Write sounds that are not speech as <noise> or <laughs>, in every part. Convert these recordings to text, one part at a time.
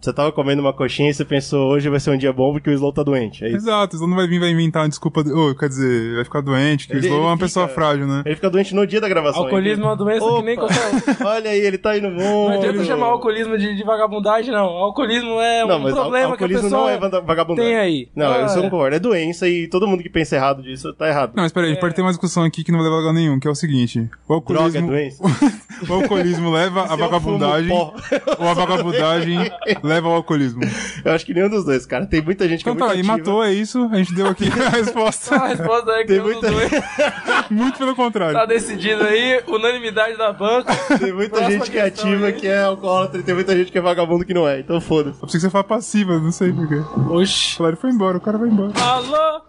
Você tava comendo uma coxinha e você pensou, hoje vai ser um dia bom porque o Slow tá doente. É isso. Exato, o Slow não vai vir vai inventar uma desculpa. de- Ô, quer dizer, vai ficar doente, que o Ele- Slow é ele uma fica- pessoa frágil, né? Ele fica doente no dia da gravação. Alcoolismo é uma doença que nem Opa. qualquer <laughs> um. Olha aí, ele tá aí no mundo. Não adianta chamar alcoolismo de, de vagabundagem, não. Alcoolismo é um Não, mas al- problema que a alcoolismo pessoa não é vanda- vagabundagem. tem aí. Não, Ah, isso eu é. não concordo. É doença e todo mundo que pensa errado disso tá errado. Não, mas peraí, a gente pode ter uma discussão aqui que não vai levar a lugar nenhum, que é o seguinte: o Droga é alcoolismo, doença. o alcoolismo <laughs> leva à Se eu vagabundagem, fumo ou a vagabundagem leva ao alcoolismo. Eu acho que nenhum dos dois, cara. Tem muita gente que Então é muito tá, e ativa. matou, é isso, a gente deu aqui a A resposta. <laughs> resposta <laughs> é que Tem nenhum muita- dos dois Muito pelo tá contrário. decidido aí, unanimidade da banca. Tem muita Próxima gente que é questão ativa, aí. que é alcoólatra, e tem muita gente que é vagabundo que não é. Então foda-se. Eu pensei que você fala passiva, não sei porquê. O Oxi. salário foi embora, o cara vai embora. Alô?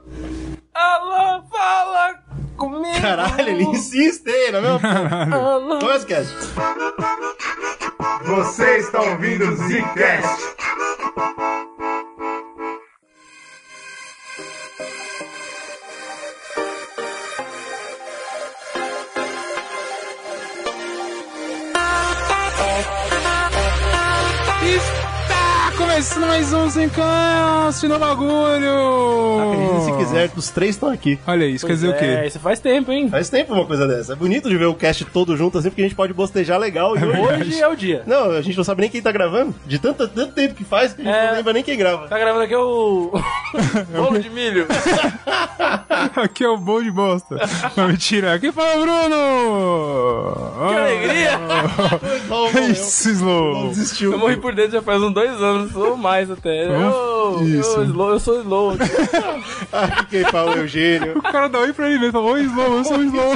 Alô? Fala comigo. Caralho, ele insiste, hein? é Na mesma... Alô? Começa o cast. Você está ouvindo o Zcast. Está começando mais um Zincast no Acredita Oh. bagulho! se quiser, os três estão aqui. Olha aí, isso quer dizer o É, quê? isso faz tempo, hein? Faz tempo uma coisa dessa. É bonito de ver o cast todo junto assim, porque a gente pode bostejar legal. E hoje... Hoje é o dia. Não, a gente não sabe nem quem tá gravando. De tanto, tanto tempo que faz, que a gente É. não lembra nem quem grava. Tá gravando aqui o. <laughs> Bolo de <laughs> milho. <laughs> Aqui é o bom de bosta. Não, mentira. Aqui fala o Bruno! Que Ah, alegria! <laughs> Não, é morreu. Isso, Não Slow! desistiu. Eu morri por dentro já faz uns dois anos, ou mais até. Eu, eu, Isso. slow, eu sou slow. Ai, quem fala é o Eugênio. O cara dá oi pra ele mesmo. Fala, Oi, Slow, eu sou o Slow.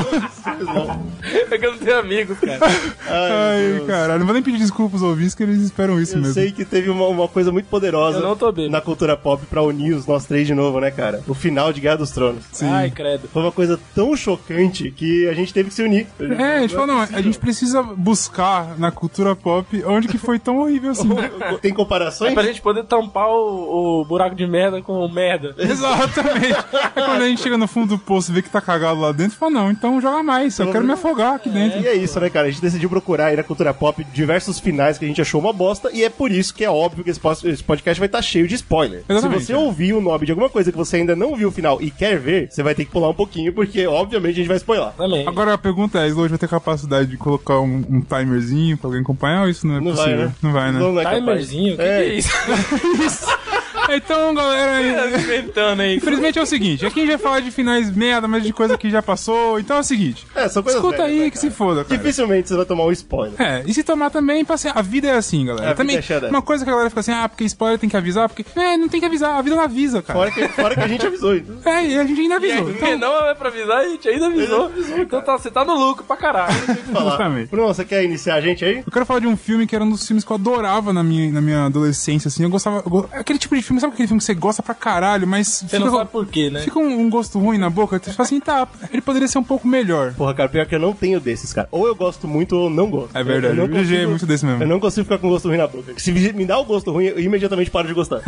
É que eu não tenho amigos, cara. Ai, meu Ai, Deus. caralho. Não vou nem pedir desculpa aos ouvintes que eles esperam isso Eu mesmo. sei que teve uma, uma coisa muito poderosa Eu não tô bêbado. na cultura pop pra unir os nós três de novo, né, cara? O final de Guerra dos Tronos. Ai, credo. Foi uma coisa tão chocante que a gente teve que se unir. É, a gente fala, não, a gente precisa buscar na cultura pop onde que foi tão horrível assim. <laughs> Tem É comparações? pra gente poder tampar o, o buraco de merda com merda. Exatamente. É quando a gente chega no fundo do poço e vê que tá cagado lá dentro, fala, não, então joga mais, eu quero me afogar aqui dentro. E é isso, né, cara? A gente decidiu procurar aí na cultura pop diversos finais que a gente achou uma bosta, e é por isso que é óbvio que esse pos- esse podcast vai estar cheio de spoiler. Exatamente. Se você ouvir o nome de alguma coisa que você ainda não viu o final e quer ver, você vai ter que pular um pouquinho, porque obviamente a gente vai spoiler. Também. Agora a pergunta é, a Slow vai ter capacidade de colocar um, um timerzinho pra alguém acompanhar ou isso não é Não vai, possível? né? Não vai, né? Não, não é capaz. Timerzinho? O que, É. que é <laughs> isso? Então, galera, Tá inventando aí. infelizmente é o seguinte, aqui a gente vai falar de finais merda, mas de coisa que já passou, então é o seguinte, É, são coisas escuta velhas, aí né, que cara? se foda, cara. Dificilmente você vai tomar um spoiler. É, e se tomar também, passe- a vida é assim, galera. A vida também, é cheia dessa. uma coisa que a galera fica assim, ah, porque spoiler tem que avisar, porque... É, não tem que avisar, a vida não avisa, cara. Fora que, fora que a gente avisou. então. É, e a gente ainda avisou. então- Porque não é pra avisar, a gente ainda avisou. então tá, você tá no lucro pra <laughs> caralho. Falar. Justamente. Bruno, você quer iniciar a gente aí? Eu quero falar de um filme que era um dos filmes que eu adorava na minha, na minha adolescência, assim. Eu gostava. eu go- aquele tipo de filme, sabe aquele filme que você gosta pra caralho, mas. Você não sabe por quê, né? Fica um, um gosto ruim na boca. Você fala assim, tá, ele poderia ser um pouco melhor. Porra, cara, pior que eu não tenho desses, cara. Ou eu gosto muito ou eu não gosto. É verdade, Eu, o GG é muito desse mesmo. Eu não consigo ficar com gosto ruim na boca. Se me dá o gosto ruim, eu imediatamente paro de <laughs> gostar.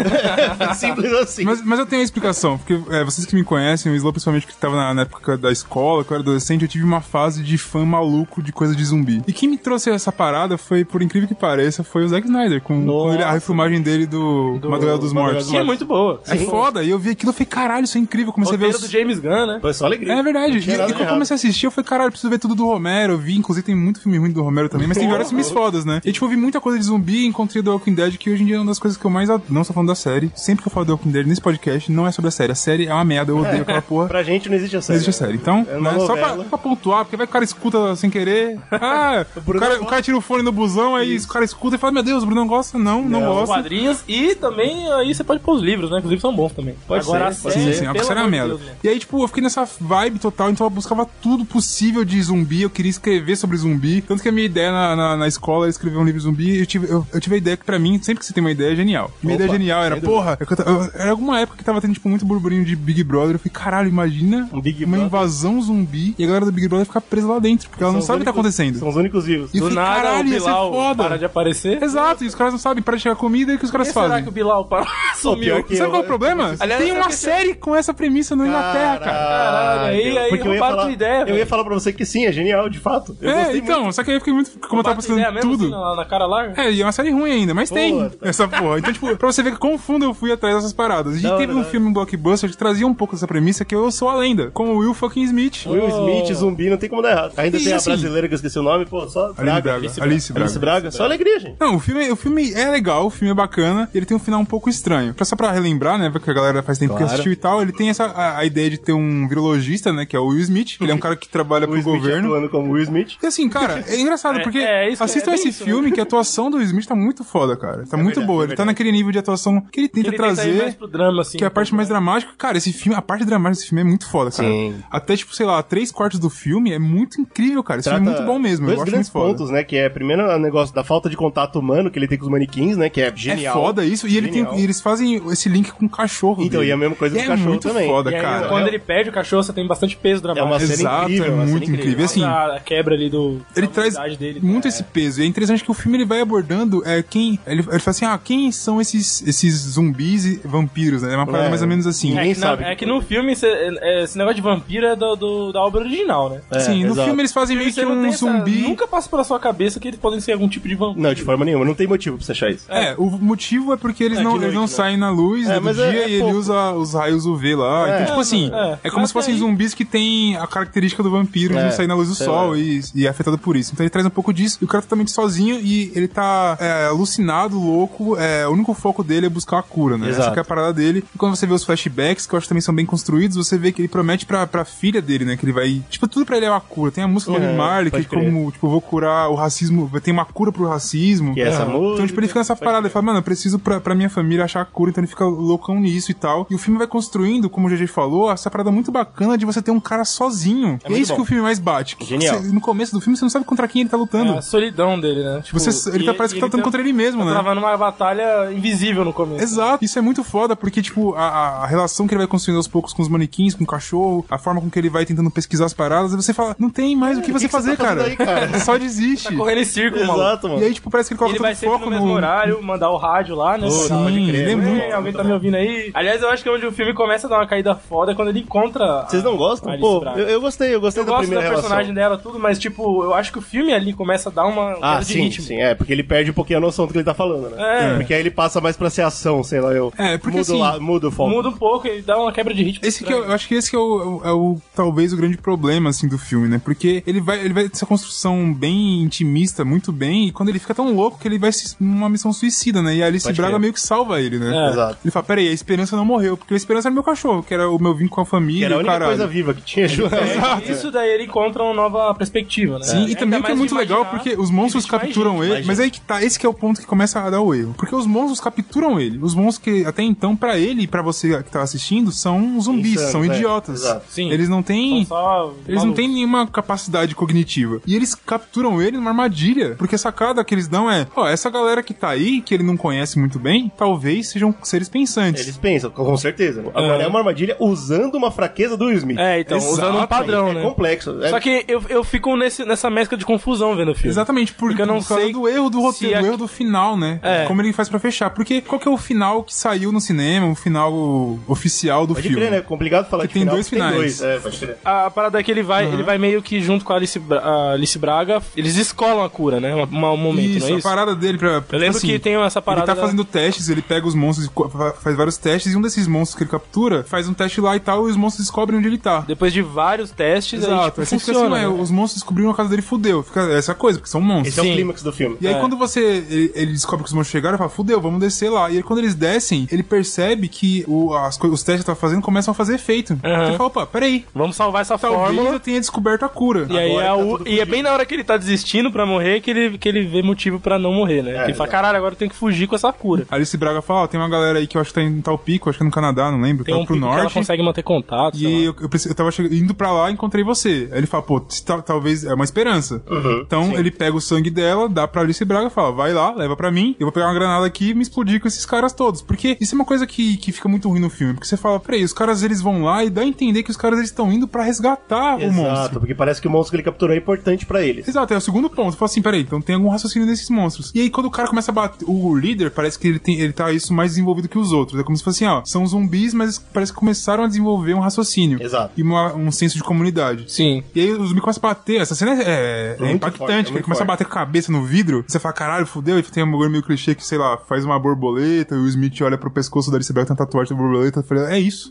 É Simples assim. Mas, mas eu tenho a explicação, porque é, vocês que me conhecem, o Slow, principalmente que tava na, na época da escola, que eu era adolescente, eu tive uma fase de fã maluco de coisa de zumbi. E quem me trouxe essa parada foi, por incrível que pareça, foi o Zack Snyder, com quando ele- a refilmagem dele do, Madrugada dos Madrugada Mortos. dos Que é muito boa. É foda, e eu vi aquilo e falei, caralho, isso é incrível. Comecei a ver Roteiro os- do James Gunn, né? Foi só alegria. É verdade. Não E, tinha e nada quando eu errado. comecei a assistir, eu falei, caralho, preciso ver tudo do Romero. Eu vi, inclusive, tem muito filme ruim do Romero também, mas tem vários filmes fodas, né? E, tipo, eu vi muita coisa de zumbi e encontrei The Walking Dead, que hoje em dia é uma das coisas que eu mais... ad- Não estou falando da série. Sempre que eu falo The Walking Dead nesse podcast, não é sobre a série. A série é uma merda, eu odeio aquela porra. <laughs> Pra gente não existe a Não série. existe a série. Então, É uma né, só pra, novela. pra pontuar, porque vai que o cara escuta sem querer. Ah, o, Bruno cara, gosta. o cara tira o fone do busão, aí o cara escuta e fala: Meu Deus, o Bruno não gosta? Não, não, Não, gosta. Quadrinhos e também aí você pode pôr os livros, né? Que os livros são bons também. Pode Agora ser, a pode série, Sim, É, sim, a pelo série era amor de merda. Deus, né? E aí, tipo, eu fiquei nessa vibe total, então eu buscava tudo possível de zumbi, eu queria escrever sobre zumbi. Tanto que a minha ideia na, na, na escola era escrever um livro de zumbi, eu tive, eu, eu tive a ideia que pra mim, sempre que você tem uma ideia, é genial. Minha Opa, ideia genial era, sem dúvida. porra, eu- eu- era alguma época que tava tendo, tipo, muito burburinho de Big Brother, eu falei, caralho, imagina Um Big uma Brother. invasão zumbi e a galera do Big Brother ficar presa lá dentro, porque ela não São os sabe o que tá únicos- acontecendo. São os únicos vivos. E eu Do falei, nada caralho, o ia ser Bilal foda. para de aparecer. Exato, e os caras não sabem para de chegar comida e o que os caras Será fazem. que o Bilal parou? sumiu. pior que- Sabe qual é o eu- problema? Aliás, Tem eu uma pensei- série com essa premissa na Inglaterra, cara. Caralho, aí- aí eu ia roubaram falar, tua ideia, Eu ia velho. falar pra você que sim, é genial, de fato. Eu É, gostei então, muito. só que aí eu fiquei muito. Como eu tava Bate ideia postando mesmo, tá tudo. assim, na, na cara larga. É, e é uma série ruim ainda, mas tem Puta. essa porra. Então, tipo, pra você ver quão fundo eu fui atrás dessas paradas. A gente Da hora, teve da um hora. filme blockbuster que trazia um pouco dessa premissa, que é eu sou a lenda, com o Will fucking Smith. Will Smith, zumbi, não tem como dar errado. Ainda E tem a assim- brasileira que eu esqueci o nome, pô, só Braga, Braga. Alice Braga. Alice Braga. Só alegria, gente. Não, o filme, o filme é legal, o filme é bacana, ele tem um final um pouco estranho. Pra- Só pra relembrar, né, porque a galera faz tempo Claro. que assistiu e tal, ele tem essa, a, a ideia de ter um virologista, né, que é o Will <laughs> Smith, ele é um cara que trabalha pro Will Smith governo. atuando como Will Smith. E assim, cara, é engraçado, <laughs> É, porque é, isso- assistam é bem esse isso, né? filme que a atuação do Will Smith tá muito foda, cara. Tá muito verdade, boa. é ele tá verdade. naquele nível de atuação que ele tenta Ele tenta trazer. ir mais pro drama, assim. que é a parte mais dramática. Cara, esse filme, a parte dramática desse filme é muito foda, cara. Sim. Até, tipo, sei lá, três quartos do filme é muito incrível, cara. Esse filme é muito bom mesmo. Dois eu acho grandes muito foda. pontos, né? Que é, primeiro, o negócio da falta de contato humano que ele tem com os manequins, né? Que é É genial. foda isso. E ele tem, Genial. e eles fazem esse link com o cachorro. Então, dele. e a mesma coisa E do é cachorro muito também. foda, E aí, cara. quando ele perde o cachorro, você tem bastante peso dramático. É uma cena Exato, incrível, é uma cena muito incrível. incrível. E assim, a, a quebra ali do. Ele da traz habilidade dele. tá- muito esse peso. E é interessante que o filme ele vai abordando é, quem. Ele, ele fala assim: ah, quem são esses, esses zumbis e vampiros, né? É uma parada É. mais ou menos assim. É, É Ninguém que, na- sabe. é que no filme, cê- é- é- esse negócio de vampiro é do, do- da obra original, né? É, Sim, no exato. filme eles fazem meio Você que não tem um essa- zumbi. Nunca passa pela sua cabeça que eles podem ser algum tipo de vampiro. Não, de forma nenhuma. Não tem motivo pra você achar isso. É, o motivo é porque eles É, não, de eles não noite, né? saem na luz É, né, do mas dia é- é e ele pouco. usa os raios UV lá. É. então, tipo assim, É. é, como Mas se fossem aí- zumbis que têm a característica do vampiro de É, não sair na luz do sei sol lá. e, e é afetado por isso. Então ele traz um pouco disso. E o cara tá totalmente sozinho e ele tá é, alucinado, louco. É, o único foco dele é buscar a cura, né? Exato. Essa que é a parada dele. E quando você vê os flashbacks, que eu acho que também são bem construídos, você vê que ele promete pra, pra filha dele, né? Que ele vai. Tipo, tudo pra ele é uma cura. Tem a música do É, Bob Marley, que pode crer. como, tipo, eu vou curar o racismo, tem uma cura pro racismo. Que é essa Então, tipo, ele fica nessa música, parada. Ele fala, mano, eu preciso pra, pra minha família achar a cura, então ele fica loucão nisso e tal. E o filme vai construindo, como o GG falou, essa parada muito bacana de você ter um cara sozinho. É É, muito isso bom. que o filme mais bate. Tipo, Genial. Você- no começo do filme, você não sabe contra quem ele tá lutando. É a solidão dele, né? Tipo, você, ele tá, e- parece e que tá lutando contra ele mesmo, tá né? travando uma batalha invisível no começo. Exato, isso é muito foda, porque, tipo, a- a, a relação que ele vai construindo aos poucos com os manequins, com o cachorro, a forma com que ele vai tentando pesquisar as paradas, e você fala, não tem mais o que o você que que fazer, você tá cara. fazendo aí, cara? <laughs> Só desiste. Tá correndo em círculo, maluco. Exato, mano. e aí, tipo, parece que ele E coloca ele vai todo o sempre foco no mesmo horário, mandar o rádio lá, né? Pô, Pra- pode Sim, crer, ele é né? muito Ei, alguém tá me ouvindo aí? Aliás, eu acho que é onde o filme começa a dar uma caída foda é quando ele encontra. a- Vocês não gostam? Alice Pô, Braga. eu, eu gostei, eu gostei Eu da gosto da primeira relação. personagem dela, tudo, mas tipo, eu acho que o filme ali começa a dar uma queda Ah, de sim, ritmo. sim, é, porque ele perde um pouquinho a noção do que ele tá falando, né? É. Porque aí ele passa mais pra ser ação, sei lá, eu. É, porque mudo assim, lá, mudo o foco. Muda um pouco e dá uma quebra de ritmo. Esse que eu, eu acho que esse que é o, é o- é o- talvez o grande problema assim do filme, né? Porque ele vai ele vai ter essa construção bem intimista, muito bem, e quando ele fica tão louco que ele vai se- numa missão suicida, né? E a Alice Pode Braga crer. meio que salva ele, né? É. Exato. Ele fala, peraí, a esperança não morreu, porque a esperança era meu cachorro, que era o meu vínculo com a Que família, era a o única caralho. coisa viva que <laughs> tinha, Ju. estranho. Isso daí ele encontra uma nova perspectiva, né? Sim, e Ainda também o que é mais muito de legal, imaginar porque os monstros que existe mais capturam gente. ele. mais Mas gente. aí que tá, esse que é o ponto que começa a dar o erro. Porque os monstros capturam ele. Os monstros que até então, pra ele e pra você que tá assistindo, são zumbis, Insanos, são é, idiotas. exato. Sim. Eles não têm. São só Eles não malucos. têm nenhuma capacidade cognitiva. E eles capturam ele numa armadilha. Porque a sacada que eles dão é: ó, essa galera que tá aí, que ele não conhece muito bem, talvez sejam seres pensantes. Eles pensam, com com certeza. Agora é uma armadilha usando uma fraqueza do Will Smith. É, então, Exato, usando um padrão, é né? complexo. É- Só que eu, eu fico nesse, nessa mescla de confusão vendo o filme. Exatamente, por, Porque eu não por causa sei do erro do se roteiro, do aqui- erro do final, né? É. Como ele faz pra fechar. Porque qual que é o final que saiu no cinema, o final oficial do Pode filme? crer, né? Complicado falar Que de tem final, dois porque tem finais. dois. É, pode crer. A parada é que ele vai, Uhum. ele vai meio que junto com a Alice, Bra- a Alice Braga, eles escolam a cura, né? Uma- uma- um momento, Isso, não é a isso? parada dele pra. Eu lembro que tem essa parada. Ele tá da- fazendo testes, ele pega os monstros, e co- fa- faz vários testes, e um desses monstros que ele captura faz um teste lá e tal, e os monstros descobrem onde ele tá. Depois de vários testes, aí, tipo, Exato, aí você fica assim, funciona. ué, né? os monstros descobriram a casa dele, fudeu. Fica essa coisa, porque são monstros. Esse é Sim. o clímax do filme. E aí, É. quando você. Ele, ele descobre que os monstros chegaram, ele fala, fudeu, vamos descer lá. E aí, quando eles descem, ele percebe que o, as, co- os testes que tá fazendo começam a fazer efeito. Então Ele fala, opa, peraí. Vamos salvar essa Talvez fórmula. eu tenha descoberto a cura. E, Agora aí é que tá o- tudo e é bem na hora que ele tá desistindo pra morrer que ele, que ele vê motivo pra não morrer, né? ele fala, exato. caralho, agora eu tenho que fugir com essa cura. Alice Braga fala, ó, tem uma galera aí que eu acho que tá em tal pico, acho que é no Canadá, não lembro, Tem tá um pro pico que ela norte. consegue manter contato. sei E lá. eu, eu, preciso- eu tava chegando, indo pra lá, encontrei você. Aí ele fala, pô, se tal- talvez é uma esperança. então ele pega o sangue dela, dá pra Alice Braga, fala, vai lá, leva pra mim, eu vou pegar uma granada aqui e me explodir com esses caras todos. Porque isso é uma coisa que, que fica muito ruim no filme, porque você fala, peraí, os caras eles vão lá e dá a entender que os caras eles estão indo pra resgatar o monstro. É, Exato, porque parece que o monstro que ele capturou é importante pra eles. Exato, é o segundo ponto. Fala assim, peraí, então tem algum raciocínio nesses monstros. E aí, quando o cara começa a bater. O líder, parece que ele, tem, ele tá isso mais desenvolvido que os outros. É como se fosse assim, ó, são zumbis, mas parece que começaram a desenvolver um raciocínio. Exato. E uma- um senso de comunidade. Sim. É E aí os zumbis começam a bater. Essa cena é, é Muito impactante. forte, é porque muito começa a forte. bater com a cabeça no vidro. Você fala, caralho, fudeu. E tem um bagulho meio clichê que, sei lá, faz uma borboleta. E o Smith olha pro pescoço da Alice Bell, tem uma tatuagem da borboleta. Eu falei, <laughs> é isso.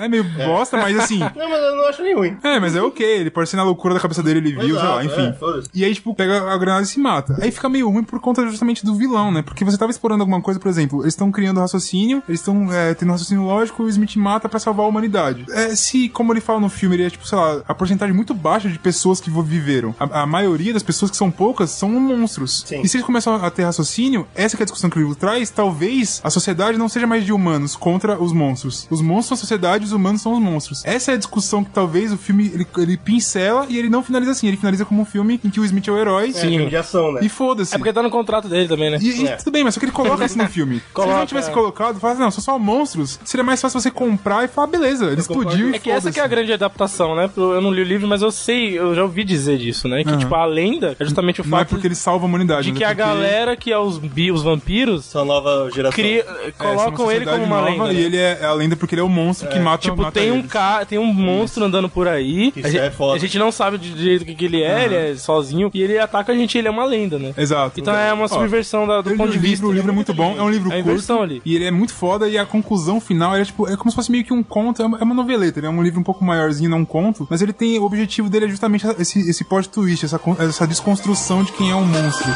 é meio bosta, mas assim. Não, mas eu não acho nem ruim. É, mas é ok. Ele parece na loucura da cabeça dele, ele viu, sei lá, Exato, enfim. é, foda-se. E aí, tipo, pega a granada e se mata. Aí fica meio ruim por conta justamente do vilão, né? Porque você tava explorando alguma coisa, por exemplo, eles estão criando raciocínio, eles estão é, tendo raciocínio lógico, o Smith mata pra salvar a humanidade. É, se, como ele fala no filme, ele é, tipo, sei lá, a porcentagem muito baixa de pessoas que vo- viveram. A, a maioria das pessoas que são poucas são monstros. Sim. E se eles começam a ter raciocínio, essa que é a discussão que o livro traz, talvez a sociedade não seja mais de humanos contra os monstros. Os monstros são a sociedade, os humanos são os monstros. Essa é a discussão que talvez o filme ele, ele pincela e ele não finaliza assim. Ele finaliza como um filme em que o Smith é o herói É, filme de ação, né? e foda-se. É porque tá no contrato dele também, né? E, e É. tudo bem, mas só que ele coloca isso no <laughs> filme. Se ele não Coloca, tivesse é. colocado, falasse, não, são só monstros, seria mais fácil você comprar e falar, beleza, ele explodiu e É que essa foda-se. que é a grande adaptação, né? Pro- Eu não li o livro, mas eu sei, eu já ouvi dizer disso, né? Que, Aham. tipo, a lenda é justamente o Não é fato porque ele salva a humanidade. de mas que é a porque- galera que é os, bi, os vampiros Essa nova geração. É, cria, essa é uma colocam ele como sociedade uma nova lenda. E né? ele é, é a lenda porque ele é o monstro que mata Tipo, mata tem um, eles. ca... tem um monstro andando por aí. Isso a, gente, é foda. a gente não sabe de direito o que, que ele é, ele é sozinho. E ele ataca a gente, ele é uma lenda, né? Exato. Então é uma Ó, subversão da- do eu li ponto de o livro, vista. O livro é muito bom, é um livro É a curto. inversão ali. E ele é muito foda, e a conclusão final é tipo, é como se fosse meio que um conto, é uma é uma noveleta, ele é um livro um pouco maiorzinho, não um conto, mas ele tem, o objetivo dele é justamente esse, esse plot twist, essa, con- essa desconstrução de quem é um monstro.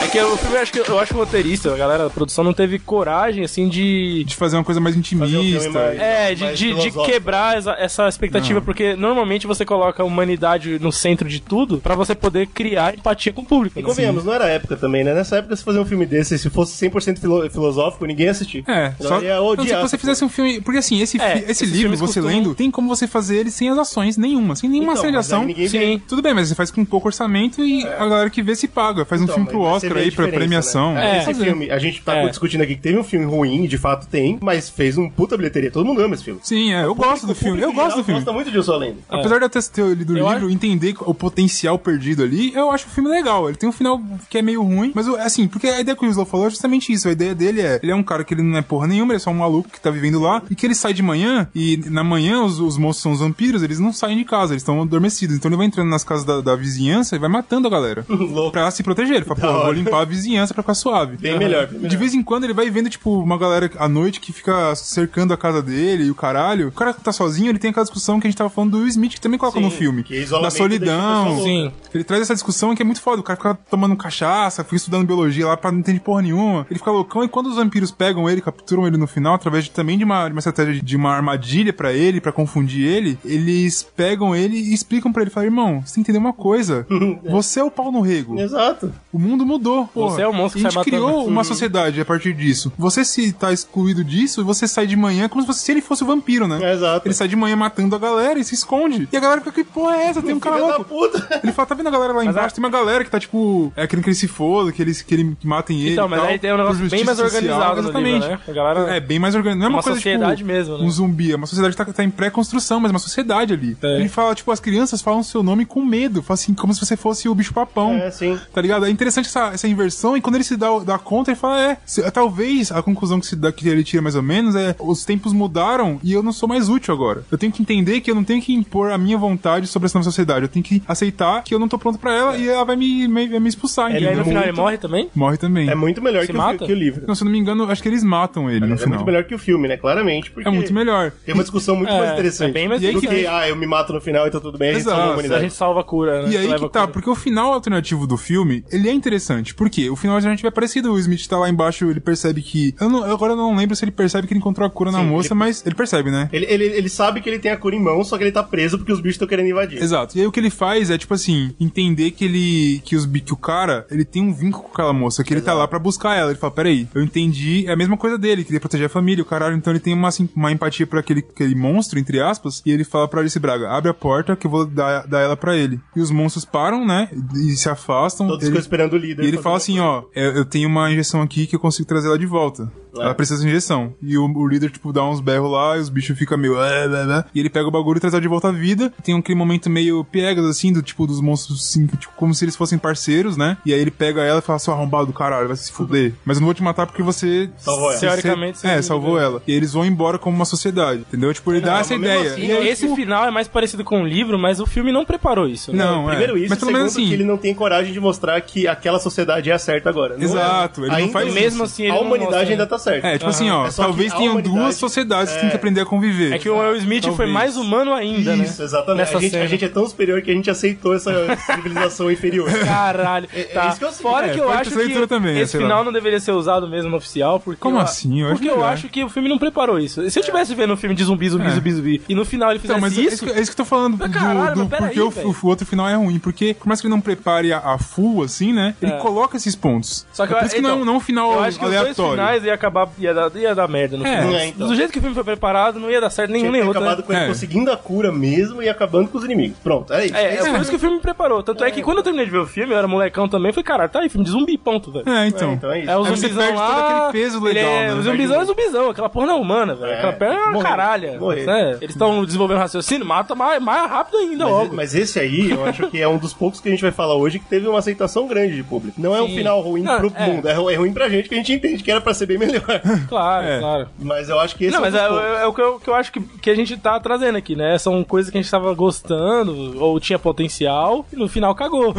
É que o filme, eu acho que eu acho que o roteirista, a galera da produção não teve coragem, assim, de. De fazer uma coisa mais Fazer um filme intimista. mais- É, de, mais de, de filosófico. quebrar essa, essa expectativa, porque normalmente você coloca a humanidade no centro de tudo pra você poder criar empatia com o público. E né? convenhamos, não era a época também, né? Nessa época, se fazer um filme desse, se fosse 100% filo- filosófico, ninguém ia assistir. Então, É, Eu só ia não, se odiar você essa fizesse um filme. Porque assim, esse, fi- É, esse esses livro, filmes você costumam- lendo, tem como você fazer ele sem as ações nenhuma, sem nenhuma Então, cena de mas aí ação. ninguém vê. Sim. Tudo bem, mas você faz com pouco orçamento e a galera que vê se paga. Faz um Então, filme pro mas você Oscar vê a aí, pra diferença, premiação. né? É. Esse Fazer. filme, a gente tá É. discutindo aqui que teve um filme ruim, de fato tem, mas fez um puta bilheteria. Todo mundo ama esse filme. Sim, é. Eu gosto do O filme. público Eu em gosto do geral filme. gosta muito de Eu Sou a Lenda. Apesar de eu ter, ter lido o Eu livro, entender o potencial perdido ali, eu acho o filme legal. Ele tem um final que é meio ruim, mas o- assim, porque a ideia que o Winslow falou é justamente isso. A ideia dele é, ele é um cara que ele não é porra nenhuma, ele é só um maluco que tá vivendo lá, e que ele sai de manhã, e na manhã os, os monstros são os vampiros, eles não saem de casa, eles estão adormecidos. Então ele vai entrando nas casas da, da vizinhança e vai matando a galera. <laughs> Louco. pra se proteger. Ele fala, pô, eu vou hora. limpar a vizinhança pra ficar suave. Bem melhor, bem De melhor. vez em quando ele vai vendo, tipo, uma galera à noite que fica cercando a casa dele e o caralho. O cara que tá sozinho, ele tem aquela discussão que a gente tava falando do Smith, que também coloca Sim, no filme. que é da isolamento deixa a solidão. pessoa Sim. Ele traz essa discussão que é muito foda. O cara fica tomando cachaça, fica estudando biologia lá pra não entender porra nenhuma. Ele fica loucão e quando os vampiros pegam ele, capturam ele no final, através de- também de uma, de uma estratégia de, de uma armadilha pra ele, pra confundir ele, eles pegam ele e explicam pra ele. Falam, irmão, você tem que entender <laughs> uma coisa. Você é o pau no rego. Exato. O mundo mudou. Porra. é o monstro que E a gente sai matando. Uhum. criou uma sociedade a partir disso. Você se tá excluído disso, você sai de manhã como se, fosse- se ele fosse o vampiro, né? É, exato. Ele sai de manhã matando a galera e se esconde. E a galera fica, que porra é essa? Tem um cara Filha da louco. puta. Ele fala, tá vendo a galera lá embaixo? a- Tem uma galera que tá, tipo, é querendo que ele se foda, que, eles, que, ele, que matem ele. Então, e mas tal, aí tem um por negócio bem justiça mais organizado no Exatamente. livro, né? A galera- É, bem mais organizado. Não é uma, Uma coisa, sociedade tipo, mesmo, né? um zumbi. É uma sociedade que tá, tá em pré-construção, mas uma sociedade ali. É. Ele fala, tipo, as crianças falam seu nome com medo. Fala assim, como se você fosse o bicho-papão. É, sim. Tá ligado? É interessante essa, essa inversão, e quando ele se dá, dá conta, ele fala: é, se- talvez a conclusão que, se dá, que ele tira mais ou menos é: os tempos mudaram e eu não sou mais útil agora. Eu tenho que entender que eu não tenho que impor a minha vontade sobre essa nova sociedade. Eu tenho que aceitar que eu não tô pronto pra ela e ela vai me, me, vai me expulsar. E aí no entendeu? final ele morre também? Morre também. É muito melhor Se que o, mata? fi- que o livro. Não, se eu não me engano, acho que eles matam ele no É final. muito melhor que o filme, né? Claramente. Porque É muito melhor. Tem uma discussão muito É, mais interessante. é bem mais do que, interessante. ah, eu me mato no final e tá tudo bem, a gente Exato. salva a A humanidade. gente salva a cura, né? E aí Leva que a tá, cura. porque o final alternativo do filme, ele é interessante. Por quê? O final alternativo é parecido. O Smith tá lá embaixo, ele percebe que... Eu não- agora eu não lembro se ele percebe que ele encontrou a cura na Sim, moça, ele- mas ele percebe, né? Ele, ele, ele sabe que ele tem a cura em mão, só que ele tá preso porque os bichos estão querendo invadir. Exato. E aí o que ele faz é, tipo assim, entender que ele. que, os, bi- que o cara, ele tem um vínculo com aquela moça, que ele tá lá pra buscar ela. Ele fala, peraí, eu entendi. É a mesma coisa dele, queria proteger a família, o caralho. Então ele tem uma, assim, uma empatia por aquele, aquele monstro, entre aspas, e ele fala pra Alice Braga: abre a porta que eu vou dar, dar ela pra ele. E os monstros param, né? E se afastam. Todos ele- ficam esperando o líder. e ele fazer fala "É, uma assim, ó, eu, eu tenho uma injeção aqui que eu consigo trazer ela de volta. É. Ela precisa de injeção. E o, o líder, tipo, dá uns berros lá e os bichos ficam meio. "Ah, ah, ah", E ele pega o bagulho e traz ela de volta à vida. Tem um- aquele momento meio piegas, assim, do tipo, dos monstros, assim, que, tipo, como se eles fossem parceiros, né? E aí ele pega ela e fala, seu arrombado do caralho, vai se fuder. Mas eu não vou te matar porque você. Salvou ela. você- Teoricamente, você É, me salvou ela. E eles vão embora como uma sociedade, entendeu? Tipo, ele dá essa mas mesmo ideia. assim, E aí, Esse tipo, final é mais parecido com o livro, mas o filme não preparou isso. né? Não, é. Primeiro isso, Mas pelo segundo menos assim. que ele não tem coragem de mostrar que aquela sociedade é a certa agora. Não é. Exato, ele não Ainda- faz Mesmo isso. assim, ele a não humanidade mostra, ainda né? tá certa. É, tipo assim, ó, É só que talvez a tenham humanidade- duas sociedades que tem que é. aprender a conviver. É que o Will Smith foi Talvez. mais humano ainda, né? Isso, exatamente. Nessa A gente, cena. a gente é tão superior que a gente aceitou essa <laughs> civilização inferior. Caralho. tá. isso que eu sei. Fora É, que eu pode acho ter essa leitura que também, esse sei lá. final não deveria ser usado mesmo no oficial, porque... Como eu- assim? Eu acho porque eu melhor. acho que o filme não preparou isso. Se eu tivesse vendo um filme de zumbi, zumbi, É. zumbi, zumbi, e no final ele fizesse Então, mas é isso... isso, que- é isso que eu tô falando. Mas do- caralho, do- mas peraí, porque o, velho. o outro final é ruim. Porque, por mais que ele não prepare a, a full, assim, né? Ele É. coloca esses pontos. Só que é eu- por isso que não, então, é um- não é um final Eu acho que os dois aleatório. finais ia acabar, ia dar, ia dar merda no É. final. É, então. Do jeito que o filme foi preparado, não ia dar certo nenhum Tinha que nem ter outro. né? acabado com ele É. conseguindo a cura mesmo e acabando com os inimigos. Pronto, é isso. É, é isso. por isso que o filme me preparou. Tanto é que quando eu terminei de ver o filme, eu era molecão também, eu falei, caralho, tá aí, filme de zumbi, ponto, velho. É, então. É, então é isso. É o Aí você zumbizão perde lá, todo aquele peso legal, ele é, né? O zumbizão é zumbizão, aquela porra não é humana, velho. É, aquela perna é uma morrer, caralha. morrer. né? Eles estão desenvolvendo raciocínio, mata mais, mais rápido ainda Mas, logo. mas esse aí, eu acho que é um dos poucos que a gente vai falar hoje que teve uma aceitação grande de público. Não é um Sim. final ruim Não, pro é. mundo, é, ru- é ruim pra gente que a gente entende que era pra ser bem <laughs> melhor. Claro, É. claro. Mas eu acho que esse não, é um mas dos é, poucos. é o que eu, que eu acho que, que a gente tá trazendo aqui, né? São coisas que a gente tava gostando, ou tinha potencial, e no final cagou.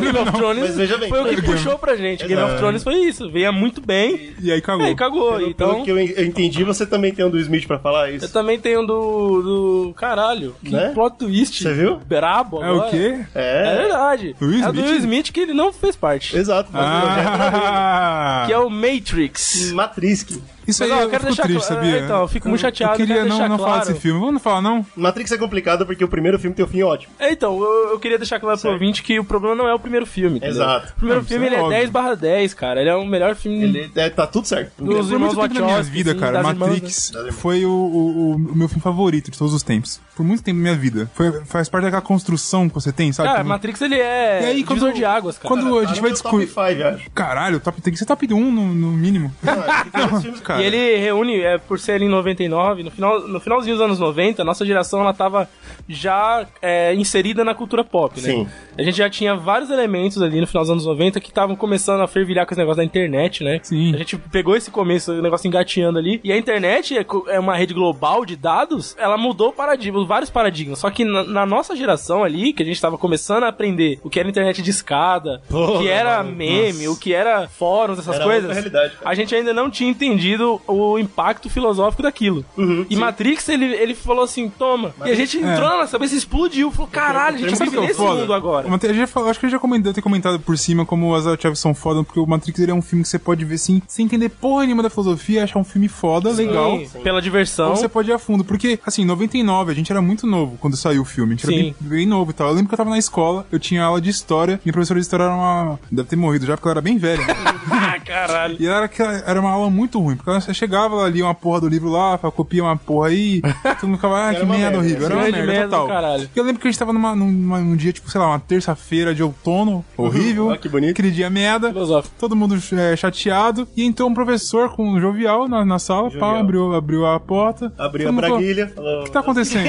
Game of Thrones mas veja bem, foi o que Game- puxou pra gente. Game of Exato. Thrones foi isso. Veio muito bem, E aí cagou. aí cagou. Pelo- Então, Pelo que eu en- eu entendi, você também tem um do Smith pra falar eu isso. também tenho um do... do... Caralho, que Né? plot twist. Você viu? Brabo É o agora. quê? É É, verdade. Do Will é do Smith? Will Smith que ele não fez parte. exato. mas eu já trabalhei. Ah! Que é o Hum. Matrix. Matrix. que- Isso aí Mas, ó, eu, eu quero fico deixar triste, cla- sabia? é, então, eu fico muito chateado, Eu queria quero não, deixar não falar claro. desse filme. Vamos não falar, não? Matrix é complicado porque o primeiro filme tem um fim ótimo. É, Então, eu, eu queria deixar claro pro Certo. ouvinte que o problema não é o primeiro filme. entendeu? Exato. O primeiro Não, filme isso ele é é óbvio. 10 barra 10, cara. Ele é o melhor filme. Ele é, tá tudo certo. Dos Por muito irmãos tempo na minha Wachowski, vida, sim, cara, das irmãs, Matrix né? Das irmãs. foi o, o- o meu filme favorito de todos os tempos. Por muito tempo na minha vida. Foi- faz parte daquela construção que você tem, sabe? Cara, Como- Matrix ele é E aí, quando- divisor de águas, cara. quando a Tá gente no vai meu discutir... Top 5, <laughs> acho. Caralho, top, tem que ser top 1 no, no mínimo. Tem dois filmes- Cara, E ele reúne, é, por ser ele em 99, no, final, no finalzinho dos anos 90, a nossa geração ela tava já é, inserida na cultura pop, né? Sim. A gente já tinha vários elementos ali no final dos anos 90 que estavam começando a fervilhar com esse negócio da internet, né? Sim. A gente pegou esse começo, o negócio engateando ali. E a internet é, co- é uma rede global de dados, ela mudou paradigmas, vários paradigmas. Só que na, na nossa geração ali, que a gente tava começando a aprender o que era internet de escada, o que Porra, era mano, meme, o que era fóruns, essas Era coisas. outra realidade, cara. A gente ainda não tinha entendido o impacto filosófico daquilo. Uhum, e Matrix, ele, ele falou assim, toma. E a gente entrou na nossa cabeça e explodiu. Falou, caralho, a gente Sabe o vive que é o nesse é. foda? mundo agora. O Matrix- eu já falo- acho que eu já comentei, eu tenho comentado por cima como as Chaves são foda, porque o Matrix ele é um filme que você pode ver sem, sem entender porra nenhuma da filosofia, achar um filme foda, legal. Sim, Então- Pela diversão. Ou você pode ir a fundo, porque, assim, em 99, a gente era muito novo quando saiu o filme. A gente Sim. era bem, bem novo e tal. Eu lembro que eu tava na escola, eu tinha aula de história, minha professora de história era uma. Deve ter morrido já, porque ela era bem velha. né? Ah, caralho. E ela era, que- era uma aula muito ruim, porque ela chegava, ela lia uma porra do livro lá, falava, copia uma porra aí, todo mundo ficava, ah, que uma merda merda, horrível, era uma grande merda, merda do total. caralho. E eu lembro que a gente tava numa, num, numa- num dia, tipo, sei lá, uma terça-feira de outono, horrível, Ah, que bonito. aquele dia merda, Filosófico. todo mundo é, chateado, e entrou um professor com um jovial na, na sala, pá, Jovial. abriu, abriu a porta. Abriu a todo mundo falou, braguilha. O falou- que tá acontecendo?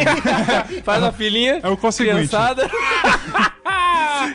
Faz a filhinha. É o conseguinte. <laughs> Criançada.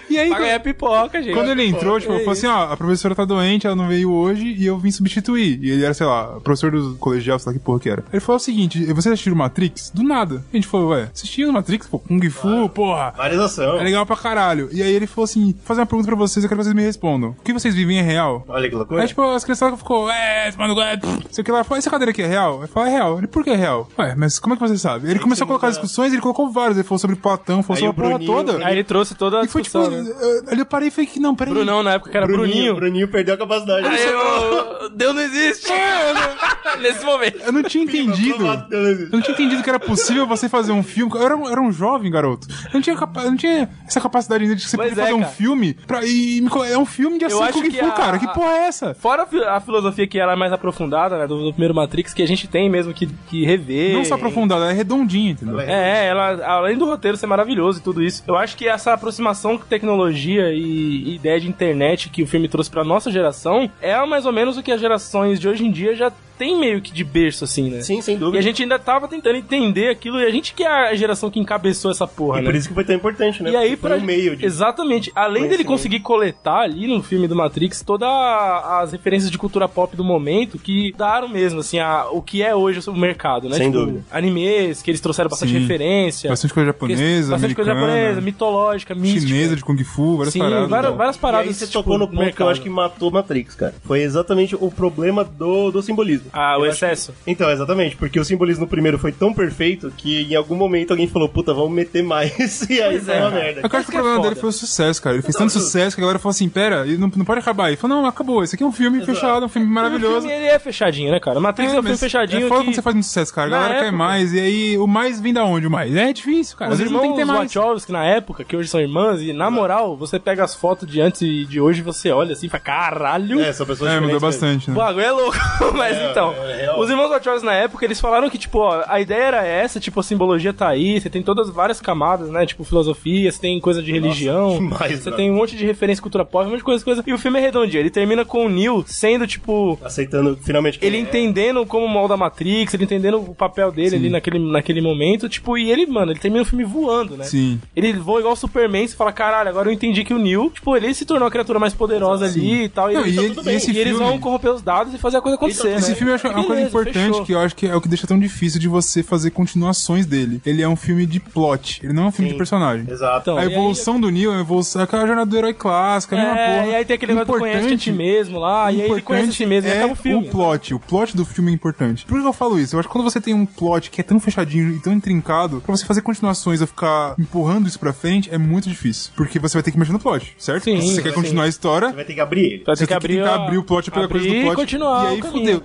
E aí, Pra ganhar pipoca, gente. Quando ele entrou, tipo, é falou assim, ó, a professora tá doente, ela não veio hoje e eu vim substituir. E ele era, sei lá, professor do colegial, sei lá que porra que era. Ele falou o seguinte, vocês assistiram Matrix? Do nada. A gente falou, ué, assistiram Matrix, pô, Kung Fu, porra. Várias ações. É legal pra caralho. E aí ele falou assim, vou fazer uma pergunta pra vocês, eu quero que vocês me respondam. O que vocês vivem é real? Olha que loucura. Aí, tipo, as crianças ficou, é, esse mano, é, pff", sei o que lá, falou, essa cadeira aqui é real? Ele falou, é real. Ele, por que é real? Ué, mas como é que você sabe? Ele começou a colocar muda- discussões, ele colocou vários, ele falou sobre Platão, falou Aí sobre a o porra Bruninho- toda. Aí ele trouxe toda a E foi tipo, discussão, né? eu- ali eu parei e falei que não, peraí. Brunão, na época, que era Bruninho, é Bruninho. Bruninho perdeu a capacidade. Aí eu- Deus não existe. É, né? <laughs> Nesse momento. Eu não tinha entendido. provado que eu não Eu existe. não tinha entendido que era possível você fazer um filme. Eu era, um- era um jovem garoto. Eu não tinha, capa- eu não tinha essa capacidade ainda de que você Pois podia é, fazer um cara. filme. Pra, e me co- é um filme de ação acho Kung que Fu, a- cara. Que porra é essa? Fora a fi- a filosofia que ela é mais aprofundada, né? Do, do primeiro Matrix, que a gente tem mesmo que, que rever. Não só aprofundada, é redondinha, entendeu? Ela É, ela, além do roteiro ser maravilhoso e tudo isso, eu acho que essa aproximação com tecnologia e, e ideia de internet que o filme trouxe pra nossa geração é mais ou menos o que as gerações de hoje em dia já tem meio que de berço, assim, né? Sim, sem E dúvida. a gente ainda tava tentando entender aquilo, e a gente que é a geração que encabeçou essa porra, E né? por isso que foi tão importante, né? E aí, Porque foi pra... um meio de... Exatamente. Além dele conhecimento. conseguir coletar ali no filme do Matrix todas as referências de cultura pop do momento que daram mesmo, assim, a- o que é hoje o mercado, né? Sem dúvida. Animes, que eles trouxeram bastante Sim. referência. Bastante coisa japonesa, Bastante coisa americana, japonesa, mitológica, mística. chinesa de Kung Fu, várias Sim, paradas. várias, né? várias paradas. e aí você tipo, tocou no ponto que eu mercado. acho que matou Matrix, cara. Foi exatamente o problema do, do simbolismo. Ah, Eu o acho excesso. Então, exatamente, porque o simbolismo primeiro foi tão perfeito que em algum momento alguém falou, puta, vamos meter mais, <laughs> e aí Pois foi é, uma cara. merda. Eu acho que o Isso que é problema foda. dele foi o sucesso, cara. Ele fez tanto sucesso que a galera falou assim: pera, ele não, não pode acabar. Ele falou: não, acabou. Esse aqui é um filme fechado, é um filme O maravilhoso. filme ele é fechadinho, né, cara? Matrix é, um filme mas fechadinho. É foda que... quando você faz muito sucesso, cara. A Na galera quer época- mais. E aí, o mais vem da onde o mais? É difícil, cara. Os Às vezes não tem que ter irmãos mais. Wachowski, na época, que hoje são irmãs, e na moral, você pega as fotos de antes e de hoje, você olha assim e fala, caralho, É, são pessoas É, diferentes mudou mesmo. bastante, o né? bagulho é louco. <laughs> Mas então, é real. os irmãos Wachowski, na época, eles falaram que, tipo, ó, a ideia era essa, tipo, a simbologia tá aí, você tem todas várias camadas, né, tipo, filosofia, você tem coisa de religião, <laughs> demais, você né? tem um monte de referência à cultura pop, um monte de coisa, coisa. E o filme é redondinho, ele termina com o Neil sendo, tipo, Aceitando finalmente que ele é. entendendo como molda a Matrix, ele entendendo o papel dele ali naquele, naquele momento, tipo, e ele, mano, ele termina o filme voando, né? Sim. Ele voa igual o Superman, você fala, caralho, agora eu entendi que o Neo, tipo, ele se tornou a criatura mais poderosa ali e tal. E, Não, ele- e tá ele- tudo bem. e esse E eles filme- Então, vão corromper os dados e fazer a coisa acontecer, né? Esse filme eu acho é uma coisa Beleza, importante fechou. que eu acho que é o que deixa tão difícil de você fazer continuações dele. Ele é um filme de plot, ele não é um filme de personagem. Exato. Então, a e aí- evolução do Neo, a evolução, aquela jornada do herói clássica, a mesma É, porra. e aí tem aquele negócio do conhece a ti mesmo lá, e aí ele conhece a si mesmo e é acaba o filme. o plot. O plot do filme é importante. Por isso que eu falo isso. Eu acho que quando você tem um plot que é tão fechadinho e tão intrincado, pra você fazer continuações ou ficar empurrando isso pra frente, é muito difícil. Porque você vai ter que mexer no plot, certo? Sim, Se você sim. quer continuar a história, Você vai ter que abrir ele. Vai você tem ter que abrir, a- abrir o plot pela abrir coisa do plot. e continuar e aí o caminho. fudeu.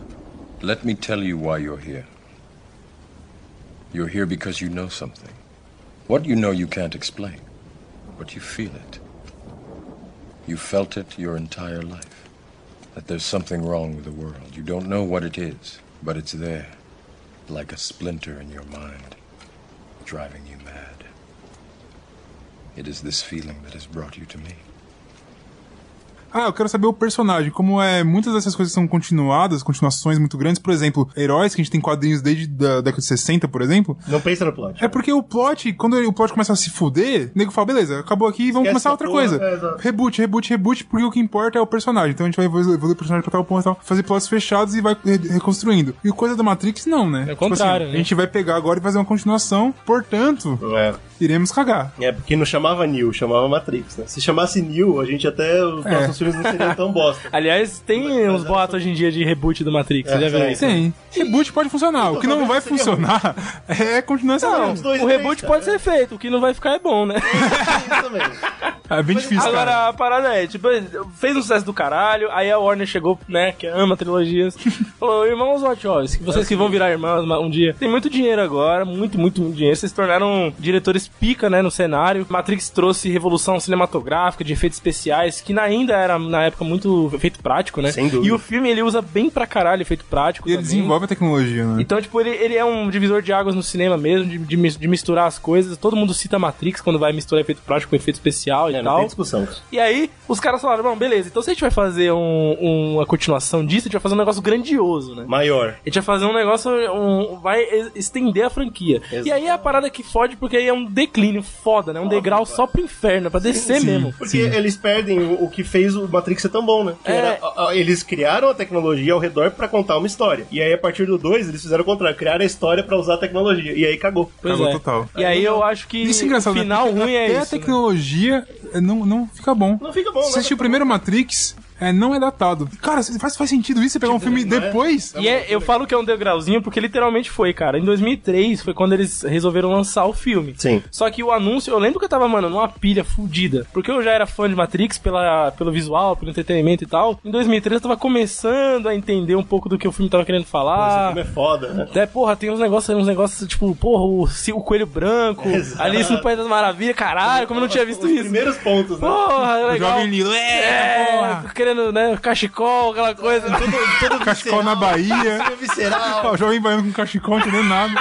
Let me tell you why you're here. You're here because you know something. What you know you can't explain, but you feel it. You felt it your entire life. That there's something wrong with the world. You don't know what it is, but it's there, like a splinter in your mind, driving you mad. It is this feeling that has brought you to me. Ah, eu quero saber o personagem. Como é, muitas dessas coisas são continuadas, continuações muito grandes. Por exemplo, heróis que a gente tem quadrinhos desde da década de 60, por exemplo. Não pensa no plot. É porque o plot, quando ele- o plot começa a se fuder, o nego fala, beleza, acabou aqui e vamos Esquece começar essa outra porra, coisa. é, exato. reboot, reboot, reboot, porque o que importa é o personagem. Então a gente vai evolu- evoluir o personagem pra tal ponto e tal, fazer plots fechados e vai re- reconstruindo. E o coisa da Matrix, não, né? É o contrário, né? A gente vai pegar agora e fazer uma continuação, portanto, É. iremos cagar. É, porque não chamava Neo, chamava Matrix, né? Se chamasse Neo, a gente até. Os É. nossos filmes não seriam tão <laughs> bosta. Aliás, tem uns boatos hoje em dia de reboot do Matrix, É, você já viu sim. isso? Sim. Reboot pode funcionar. O que não vai funcionar <laughs> é continuação. Não, mesmo. Dois e o três, reboot cara. pode ser feito, o que não vai ficar é bom, <laughs> né? Isso também. É bem difícil, Agora, cara. a parada é, tipo, fez um sucesso do caralho, aí a Warner chegou, né, que <laughs> ama trilogias, falou, irmãos Wachowski, vocês que vão virar irmãos ma- um dia, tem muito dinheiro agora, muito, muito, muito dinheiro, vocês se tornaram diretores pica, né, no cenário, Matrix trouxe revolução cinematográfica, de efeitos especiais, que na- ainda era, na época, muito efeito prático, né, Sem dúvida. e o filme, ele usa bem pra caralho efeito prático E ele também. desenvolve a tecnologia, né? Então, tipo, ele, ele é um divisor de águas no cinema mesmo, de, de mis- de misturar as coisas. Todo mundo cita Matrix quando vai misturar efeito prático com efeito especial e É, não tal. tem discussão. E aí, os caras falaram, bom, beleza, então se a gente vai fazer um- um- uma continuação disso, a gente vai fazer um negócio grandioso, né? Maior. A gente vai fazer um negócio, um- vai es- estender a franquia. Exato. E aí é a parada que fode, porque aí é um declínio foda, né? Um degrau só pro inferno, é pra descer mesmo. Porque eles perdem o, o que fez o Matrix ser tão bom, né? Que É. era- a- a- eles criaram a tecnologia ao redor pra contar uma história. E aí, a partir do 2, eles fizeram o contrário. Criaram a história pra usar a tecnologia. E aí, cagou. Pois Cagou é. total. E aí eu acho que Isso é engraçado, o né? final Porque ruim é até isso. a né? tecnologia eh, não, não fica bom. Não fica bom, Você né? assistiu o primeiro Matrix, é, não é datado. Cara, cê- faz, faz sentido isso? Você pegar um filme não é? depois? Tá E é- eu falo que é um degrauzinho porque literalmente foi, cara. Em 2003 foi quando eles resolveram lançar o filme. Sim. Só que o anúncio, eu lembro que eu tava, mano, numa pilha fudida. Porque eu já era fã de Matrix pela, pelo visual, pelo entretenimento e tal. Em 2003 eu tava começando a entender um pouco do que o filme tava querendo Esse falar. filme é foda, né? Até, porra, tem uns negócios, uns negócios tipo, porra, o, Ci- o Coelho Branco, Exato. Alice no País das Maravilhas, caralho, como eu não tinha visto Os isso. primeiros pontos, né? Porra, é O legal. Jovem Nilo, é, É, porra! querendo, né, cachecol, aquela coisa. Todo, todo Cachecol na visceral, Bahia. <laughs> todo visceral. O jovem baiano com cachecol, não entendendo nada.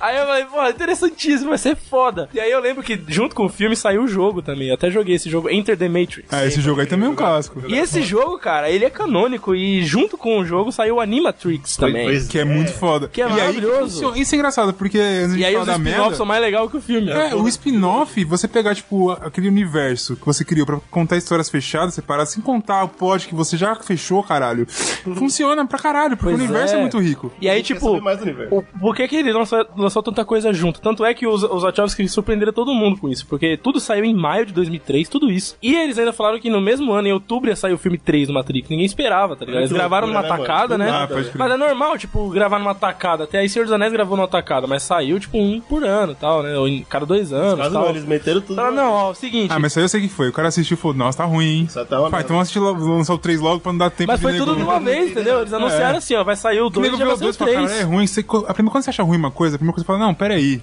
Aí eu falei, pô, interessantíssimo, vai ser foda. E aí eu lembro que junto com o filme saiu o jogo também. Eu até joguei esse jogo, Enter the Matrix. Ah, esse jogo aí também é um clássico. E esse jogo, cara, ele é canônico e junto com o jogo saiu o Animatrix também. Pois Que é muito foda. Que é E aí, maravilhoso. isso, isso é engraçado, porque antes E de aí falar os da merda... spin-offs são mais legais que o filme. É, o spin-off, você pegar, tipo, a- aquele universo que você criou pra contar histórias fechadas, separar, sem contar o pod que você já fechou, caralho. Funciona pra caralho, porque Pois o universo é. é. muito rico. E aí, Quer tipo, saber mais do universo. o- por que, que ele lançou, lançou tanta coisa junto? Tanto é que os, os Wachowski surpreenderam todo mundo com isso, porque tudo saiu em maio de 2003, tudo isso. E eles ainda falaram que no mesmo ano, em outubro, ia sair o filme 3 do Matrix. Ninguém esperava, tá ligado? Eles é Muito gravaram numa loucura, né, tacada, mano? né? Do nada, pode crer. mas é normal, tipo, gravar numa tacada. Até aí Senhor dos Anéis gravou numa tacada, mas saiu, tipo, um por ano e tal, né? Ou em cada dois anos Mas e não, tal. eles meteram tudo. Falaram, não, ó, é o seguinte... Ah, mas isso aí eu sei que foi. O cara assistiu e falou, nossa, tá ruim, hein? Só tá uma Pai, merda. então vamos assistir logo, lançar o 3 logo pra não dar tempo Mas <laughs> de foi nego- tudo de uma vez, entendeu? Eles anunciaram assim, ó, vai sair o O 2 nego e já vê vai o sair 2 o e fala, cara, é 3. ruim. Você, co- a primeira, quando você acha ruim uma coisa, a primeira coisa você fala, não, <laughs> peraí.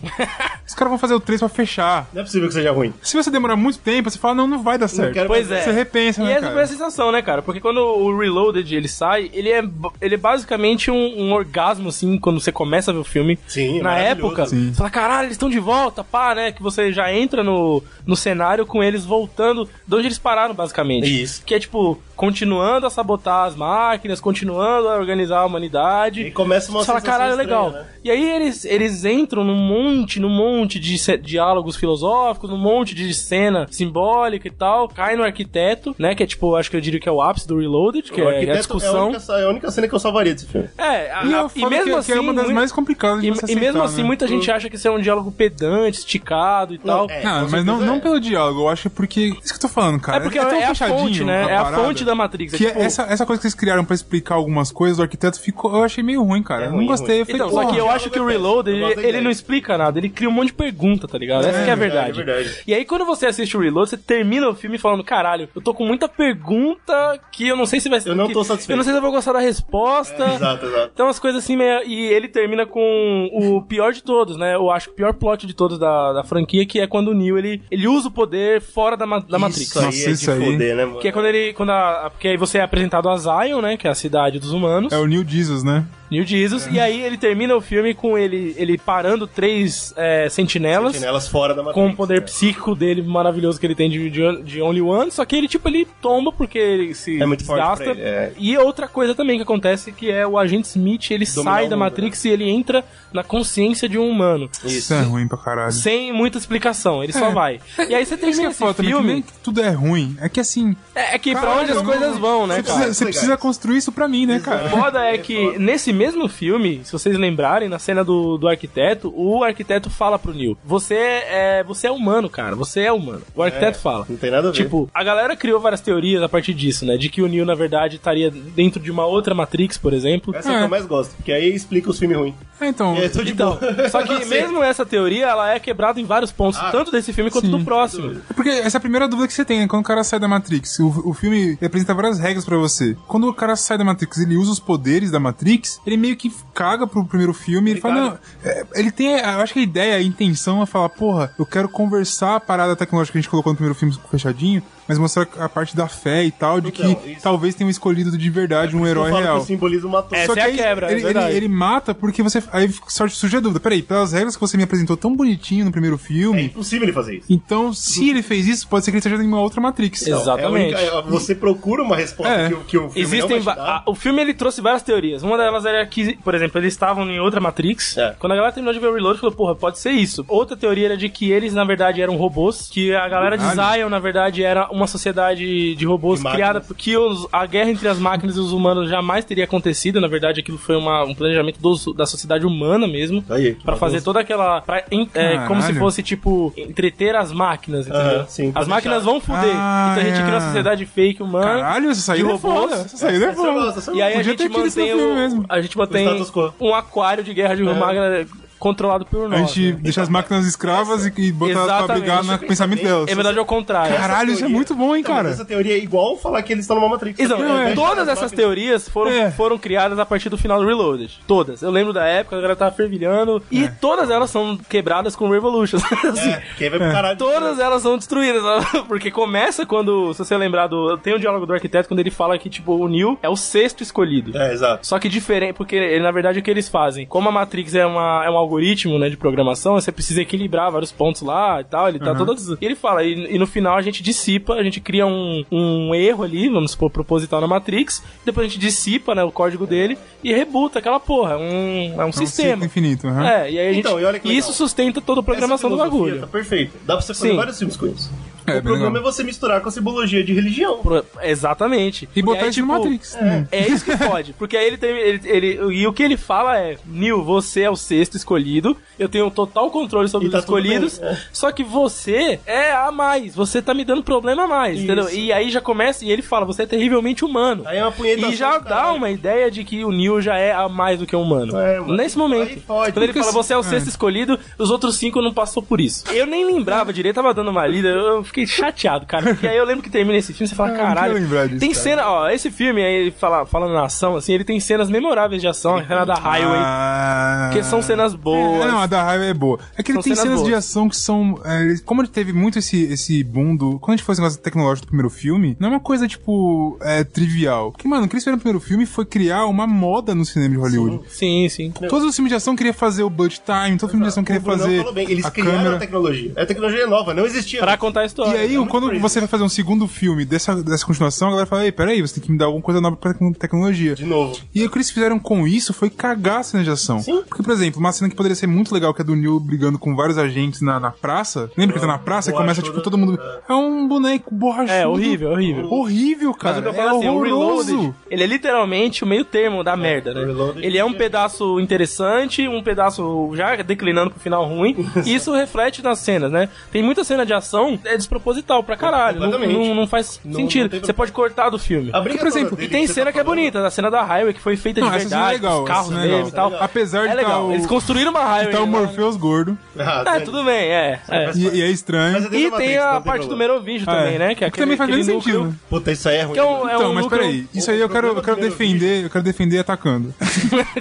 Os caras vão fazer o 3 pra fechar. Não é possível que seja ruim. Se você demorar muito tempo, você fala, não, não vai dar certo. quero- Pois é. Você repensa, E né, essa foi a cara? sensação, né, cara? Porque quando o Reloaded ele sai, ele é, ele é basicamente um, um orgasmo, assim, quando você começa a ver o filme. Sim, é Na maravilhoso. época, Sim. você fala, caralho, eles estão de volta, pá, né? Que você já entra no, no cenário com eles voltando de onde eles pararam, basicamente. Isso. Que é tipo, continuando a sabotar as máquinas, continuando a organizar a humanidade. E começa uma Você fala, sensação caralho, é estranha, legal. né? E aí eles, eles entram num monte, num monte de ce- diálogos filosóficos, num monte de cena simbólica e tal. Cai no arquiteto, né? Que é tipo, acho que eu diria que é o ápice do Reloaded, que O é a arquiteto É a, discussão. única, é a única cena que eu salvaria desse filme. É, a- E, eu a- e falo mesmo que, assim. que é uma das muito- mais complicadas de e, você e aceitar, mesmo assim, né? muita gente acha que isso é um diálogo pedante, esticado e tal. é, É. Não, com mas não, certeza não é. pelo diálogo, eu acho que é porque. Isso que eu tô falando, cara. porque é, a fonte, né? É a parada, fonte da Matrix. é Que tipo- essa, essa coisa que vocês criaram pra explicar algumas coisas, o arquiteto ficou. Eu achei meio ruim, cara. É Eu ruim, não gostei. ruim. Eu falei, Então, porra, só que eu porra. acho que o Reloaded, Eu gosto da ele, ele ideia. não explica nada, ele cria um monte de pergunta, tá ligado? Essa que é a verdade. verdade, é verdade. E aí, quando você assiste o Reload, você termina o filme falando, caralho, eu tô com muita pergunta que eu não sei se vai ser. Eu não que- tô satisfeito. É, Eu não sei se eu vou gostar da resposta. Exato, exato. Então as coisas assim, meio... e ele termina com o pior de todos, né? Eu acho que o pior plot de todos da, da franquia, que é quando o Neo, ele, ele usa o poder fora da, ma- da Matrix. Isso aí Nossa, é isso de aí. foder, né, mano? Que é quando ele. Quando a, porque aí você é apresentado a Zion, né? Que é a cidade dos humanos. É o New Jesus, né? New Jesus. E aí ele termina o filme com ele, ele parando três é, sentinelas. Sentinelas fora da Matrix. Com o poder psíquico dele maravilhoso que ele tem de, de, de Only One, só que ele, tipo, ele tomba porque ele se É muito forte desgasta. pra ele, é. E outra coisa também que acontece que é o agente Smith, Dominar ele o sai mundo, né? da Matrix e ele entra na consciência de um humano. Isso é ruim pra caralho. Sem muita explicação, ele só vai. E aí É. Isso você que termina é esse foda também, que nem filme. que tudo é ruim. É que assim. É, é que pra caralho, onde as não- coisas vão, né, Você cara? precisa, você precisa construir isso pra mim, né, cara? O foda é que nesse mesmo filme, se vocês lembrarem, na cena do, do arquiteto, o arquiteto fala pro Neil: Você é, você é humano, cara, você é humano. O arquiteto fala. Não tem nada a ver. Tipo, a galera criou várias teorias a partir disso, né? De que o Neo, na verdade, estaria dentro de uma outra Matrix, por exemplo. Essa é a que eu mais gosto, porque aí explica os filmes ruins. É, então. É, tô de Então, boa. <laughs> só <laughs> que Assim, mesmo essa teoria, ela é quebrada em vários pontos, Ah, tanto desse filme quanto do próximo. Porque essa é a primeira dúvida que você tem, né? Quando o cara sai da Matrix, o, o filme apresenta várias regras pra você. Quando o cara sai da Matrix, ele usa os poderes da Matrix, ele meio que caga pro primeiro filme, ele, fala, não, é, ele tem, eu acho que a ideia, a intenção é falar, porra, eu quero conversar a parada tecnológica que a gente colocou no primeiro filme fechadinho, mas mostrar a parte da fé e tal, de Então, que isso. talvez tenha um escolhido de verdade, um herói eu falo real. que o simbolismo matou. É, Só Essa que a aí quebra, é ele, ele, verdade. ele mata porque você. Aí surge surge a dúvida. Peraí, pelas regras que você me apresentou tão bonitinho no primeiro é filme, impossível ele fazer isso. então, se ele fez isso, pode ser que ele esteja em uma outra Matrix. Exato. Exatamente. É a única- é, você procura uma resposta É. que, o- que o filme Existem não vai va- te dar. a- o filme ele trouxe várias teorias. Uma delas era que, por exemplo, eles estavam em outra Matrix. É. Quando a galera terminou de ver o Reload, falou, porra, pode ser isso. Outra teoria era de que eles, na verdade, eram robôs. Que a galera de Caralho. Zion, na verdade, era uma sociedade de robôs De máquinas. criada porque os- a guerra entre as máquinas e os humanos jamais teria acontecido. Na verdade, aquilo foi uma- um planejamento dos- da sociedade humana mesmo. Tá Aí, Pra fazer toda aquela. pra en- é, Caralho. como se fosse, tipo, entreter as máquinas, entendeu? Aham, sim, pra as máquinas deixar- vão fuder. Ah, então a gente é. cria uma sociedade fake humana. Caralho, essa saída é robôs. foda. Essa saída é Essa eu foda. gosto, essa eu E aí a Podia gente ter tido isso no mantém filme o, mesmo. É. a gente mantém O status quo. um aquário de guerra de máquina controlado por A nós. gente né? deixa as máquinas escravas e, e botar elas pra Exatamente. brigar no pensamento delas. É verdade ao contrário. Caralho, isso é teoria- muito bom, hein, Então, mas cara. Essa teoria é igual falar que eles estão numa Matrix. Então, Ao invés de todas falar essas que- teorias foram, É. foram criadas a partir do final do Reloaded. Todas. Eu lembro da época, a galera tava fervilhando. É. E todas elas são quebradas com Revolutions. <laughs> Assim, É, que aí vai pro caralho. Todas elas são destruídas, né? <laughs> porque começa quando, se você lembrar do. Tem o diálogo do arquiteto quando ele fala que, tipo, o Neil é o sexto escolhido. É, exato. Só que diferente, porque ele, na verdade o que eles fazem? Como a Matrix é, uma, é um algoritmo, né, de programação, você precisa equilibrar vários pontos lá e tal, ele Uhum. tá todas... E ele fala, e, e no final a gente dissipa, a gente cria um, um erro ali, vamos supor, proposital na Matrix, depois a gente dissipa, né, o código dele e rebuta aquela porra, é um, é um É um sistema. ciclo infinito, né? aham. É, e aí a gente... Então, e olha que e isso legal. sustenta toda a programação do Essa filosofia bagulho. Tá perfeito. Dá pra você fazer Sim. vários filmes com isso. É, o bem problema legal. é você misturar com a simbologia de religião. Pro- Exatamente. E Porque botar aí, isso no tipo, Matrix. Hum. também. É isso que pode, porque aí ele tem. Ele, ele- e o que ele fala é: Nil, você é o sexto escolhido, eu tenho total controle sobre E tá os tudo escolhidos, bem, é. só que você é a mais, você tá me dando problema a mais, Isso. entendeu? E aí já começa, e ele fala: você é terrivelmente humano. Aí é uma punhetação E já do dá caralho. uma ideia de que o Neo já é a mais do que humano. É, mano. Nesse momento. Aí fode. Quando ele Porque fala, você é o sexto escolhido, os outros cinco não passou por isso. Eu nem lembrava direito, tava dando uma lida, eu fiquei chateado, cara. Porque aí eu lembro que termina esse filme, você É, fala, Ah, não caralho. quero lembrar disso, tem cara." cena, ó, esse filme aí, ele fala, falando na ação, assim, ele tem cenas memoráveis de ação, a Ah. cena da Highway, Ah. que são cenas boas. É, não, a da raiva é boa. É que ele São tem cenas cenas de boas. ação que são. é, ele- como ele teve muito esse, esse boom do. Quando a gente faz o negócio tecnológico do primeiro filme, não é uma coisa, tipo, é, trivial. Porque, mano, o que eles fizeram no primeiro filme foi criar uma moda no cinema de Hollywood. Sim, sim. Todos os filmes de ação queriam fazer o Bud Time, todo filme de ação queria O Brunão fazer falou bem, Eles a criaram câmera. a tecnologia. A tecnologia é nova, não existia. Pra contar a história. E aí, muito quando crazy. você vai fazer um segundo filme dessa, dessa continuação, a galera fala, ei, peraí, você tem que me dar alguma coisa nova pra tec- tecnologia. De novo. E aí, o que eles fizeram com isso foi cagar a cena de ação. Sim. Porque, por exemplo, uma cena que poderia ser muito legal, que é do Neil brigando com vários agentes na, na praça. Lembra que Ah, ele tá na praça e começa, borrachudo, tipo, todo mundo... É um boneco borrachudo. É, horrível, horrível. Horrível, cara. Mas o que eu é falo assim, o horroroso. Reloaded, ele é literalmente o meio termo da merda, né? Reloaded- Ele é um pedaço interessante, um pedaço já declinando pro final <laughs> ruim, e isso reflete nas cenas, né? Tem muita cena de ação, é desproposital pra caralho, não, Completamente. não, não faz Não- não sentido. tem Você pode cortar do filme. A briga por toda exemplo, dele E tem você cena tá que é falando, bonita, a cena da Highway, que foi feita de Não, essa verdade, cena é legal, os essa carros cena é dele legal. e tal. Apesar de é legal. tá o- Eles construíram uma Que Highway. tá o né? Morpheus gordo. Ah, É, Dani, tudo bem, é. é. E, e é estranho. Mas é E dentro da tem Matrix, a não tem parte do problema. Merovingio também, É. né? Que é O que também aquele, faz aquele menos núcleo. sentido. né? Puta, isso aí é ruim. Que é um, é Então, um mas núcleo- <laughs> peraí, isso aí o eu quero, eu problema quero do primeiro defender, eu quero defender atacando.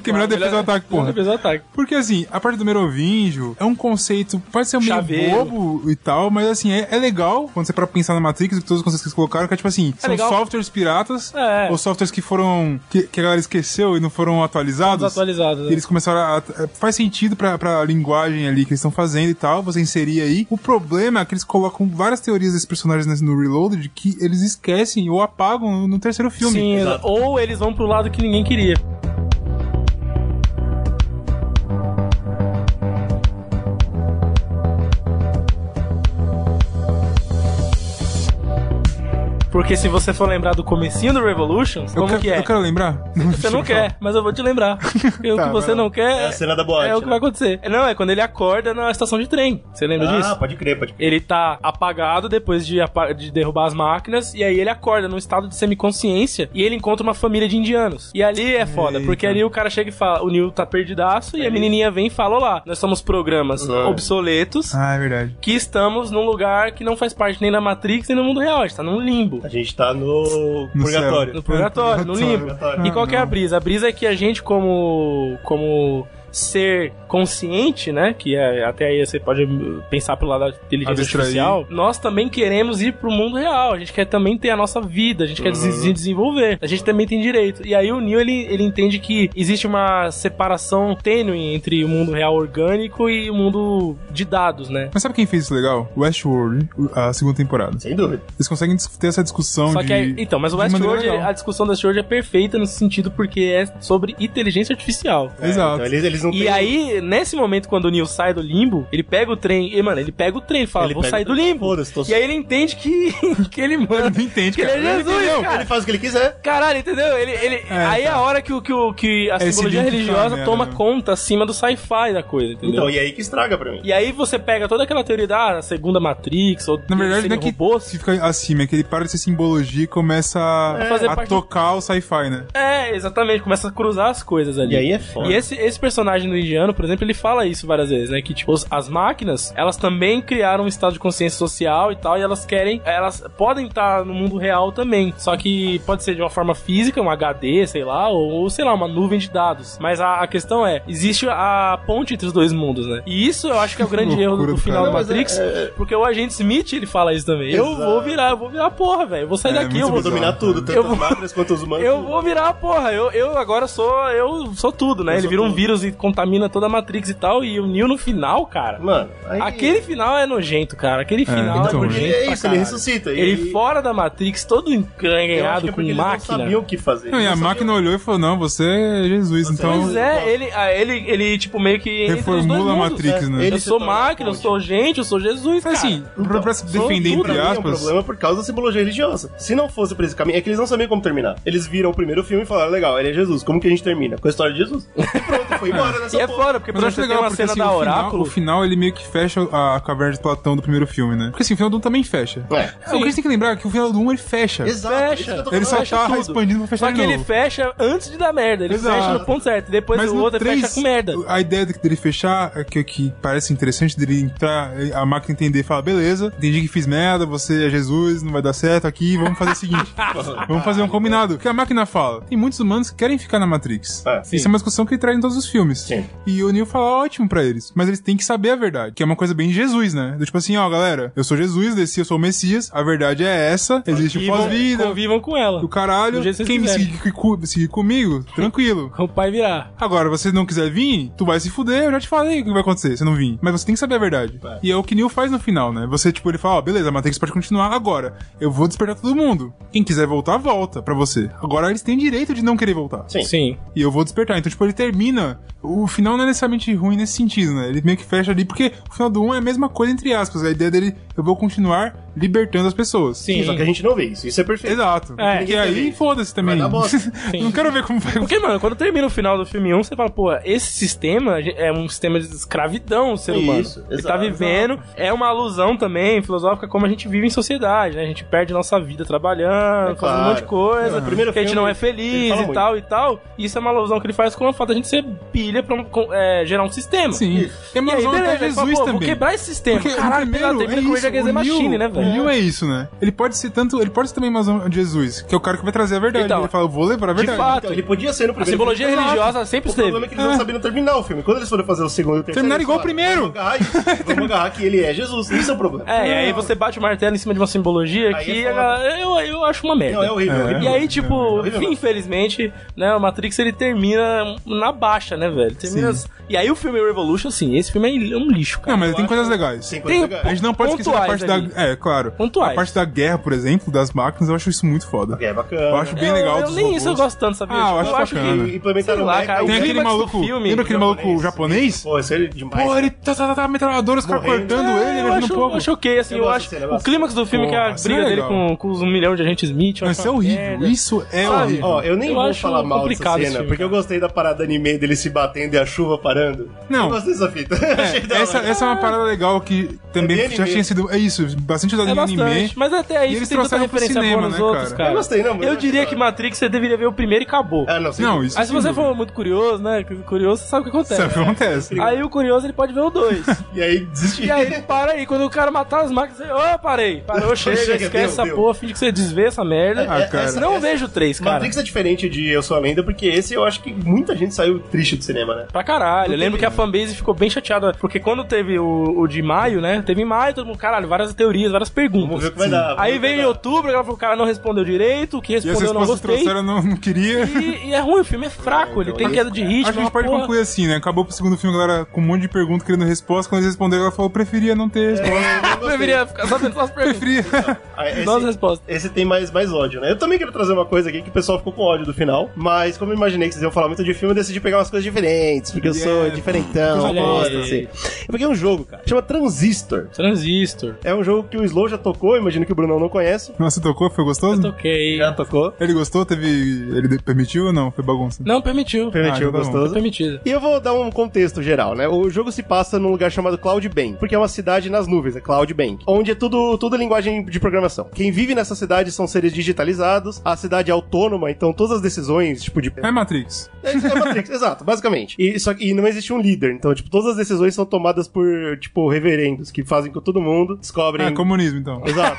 que melhor defesa é o ataque, porra. Defesa do ataque. Porque assim, a parte do Merovingio é um conceito, pode ser um meio Chaveiro. bobo e tal, mas assim, é, é legal quando você para pensar na Matrix e todos os conceitos que eles colocaram, que é tipo assim, são legal. softwares piratas, É. ou softwares que foram. Que, que a galera esqueceu e não foram atualizados. Desatualizados, E eles começaram a. a- é, Faz sentido pra, pra linguagem ali que eles estão fazendo e tal, você inserir aí. O problema é que eles colocam várias teorias desses personagens nesse- no Reloaded que eles esquecem ou apagam no- no terceiro filme. Sim, Exato. ou eles vão pro lado que ninguém queria. Porque se você for lembrar do comecinho do Revolutions, Eu como quero, que é? eu quero lembrar. <laughs> Você não quer, mas eu vou te lembrar. Porque Tá, o que você vai lá. não quer É a cena da boate, é o que né? vai acontecer. Não, é quando ele acorda na estação de trem. Você lembra disso? Ah, pode crer, pode crer. Ele tá apagado depois de, apa- de derrubar as máquinas, e aí ele acorda num estado de semiconsciência e ele encontra uma família de indianos. E ali é foda, Eita. porque ali o cara chega e fala: o Neil tá perdidaço, É e a menininha vem e fala: Olá, nós somos programas obsoletos. Ah, é verdade. Que estamos num lugar que não faz parte nem da Matrix nem do mundo real, a gente tá num limbo. A gente tá no, No purgatório. No purgatório, no limbo. Purgatório. Ah, E qual Ah, que é a brisa? A brisa é que a gente, como. como ser consciente, né? Que é- até aí você pode pensar pelo lado da inteligência Abstrair. artificial. Nós também queremos ir pro mundo real. A gente quer também ter a nossa vida. A gente quer des- Uhum. se desenvolver. A gente também tem direito. E aí o Neo ele, ele entende que existe uma separação tênue entre o mundo real orgânico e o mundo de dados, né? Mas sabe quem fez isso legal? Westworld, a segunda temporada. Sem dúvida. Eles conseguem dis- ter essa discussão Só de... que aí, então, mas o de maneira Westworld, legal. a discussão do Westworld é perfeita nesse sentido porque é sobre inteligência artificial. É, Exato. então eles, eles não E um. têm- aí, nesse momento, quando o Neil sai do limbo, ele pega o trem. E, mano, ele pega o trem e fala, Ele vou pega sair o do trem, limbo. foda-se, tô- E aí ele entende que, <laughs> que ele <laughs> manda. Não entende, que ele é cara. Ele Jesus, entendeu. cara. Ele faz o que ele quiser. Caralho, entendeu? Ele, ele, aí é a hora que, o- que, o- que a tá. Esse simbologia link tá uma religiosa merda, toma né? conta acima do sci-fi da coisa, entendeu? Então, e aí que estraga pra mim. e aí você pega toda aquela teoria da ah, segunda Matrix, ou Na verdade, não é que robô. se fica acima, é que ele para de ser simbologia e começa a, É. fazer a parte do- tocar o sci-fi, né? É, exatamente, começa a cruzar as coisas ali. E aí é foda. E esse, esse personagem do indiano, por exemplo, ele fala isso várias vezes, né? Que, tipo, os- as máquinas, elas também criaram um estado de consciência social e tal, e elas querem, elas podem estar no mundo real também. Só que pode ser de uma forma física, um HD, sei lá, ou, ou, sei lá, uma nuvem de dados. Mas a, a questão é, existe a ponte entre os dois mundos, né? E isso <laughs> eu acho que é o grande erro do, Loucura do do final do Não, cara. mas Matrix, é- porque o agente Smith, ele fala isso também. Eu vou virar, eu vou virar porra, velho. Eu vou sair É, daqui, muito eu vou Vou dominar tudo, tanto Eu vou- as máquinas quanto os humanos. eu vou virar a porra. Eu, eu agora sou. Eu sou tudo, né? Eu ele sou vira um tudo. vírus e contamina toda a Matrix e tal, e o Neo no final, cara. Mano, aí- Aquele final é nojento, cara. Aquele final é, então, Porque nojento. é pra isso, ele caralho. ressuscita. e- Ele fora da Matrix, todo Eu acho que encanhado é com porque eles máquina. Não sabiam o que fazer. Não, e Eles a não máquina olhou e falou: não, você é Jesus, então. Pois é, ele, ah, ele, ele tipo, meio que. entre os dois Reformula a mundos. Matrix, né? Ele Eu se sou torna máquina, eu ponte. sou gente, eu sou Jesus, cara. Assim, pra, pra se sou defender, Tudo pra entre mim é um aspas. problema por causa da simbologia religiosa. Se não fosse por esse caminho, é que eles não sabiam como terminar. Eles viram o primeiro filme e falaram: legal, ele é Jesus. Como que a gente termina? Com a história de Jesus. E pronto, foi embora nessa <laughs> e é porra. fora, porque Mas eu acho você tem legal, uma porque cena assim, da o, final, Oráculo. o final ele meio que fecha a a caverna de Platão do primeiro filme, né? Porque assim, o final do 1 também fecha. É. É, o que a gente tem que lembrar é que o final do 1 ele fecha. Exato. é isso que eu Fecha. tô Ele só falando. fecha tá tudo. expandindo pra fechar Só de que ele novo. fecha antes de dar merda. Ele Exato. fecha no ponto certo. Depois o no outro três, fecha com merda. A ideia de- dele fechar, é que, que parece interessante, dele entrar, a máquina entender e falar: beleza, entendi que fiz merda, você é Jesus, não vai dar certo aqui, vamos fazer o seguinte: vamos fazer um combinado. O que a máquina fala? Tem muitos humanos que querem ficar na Matrix. É, Isso é uma discussão que ele traz em todos os filmes. Sim. E o Neil fala ótimo pra eles, mas eles têm que saber a verdade, que é uma coisa bem de Jesus, né? Do tipo assim: ó, galera, eu sou Jesus, desci, eu sou o Messias, a verdade é essa, existe o Vivam- pós-vida. Convivam com ela. Do caralho, Do jeito que vocês quem me quiserem. seguir, cu- seguir comigo, tranquilo. Com o pai virar. Agora, você não quiser vir, tu vai se fuder, eu já te falei o que vai acontecer, você não vir. Mas você tem que saber a verdade. E é o que Neil faz no final, né? Você, tipo, ele fala, ó, beleza, a Matrix pode continuar agora. Eu vou despertar todo mundo. Quem quiser voltar, volta pra você. Agora eles têm direito de não querer voltar. Sim. Sim. E eu vou despertar. Então, tipo, ele termina. O final não é necessariamente ruim nesse sentido, né? Ele meio que fecha ali, porque o final do 1 é a mesma coisa, entre aspas. A ideia dele, eu vou continuar libertando as pessoas. Sim. Só que a gente não vê isso. Isso é perfeito. Exato. É, Porque ninguém quer aí, ver. foda-se também. Vai dar <laughs> bosta. não quero ver como vai Porque, mano, quando termina o final do filme 1, você fala, pô, esse sistema é um sistema de escravidão, o ser humano. Isso, Ele exato, tá vivendo. É uma alusão também filosófica como a gente vive em sociedade, né? A gente perde nossa vida trabalhando, É fazendo um monte de claro. coisa. É, o primeiro que a gente filme, não é ele feliz fala e muito. tal e tal. E isso é uma alusão que ele faz com a falta de a gente ser pilha pra com- é, gerar um sistema. Sim. E a E aí, mansão beleza, até ele fala, Jesus pô, vou também. quebrar esse sistema. Porque Caralho, o primeiro é pesado, termina com o Rage Against the o Neo- Machine, né, O velho? Neo é isso, né? Ele pode ser tanto... Ele pode ser também Amazon de Jesus, que é o cara que vai trazer a verdade. Então, ele fala, eu vou levar a De verdade. fato. Então, ele podia ser no A primeiro simbologia filme. religiosa sempre O esteve. problema é que eles não É. sabiam terminar o filme. Quando eles foram fazer o segundo e o terceiro. Terminaram eles igual o falaram, primeiro. Vamos agarrar, <laughs> isso, vamos agarrar que ele é Jesus. Isso é o problema. É, e aí você bate o martelo em cima de uma simbologia Aí que é a foda. galera- eu, eu acho uma merda. Não, é horrível. É. horrível. E aí, tipo, horrível, mano. infelizmente, né, o Matrix ele termina na baixa, né, velho? Termina. E aí o filme Revolution, assim, esse filme é um lixo, cara. Não, mas tem acho- coisas legais. Tem Tem- coisa legal. A gente não pode esquecer da Pontuais parte da... ali. É, claro. Pontuais. A parte da guerra, por exemplo, das máquinas, eu acho isso muito foda. É bacana. Eu acho bem Eu- legal eu, dos nem robôs. isso eu gosto tanto, sabia? Ah, eu Tipo, acho bacana. E implementaram Sei lá, o mecha, cara, o Tem o mecha- aquele clímax maluco... do filme, lembra aquele maluco japonês. japonês? Pô, isso é demais. Pô, ele tá, tá, tá, tá metralhadora, os caras Morrendo. cortando É, ele, ele eu agindo um acho, pouco. acho ok, assim, Eu eu, gosto acho. desse O negócio. clímax do filme, que é a Porra, isso é briga dele legal. com, com os um milhão de agentes Smith. eu Não, acho Isso é uma horrível, merda. isso é Sabe? horrível. <laughs> Ó, eu nem Eu vou acho falar mal dessa complicado esse cena, filme, porque eu gostei da parada anime dele se batendo e a chuva parando. Não. Eu gostei dessa fita. <laughs> Achei da É, essa, hora. essa é uma parada legal que também É de já anime. tinha sido. É isso, bastante usado É em bastante, anime. né? mas até E isso eles tem tanta trouxeram pro referência boa cinema, nos né, outros, cara? cara. Eu gostei, não, mas Eu eu diria achei que da hora. Matrix você deveria ver o primeiro e acabou. É, Ah, não, sei. Não, isso. Aí se sem você dúvida. for muito curioso, né, curioso, você sabe o que acontece. Isso acontece. é. Aí o curioso ele pode ver o 2. E aí desisti. e <laughs> aí ele para aí, quando o cara matar as máquinas, você, ô, parei, parou, chega, Chega, esquece deu, essa deu. porra, finge que você desvê essa merda. Ah, cara. essa- não essa- vejo três, cara. Matrix é diferente de Eu Sou a Lenda, porque esse eu acho que muita gente saiu triste do cinema, né? Pra caralho. Eu lembro que a fanbase ficou bem chateada, porque quando teve o, o de maio, né? Teve em maio, todo mundo, caralho, várias teorias, várias perguntas. Vamos ver o que vai dar. vamos ver Aí o que vai veio em dar. outubro, ela falou, o cara não respondeu direito, o que E as respondeu eu não respostas que gostei. trouxeram eu não, não <laughs> queria. E, e é ruim, o filme é fraco, ele tem queda de ritmo. Acho que a uma gente pode porra. concluir assim, né? Acabou pro segundo filme, a galera com um monte de pergunta querendo resposta. Quando eles responderam, ela falou: preferia não ter resposta. Eu <laughs> Eu gostei. deveria ficar sabendo suas perguntas. <laughs> <laughs> Preferia. Ah, esse- Nossa resposta. Esse tem mais, mais ódio, né? Eu também quero trazer uma coisa aqui que o pessoal ficou com ódio do final, mas como eu imaginei que vocês iam falar muito de filme, eu decidi pegar umas coisas diferentes, porque eu sou Yeah. diferentão, eu Olha gosto, aí. assim. Eu peguei um jogo, cara, chama Transistor. Transistor. É um jogo que o Slow já tocou, imagino que o Brunão não conhece. Nossa, tocou? Foi Eu gostoso? toquei. tocou. Ele gostou? Teve. Ele permitiu ou não? Foi bagunça? Não, permitiu. Permitiu, Ah, então tá bom. gostoso. Permitido. E eu vou dar um contexto geral, né? O jogo se passa num lugar chamado Cloud Bank, porque é uma cidade nas nuvens, é Cloud Bank, onde é tudo, tudo linguagem de programação. Quem vive nessa cidade são seres digitalizados, a cidade é autônoma, então todas as decisões, tipo, de... É Matrix. É, é Matrix, exato, basicamente. E, só, que- e não existe um líder, então, tipo, todas as decisões são tomadas por, tipo, reverendos, que fazem com todo mundo, descobrem... É comunismo, então. Exato.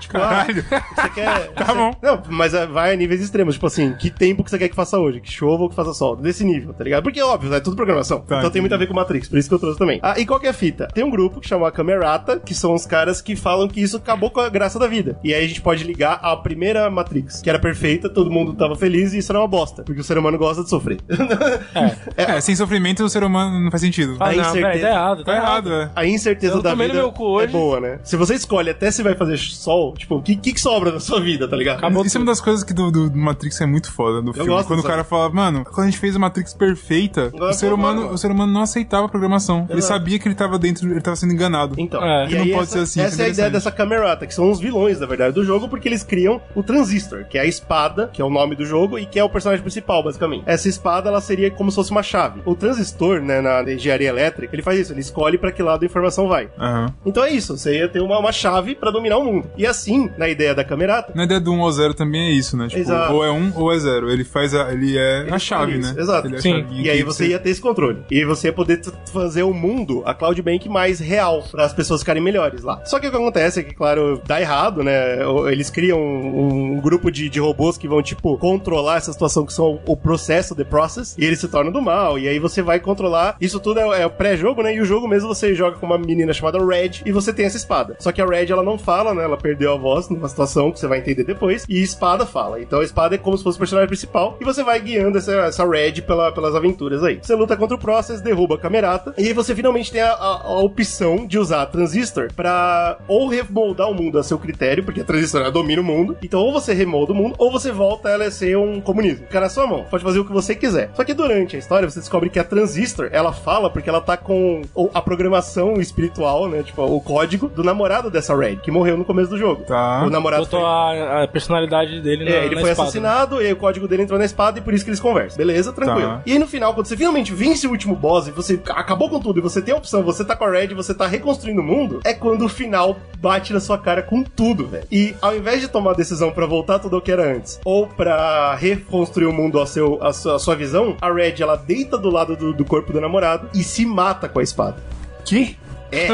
tipo, Caralho. ah, você quer... <laughs> Tá você- bom. Não, mas é, vai a níveis extremos, tipo assim, que tempo que você quer que faça hoje, que chova ou que faça sol, desse nível, tá ligado? Porque, óbvio, é tudo programação. então Tá, entendi. tem muito a ver com Matrix, por isso que eu trouxe também. Ah, e qual que é a fita? Tem um grupo que chama Camerata, que são são os caras que falam que isso acabou com a graça da vida. E aí a gente pode ligar à primeira Matrix, que era perfeita, todo mundo tava feliz e isso era uma bosta, porque o ser humano gosta de sofrer. <laughs> <laughs> É, sem sofrimento o ser humano não faz sentido. Ah, Ah, não, incerteza. peraí, tá errado, tá tá errado. errado, é. A incerteza Eu da tomei no vida meu cu hoje. é boa, né? Se você escolhe até se vai fazer sol, tipo, o que, que que sobra da sua vida, tá ligado? Acabou Isso é tudo. uma das coisas que do, do- do Matrix é muito foda do filme. gosto Quando o dessa- cara fala, mano, quando a gente fez a Matrix perfeita, Agora o ser, vamos humano, embora. o ser humano não aceitava a programação. Ele sabia que ele tava dentro, ele tava sendo enganado. Então, É. e Que não aí pode essa, ser assim, isso essa é é a ideia interessante. dessa camerata, que são os vilões, na verdade, do jogo, porque eles criam o Transistor, que é a espada, que é o nome do jogo e que é o personagem principal, basicamente. Essa espada, ela seria como se fosse uma chave. O transistor, né, na engenharia elétrica, ele faz isso, ele escolhe pra que lado a informação vai. Aham. Então é isso, você ia ter uma, uma chave pra dominar o mundo. E assim, na ideia da camerata, Na ideia do 1 ao 0 também é isso, né? Tipo, Exato. ou é 1 ou é 0. Ele faz a. Ele é a chave, isso, né? exato. Ele é a Sim. chavinha E aí que você ia ter esse controle. E você ia poder t- fazer o mundo, a Cloud Bank, mais real, para as pessoas ficarem melhores lá. Só que o que acontece é que, claro, dá errado, né? O- Eles criam um, um grupo de, de robôs que vão, tipo, controlar essa situação, que são o processo, the process, e eles se tornam do mal. E aí você vai controlar. Isso tudo é, é o pré-jogo, né? E o jogo mesmo você joga com uma menina chamada Red e você tem essa espada. Só que a Red, ela não fala, né? Ela perdeu a voz numa situação que você vai entender depois. E espada fala. Então a espada é como se fosse o personagem principal. E você vai guiando essa, essa Red pela- pelas aventuras aí. Você luta contra o Process, derruba a Camerata. E aí você finalmente tem a, a- a opção de usar a Transistor pra ou remoldar o mundo a seu critério, porque a Transistor ela domina o mundo. Então ou você remolda o mundo, ou você volta ela a ser um comunismo. Fica na sua mão. Pode fazer o que você quiser. Só que durante a história você descobre que a Transistor, ela fala porque ela tá com o- a programação espiritual, né? Tipo, o código do namorado dessa Red, que morreu no começo do jogo. Tá. O namorado Botou foi- a, a personalidade dele na, é, ele na foi espada. né? assassinado, e aí o código dele entrou na espada e por isso que eles conversam. Beleza, tranquilo. Tá. E aí no final, quando você finalmente vence o último boss e você acabou com tudo, e você tem a opção, você tá com a Red, você tá reconstruindo o mundo, é quando o final bate na sua cara com tudo, velho. E ao invés de tomar a decisão pra voltar tudo ao que era antes, ou pra reconstruir o mundo ao seu, à, sua, à sua visão, a Red, ela deita do lado do, do corpo do namorado e se mata com a espada. Que? <laughs> É.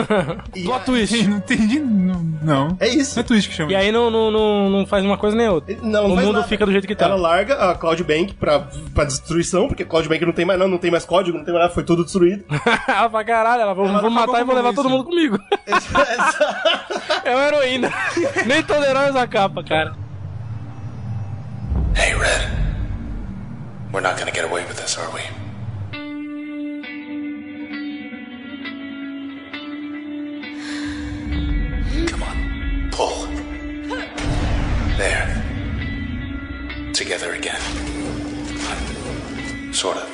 E Plot a- <laughs> twist. Não entendi. Não. Não É isso. <laughs> é Twitch que chama E aí não, não, não, não faz uma coisa nem outra. Não, não o faz mundo nada. fica do jeito que tá. <laughs> Ela larga a Cloud Bank pra, pra destruição, porque a Cloud Bank não tem mais, não, não tem mais código, não tem mais nada, foi tudo destruído. ela fala, Ah, caralho, ela, vou, Ela acabou vou matar e vou com levar isso. todo mundo comigo. <laughs> é uma heroína. <laughs> nem todo herói usa capa, cara. Hey, Red. We're not gonna get away with this, are we? Come on, pull. There. Together again. Sort of.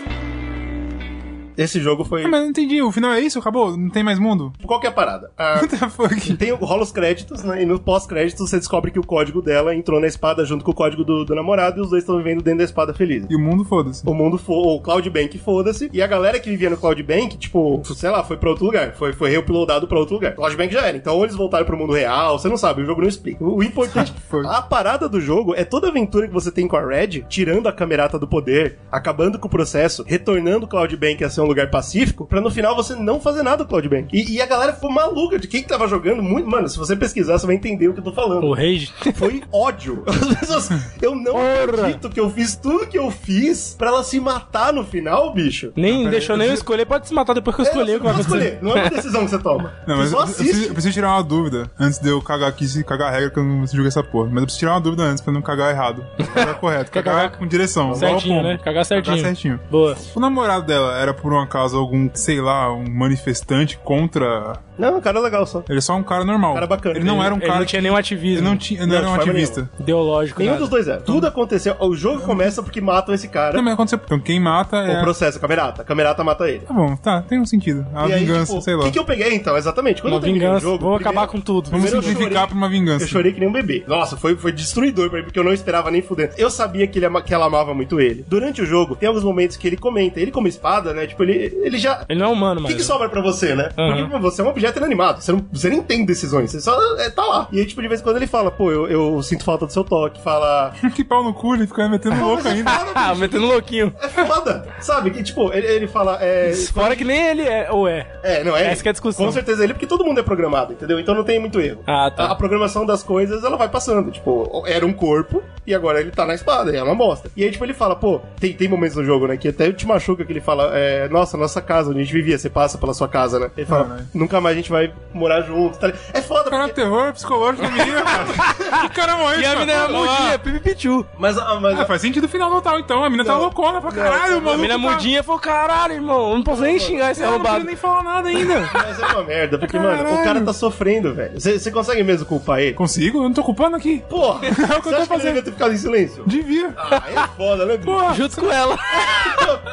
Esse jogo foi. Ah, mas não entendi. O final é isso? Acabou? Não tem mais mundo? Qual que é a parada? A- <laughs> What the fuck? Tem, rola os créditos, né? E no pós-créditos você descobre que o código dela entrou na espada junto com o código do, do namorado e os dois estão vivendo dentro da espada feliz. E o mundo, foda-se. O mundo foi. O Cloud Bank, foda-se. E a galera que vivia no Cloud Bank, tipo, sei lá, foi pra outro lugar. Foi, foi reuploadado pra outro lugar. Cloud Bank já era. Então, ou eles voltaram pro mundo real, você não sabe, o jogo não explica. O o importante. Foi. a parada do jogo é toda aventura que você tem com a Red, tirando a camerata do poder, acabando com o processo, retornando o Cloud Bank a ser um lugar pacífico, pra no final você não fazer nada do Cloud Bank. E, e a galera ficou maluca de quem que tava jogando muito. Mano, se você pesquisar, você vai entender o que eu tô falando O Rage. foi ódio. <laughs> As pessoas, eu não acredito que eu fiz tudo que eu fiz pra ela se matar no final, bicho. Nem deixou nem eu escolher. Pode se matar depois que eu escolher o que vai não, acontecer. escolher. não é uma decisão que você toma. Não, você mas só eu, eu preciso, assiste. eu preciso tirar uma dúvida antes de eu cagar aqui, se cagar a regra que eu não joguei essa porra. Mas eu preciso tirar uma dúvida antes pra não cagar errado. Cagar é <laughs> correto. Quer Cagar, cagar com direção. igual ao Certinho, pombo. né? Cagar certinho. Cagar certinho. Um Boa. O namorado dela era por um acaso algum, sei lá, um manifestante contra. Não, o cara é legal só. Ele é só um cara normal. Cara bacana. Ele não Ele- era um Ele cara. não tinha nenhum Ele ativismo não tinha. Ele Não, era de um forma ativista. ideológico. Nenhum nada. dos dois é. Tudo aconteceu. O jogo começa porque matam esse cara. Não, mas aconteceu. Então quem mata é. O processo, a camerata. A camerata mata ele. Tá bom, tá, tem um sentido. A e vingança, aí, sei tipo, o lá. que, que eu peguei então? Exatamente. Quando Uma eu terminei vingança. o jogo. Vou acabar com tudo. Vamos primeiro eu chorei. simplificar pra uma Eu vingança. chorei que nem um bebê. Nossa, foi, foi destruidor pra mim, porque eu não esperava nem fuder. Eu sabia que, ele ama- que ela amava muito ele. Durante o jogo, tem alguns momentos que ele comenta. Ele, como espada, né? Tipo, ele, ele já. Ele não é humano, O mano. que, que sobra pra você, né? Porque Aham. pô, você é um objeto inanimado, você não, você nem tem decisões, você só é, tá lá. E aí, tipo, de vez em quando ele fala, pô, eu, eu sinto falta do seu toque, fala. <laughs> Que pau no cu, ele fica metendo louco ainda. <laughs> Ah, metendo louquinho. É foda, sabe? Que tipo, ele, ele fala, é. Fora que nem ele é, ou é. É, não, é. Essa ele. que é a discussão. Com certeza é ele, porque todo mundo é programado, entendeu? Então não tem muito erro. Ah, tá. A, a programação das coisas, ela vai passando. Tipo, era um corpo, e agora ele tá na espada, e é uma bosta. E aí, tipo, ele fala, pô, tem, tem momentos no jogo, né, que até te machuca que ele fala, é, nossa, nossa casa onde a gente vivia, você passa pela sua casa, né? Ele fala, Caralho. nunca mais a gente vai morar junto. Tá? ligado? É foda, Cara, porque... terror psicológico feminino, <laughs> cara. O cara morreu E a mina era mudinha, pipipichu. Mas, ah, mas Ah, faz sentido o final Natal, então. A mina tá Não. loucona pra caralho, tá- mano. A mina mudinha falou, caralho, irmão, eu não posso nem xingar esse Eu é não preciso arrombado. nem falar nada ainda. Mas é uma merda, porque, mano, o Caralho. cara tá sofrendo, velho. Você você consegue mesmo culpar ele? Consigo? Eu não tô culpando aqui. <laughs> Porra! É eu Você tô acha que ele fazendo. devia ter ficado em <laughs> silêncio? Devia. Ah, é foda, né? bicho? Porra. <laughs> Junto com ela.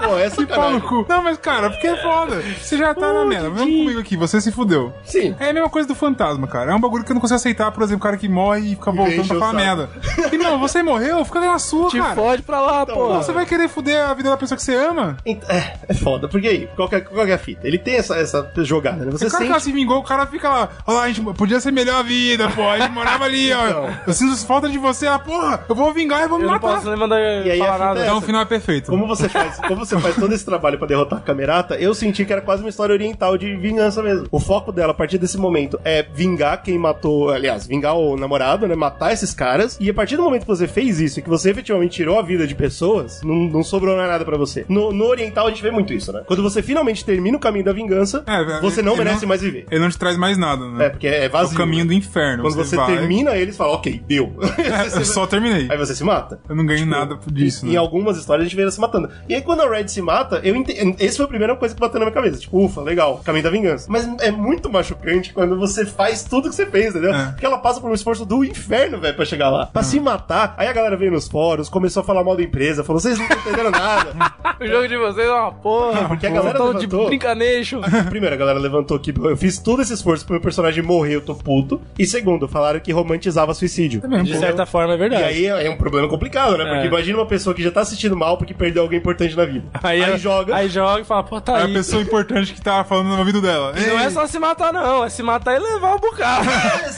Pô, é Que pau no sacanagem. cu. Não, mas cara, porque é foda. Você já tá na merda. Vamos comigo aqui, você se fudeu. Sim. É a mesma coisa do fantasma, cara. É um bagulho que eu não consigo aceitar, por exemplo, o cara que morre e fica voltando enche pra o falar saco. merda. E não, você morreu, fica na sua, Te cara. fode pra lá, Pô, pô. Você vai querer fuder a vida da pessoa que você ama? Ent- É, é foda, porque aí, qual que é, qual que é a fita? Ele tem essa, essa jogada, né? Você o cara É, que ela sente. se vingou, o cara fica lá, olha lá, a gente podia ser melhor a vida, pô, a gente morava ali, ó. Então. Eu sinto falta de você, ela, porra, eu vou vingar e vou me Eu não matar. posso nem mandar E aí, falar a fita nada. é- Então o final é perfeito. Como você, <laughs> faz, como você faz todo esse trabalho pra derrotar a Camerata, eu senti que era quase uma história oriental de vingança mesmo. O foco dela, a partir desse momento, é vingar quem matou, aliás, vingar o namorado, né? Matar esses caras. E a partir do momento que você fez isso e que você efetivamente tirou a vida de pessoas, não, não sobrou mais nada pra você. No, no oriental, a gente vê muito isso, né? Quando você finalmente termina o caminho da vingança, É, você não ele merece mais viver. Ele não te traz mais nada, né? É, porque é É vazio. o caminho né? do inferno. Quando você, vai- termina, eles falam, ok, deu. <laughs> É, Você- eu só terminei. Aí tipo, você se mata. Eu não ganhei nada disso, Em né? algumas histórias a gente vê ela se matando. E aí quando a Red se mata, eu entendi. Essa foi a primeira coisa que bateu na minha cabeça. Tipo, ufa, legal, caminho da vingança. Mas é muito machucante quando você faz tudo que você fez, entendeu? É. Porque ela passa por um esforço do inferno, velho, pra chegar lá. Pra se matar. Aí a galera veio nos fóruns, começou a falar mal da empresa, falou: vocês não entenderam <laughs> nada. O jogo de vocês é uma porra. Porque a galera Vocês tão <laughs> de levantou. brincaneixo. Primeiro, a galera levantou que eu fiz todo esse esforço pro meu personagem morrer, eu tô puto. E segundo, falaram que romantizava suicídio. De certa forma é verdade. E aí é um problema complicado, né? Porque É. imagina uma pessoa que já tá assistindo mal porque perdeu alguém importante na vida. Aí, ela- joga. <laughs> Aí joga e fala, pô, tá É aí. a pessoa importante que tá falando no vida dela. Não Ei, é só se matar, não. É se matar e levar o bocado.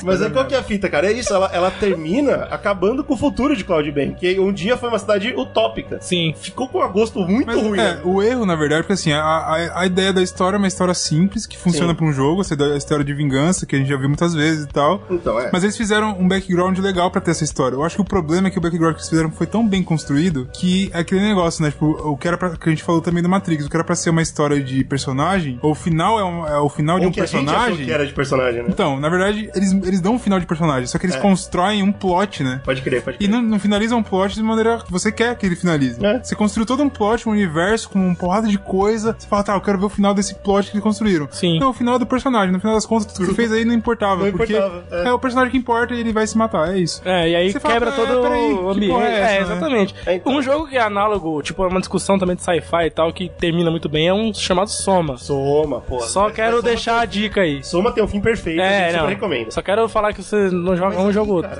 Mas é qual que é a fita, cara? É isso, ela, ela termina acabando com o futuro de Cloud Bank, que um dia foi uma cidade utópica. Sim. Ficou com um gosto muito Mas, ruim. é, né? o erro, na verdade, porque assim, a, a, a ideia da história é uma história simples que funciona Sim. pra um jogo, essa ideia- a história de vingança que a gente já viu muitas vezes e tal. Então, é. Mas eles fizeram um background legal pra ter essa história. Eu acho que o problema é que o background que eles fizeram foi tão bem construído que é aquele negócio, né? Tipo, o que era pra, que a gente falou também do Matrix, o que era pra ser uma história de personagem, ou o final é, um- é o final de Ou um que a gente achou personagem. que era de personagem, né? Então, na verdade, eles, eles dão um final de personagem, só que eles É. constroem um plot, né? Pode crer, pode E crer. não, não finaliza um plot de maneira que você quer que ele finalize. É. Você construiu todo um plot, um universo com uma porrada de coisa. Você fala, tá, eu quero ver o final desse plot que eles construíram. Sim. Não, o final é do personagem. No final das contas, tudo que ele fez aí não importava. Não porque importava, é. é. o personagem que importa e ele vai se matar. É isso. É, e aí Você fala, quebra "É, todo peraí, o que ambiente. porra é essa, é, né?" exatamente. É, então. Um jogo que é análogo, tipo, é uma discussão também de sci-fi e tal, que termina muito bem, é um chamado Soma. Soma, pô. Só Mas- quero mas Soma- deixar a dica aí. Soma tem um fim perfeito, a É, gente não. super recomenda. Só quero falar que você não joga um jogo outro.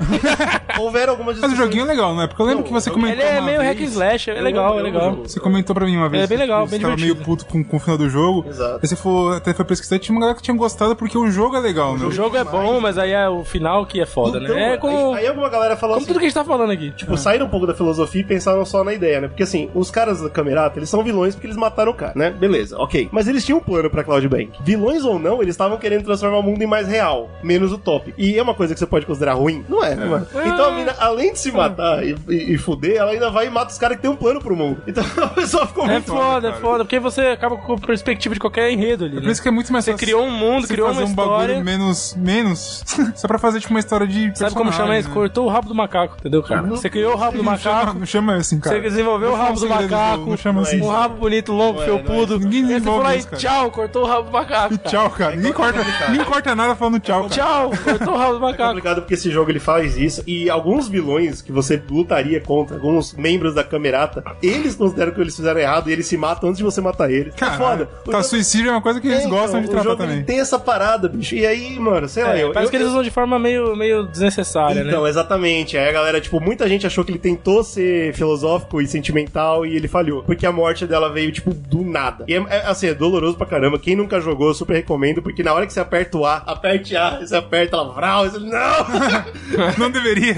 Houveram algumas Mas o discussões- joguinho é legal, né? Porque eu lembro Não, um que você ele comentou. Ele é uma meio vez- hack and slash, é Eu legal, amo, é eu legal. amo o Você jogo. comentou pra mim uma vez. É bem que legal, você bem tava divertido. meio puto com, com o final do jogo. Exato. Aí você falou, até foi pesquisar e tinha uma galera que tinha gostado porque o jogo é legal, né? O jogo é bom, mas aí é o final que é foda, Então, né? É aí- como, Aí alguma galera falou como assim, tudo que a gente tá falando aqui. Tipo, saíram um pouco da filosofia e pensaram só na ideia, né? Porque assim, os caras da Camerata, eles são vilões porque eles mataram o cara, né? Beleza, ok. Mas eles tinham um plano pra Cloud Bank. Vilões ou não, eles estavam querendo transformar o mundo em mais real, menos utópico. E é uma coisa que você pode considerar ruim? Não é, né, mano? Então a mina, além de se matar e, e, e fuder, ela ainda vai e mata os caras que tem um plano pro mundo. Então <laughs> a pessoa ficou É muito foda, é Então, cara. foda, porque você acaba com a perspectiva de qualquer enredo ali. É por né? isso que é muito mais Você fácil criou um mundo, você criou fazer uma um bagulho história. menos, menos, <laughs> só pra fazer tipo uma história de Sabe como chama personagem, isso? né? Cortou o rabo do macaco, entendeu, cara? Você criou o rabo do Não chama- macaco, Não chama assim, cara. você desenvolveu o Não chama rabo do segredo macaco, não chama assim. um rabo bonito, longo, felpudo. Ninguém Aí você desenvolve falou aí, isso, cara. tchau, cortou o rabo do macaco. E cara. tchau, cara. Ninguém corta, ninguém corta nada falando tchau, cara. Tchau, cortou o rabo do É <laughs> macaco. complicado porque esse jogo ele faz isso e alguns vilões que você lutaria contra, alguns membros da Camerata, eles consideram que eles fizeram errado e eles se matam antes de você matar eles. é Cara, foda. O tá, jogo- suicídio é uma coisa que eles É, gostam então, de o tratar jogo ele também. tem essa parada, bicho. E aí, mano, sei lá, É, eu. parece eu- que eles eu- usam de forma meio, meio desnecessária, Então, né? exatamente. Aí a galera, tipo, muita gente achou que ele tentou ser filosófico e sentimental e ele falhou. Porque a morte dela veio, tipo, do nada. E é, é, assim, é doloroso pra caramba. Quem nunca jogou, eu super recomendo, porque na hora que você aperta o A, aperte A, você aperta ela, vral, você, <laughs> não! Não deveria.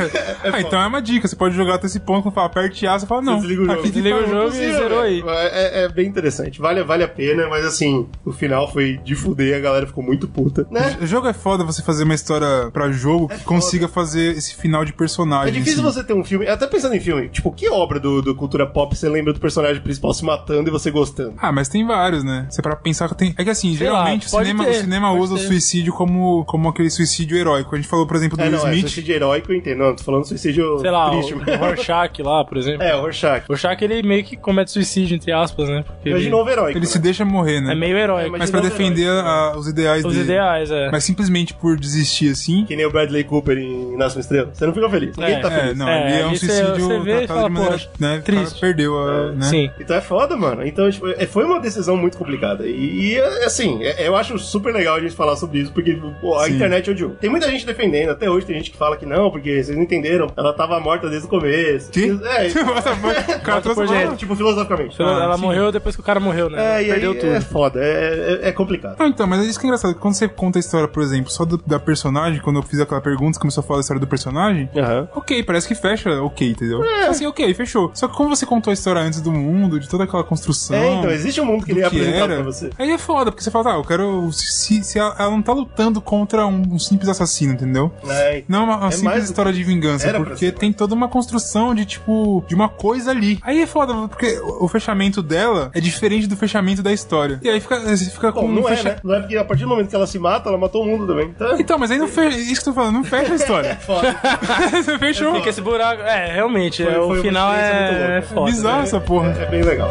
ah, então é uma dica. Você pode jogar até esse ponto, quando fala aperte A, você fala não. tá Você desliga o aqui jogo. Tipo, tem Desliga o tal- jogo. e zerou aí. É, é- é bem interessante. Vale, vale a pena, mas assim, o final foi de fuder, a galera ficou muito <laughs> puta. Né? O jogo é foda você fazer uma história pra jogo que consiga fazer esse final de personagem. É difícil assim. você tem um filme, até pensando em filme, tipo, que obra do, do cultura pop você lembra do personagem principal se matando e você gostando? Ah, mas tem vários, né? Você para pensar que tem. É que assim, lá, geralmente o pode cinema, ter, o cinema pode usa ter. o suicídio como, como aquele suicídio heróico. A gente falou, por exemplo, do É, Will não, é Smith. suicídio heróico, eu entendo. Não, tô falando suicídio Sei lá, triste. o, mas- o Rorschach lá, por exemplo. <laughs> É, o Rorschach. O Rorschach, ele meio que comete suicídio, entre aspas, né? Porque Mas de ele novo heróico. Ele né? se deixa morrer, né? é meio heróico. É, Mas pra de novo defender a- os ideais Os dele. ideais, é. Mas simplesmente por desistir assim. Que nem o Bradley Cooper em Nasce uma Estrela. Você não fica feliz. Ninguém tá É, feliz. não, É, ele é um ali você- suicídio você vê e tratado fala, de maneira. "Poxa, né, o cara triste." perdeu a. né? Sim. Então é foda, mano. Então, tipo, é- foi uma decisão muito complicada. E, e, assim, é- eu acho super legal a gente falar sobre isso, porque pô, a Sim. internet odiou. Tem muita gente defendendo, até hoje tem gente que fala que não, porque vocês não entenderam, ela tava morta desde o começo. <laughs> Que? É, What <laughs> the fuck? O cara Bota por trouxe dentro. uma- tipo, filosoficamente. Ela ela Ah, sim. morreu depois que o cara morreu, né? É, e aí Perdeu tudo. é foda, é, é- é complicado. Não, então, mas é isso que é engraçado. Quando você conta a história, por exemplo, só do- da personagem, quando eu fiz aquela pergunta, você começou a falar a história do personagem. Aham. Ok, parece que fecha, ok, entendeu? É. Assim, ok, fechou. Só que como você contou a história antes do mundo, de toda aquela construção. É, então, existe um mundo que ele é do que apresentado era, pra você. Aí é foda, porque você fala, tá, eu quero. Se, se- se ela, ela não tá lutando contra um, um simples assassino, entendeu? É, Não é uma, uma É mais simples do que história de vingança, era pra porque ser. tem toda uma construção de tipo. de uma coisa ali. Aí é foda, porque o, o fechamento dela é diferente do fechamento da história. E aí fica, você fica Bom, com um não é, fecha- né? Não é porque a partir do momento que ela se mata, ela matou o mundo também. Então, Então, mas aí não fecha. Isso que eu tô falando, não fecha <laughs> a história. foda. Você <laughs> fechou. Fica esse buraco. É, realmente, Foi- é, foi o uma final experiência muito é, é louca. foda. Bizarro né? essa porra. É bem legal.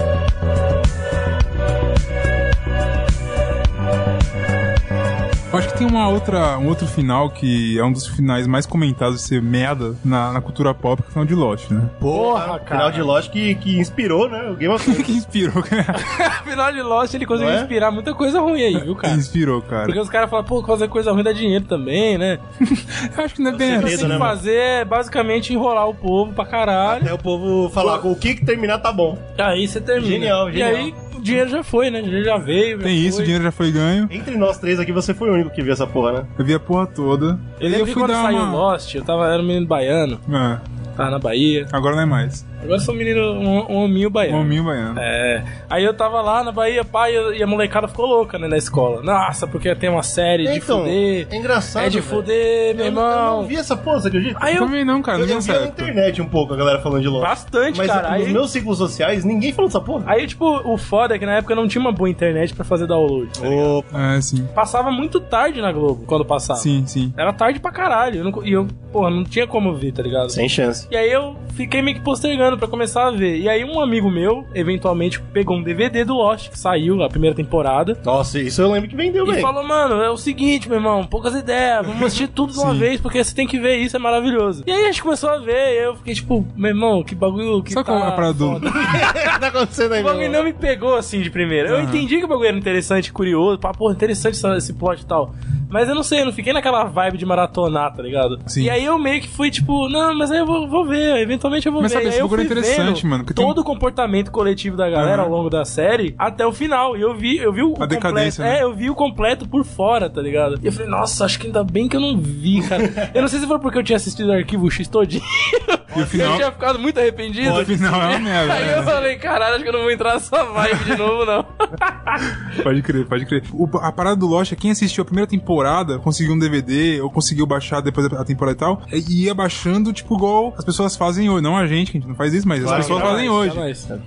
Eu acho que tem uma outra, um outro final que é um dos finais mais comentados de ser merda na, na cultura pop, que é o final de Lost, né? Porra, Final cara. de Lost que, que inspirou, né? O Game of <laughs> Thrones. Que inspirou, <laughs> cara. <laughs> Final de Lost, ele conseguiu Não é? inspirar muita coisa ruim aí, viu, Que cara? inspirou, cara. Porque os caras falam, pô, fazer coisa ruim dá dinheiro também, né? Eu acho que não é bem sei assim. Medo, Tem né, que mano? fazer é basicamente enrolar o povo pra caralho. Até o povo falar com o que que terminar tá bom. Aí você termina. Genial, genial. E aí o dinheiro já foi, né? O dinheiro já veio. já Tem isso, foi. o dinheiro já foi ganho. Entre nós três aqui, você foi o único que viu essa porra, né? Eu vi a porra toda. Eu lembro que quando saiu Lost, eu tava, era um menino baiano, Ah, tava na Bahia. agora não é mais. Agora eu sou um menino, um, um hominho O baiano. hominho baiano. É. Aí eu tava lá na Bahia, pai, e a molecada ficou louca, né, na escola. Nossa, porque tem uma série de fuder. é engraçado. É de velho. fuder, meu Eu não- Eu não irmão. vi essa porra, você acredita? Aí Eu eu. também não, cara. eu Não vi eu vi nessa na época. internet um pouco a galera falando de Lost. Bastante, Mas tipo, cara. nos Aí, meus círculos sociais, ninguém falando essa porra. aí, tipo, o foda é que na época não tinha uma boa internet pra fazer download. tá ligado? Ô, É, sim. Passava muito tarde na Globo quando passava. Sim, sim. Era tarde pra caralho. eu não co- E eu, porra, não tinha como ver, tá ligado? Sem chance. E aí eu fiquei meio que postergando pra começar a ver. E aí um amigo meu, eventualmente, pegou um DVD do Lost, que saiu a primeira temporada. Nossa, isso eu lembro que vendeu E bem. falou, mano, é o seguinte, meu irmão, poucas ideias, vamos assistir tudo de <laughs> uma Sim. vez, porque você tem que ver isso, é maravilhoso. E aí a gente começou a ver, e eu fiquei tipo, meu irmão, que bagulho que Sabe tá qual é a parada do- foda. <laughs> tá acontecendo aí, O bagulho meu? não me pegou assim de primeira. Eu Aham. entendi que o bagulho era interessante, curioso, pá, pô, interessante essa- esse plot e tal. Mas eu não sei, eu não fiquei naquela vibe de maratonar, tá ligado? Sim. E aí eu meio que fui tipo, não, mas aí eu vou, vou ver, eventualmente eu vou Mas ver. sabe, E aí esse eu bagulho fui é interessante, vendo mano, que tem Todo um- o comportamento coletivo da galera Aham. ao longo da série até o final. E eu vi, eu vi o, o A decadência, né? completo. É, eu vi o completo por fora, tá ligado? E eu falei, nossa, acho que ainda bem que eu não vi, <laughs> cara. eu não sei se foi porque eu tinha assistido o arquivo X todinho. E <laughs> o <laughs> Eu final. tinha ficado muito arrependido. O final é uma Aí eu merda. falei, caralho, acho que eu não vou entrar nessa vibe de novo, <laughs> não. né? Pode crer, pode crer. O- a parada do Lost é quem assistiu a primeira temporada, conseguiu um DVD, ou conseguiu baixar depois da temporada e tal, e ia baixando, tipo, igual as pessoas fazem hoje. Não a gente, que a gente não faz isso, mas Claro as pessoas que não, fazem hoje.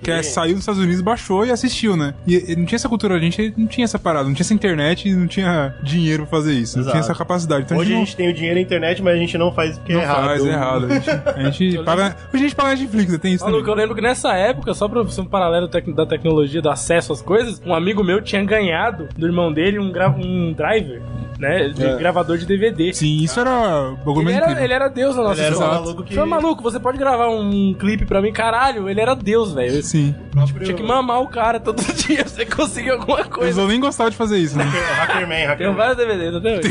Que é, saiu dos Estados Unidos, baixou e assistiu, né? E, e não tinha essa cultura, a gente não tinha essa parada, não tinha essa internet, não tinha dinheiro pra fazer isso, não Exato. tinha essa capacidade. Então Hoje a a gente tem o dinheiro e a internet, mas a gente não faz porque não, é não errado. faz, é errado. A gente, a <laughs> gente paga, hoje a gente paga Netflix, né? tem isso Maluco, eu também. lembro que nessa época, só pra ser um paralelo tec- da tecnologia, do acesso às coisas, um amigo meu tinha ganhado do irmão dele um, gra- um driver, né? De É. gravador de DVD. Sim, isso era o bagulho Ele mais era, é incrível. ele era Deus na nossa Ele era um escola. maluco que- Falei, maluco, você pode gravar um clipe pra mim? Caralho, ele era Deus, velho. Eu Sim. Tinha que mamar o cara todo <laughs> dia pra você conseguir alguma Eles coisa. não nem gostava de fazer isso, né? É, <laughs> Hackerman, Tenho Hackerman. vários DVDs até hoje.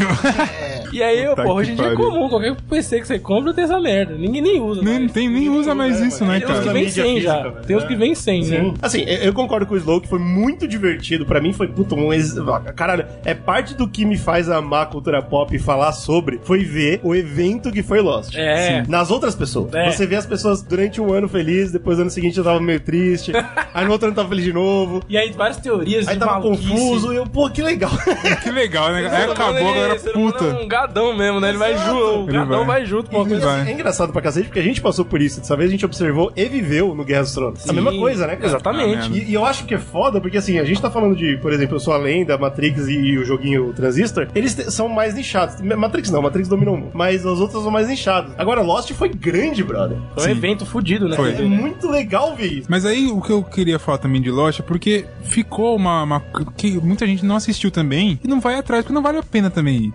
E aí, <laughs> Puta pô, que hoje em dia é pariu. comum, qualquer PC que você compra tem essa merda. Ninguém nem usa. nem, mais. tem, nem usa mais isso, né, Ele Tem uns usa que cara? bem- vem Mídia sem física, já. velho, Tem uns né? que vem sem, né? Sim. Assim, eu eu concordo com o Slow que foi muito divertido. Pra mim foi, puta, um ex... Caralho, é parte do que me faz amar a cultura pop e falar sobre foi ver o evento que foi Lost. É. Sim. Nas outras pessoas. É. Você vê as pessoas durante um ano feliz, depois no ano seguinte eu tava meio <laughs> triste, aí no outro ano eu tava feliz de novo. E aí, várias teorias Aí de tava maluquice. <laughs> confuso e eu, pô, que legal. Que legal, né? Ser Aí humano, acabou, a ele- galera ser humano é puta. um gadão mesmo, né? Ele vai junto. O Ele gadão vai. vai junto com uma Ele coisa. vai. É engraçado pra cacete, porque a gente passou por isso. Dessa vez a gente observou e viveu no Guerra dos Tronos. A mesma coisa, né, cara? Exatamente. Ah, E, e eu acho que é foda, porque assim, a gente tá falando de, por exemplo, Eu Sou a Lenda, Matrix e, e o joguinho Transistor, eles te- são mais nichados. Ma- Matrix não, Matrix dominou o mundo, mas os outros são mais nichados. Agora, Lost foi grande, brother. Foi um evento fudido, né? Foi. É muito legal ver isso. Mas aí o que eu queria falar também de Lost é porque ficou uma, uma- que muita gente não assistiu também e não vai atrás, porque não vale a pena também ir.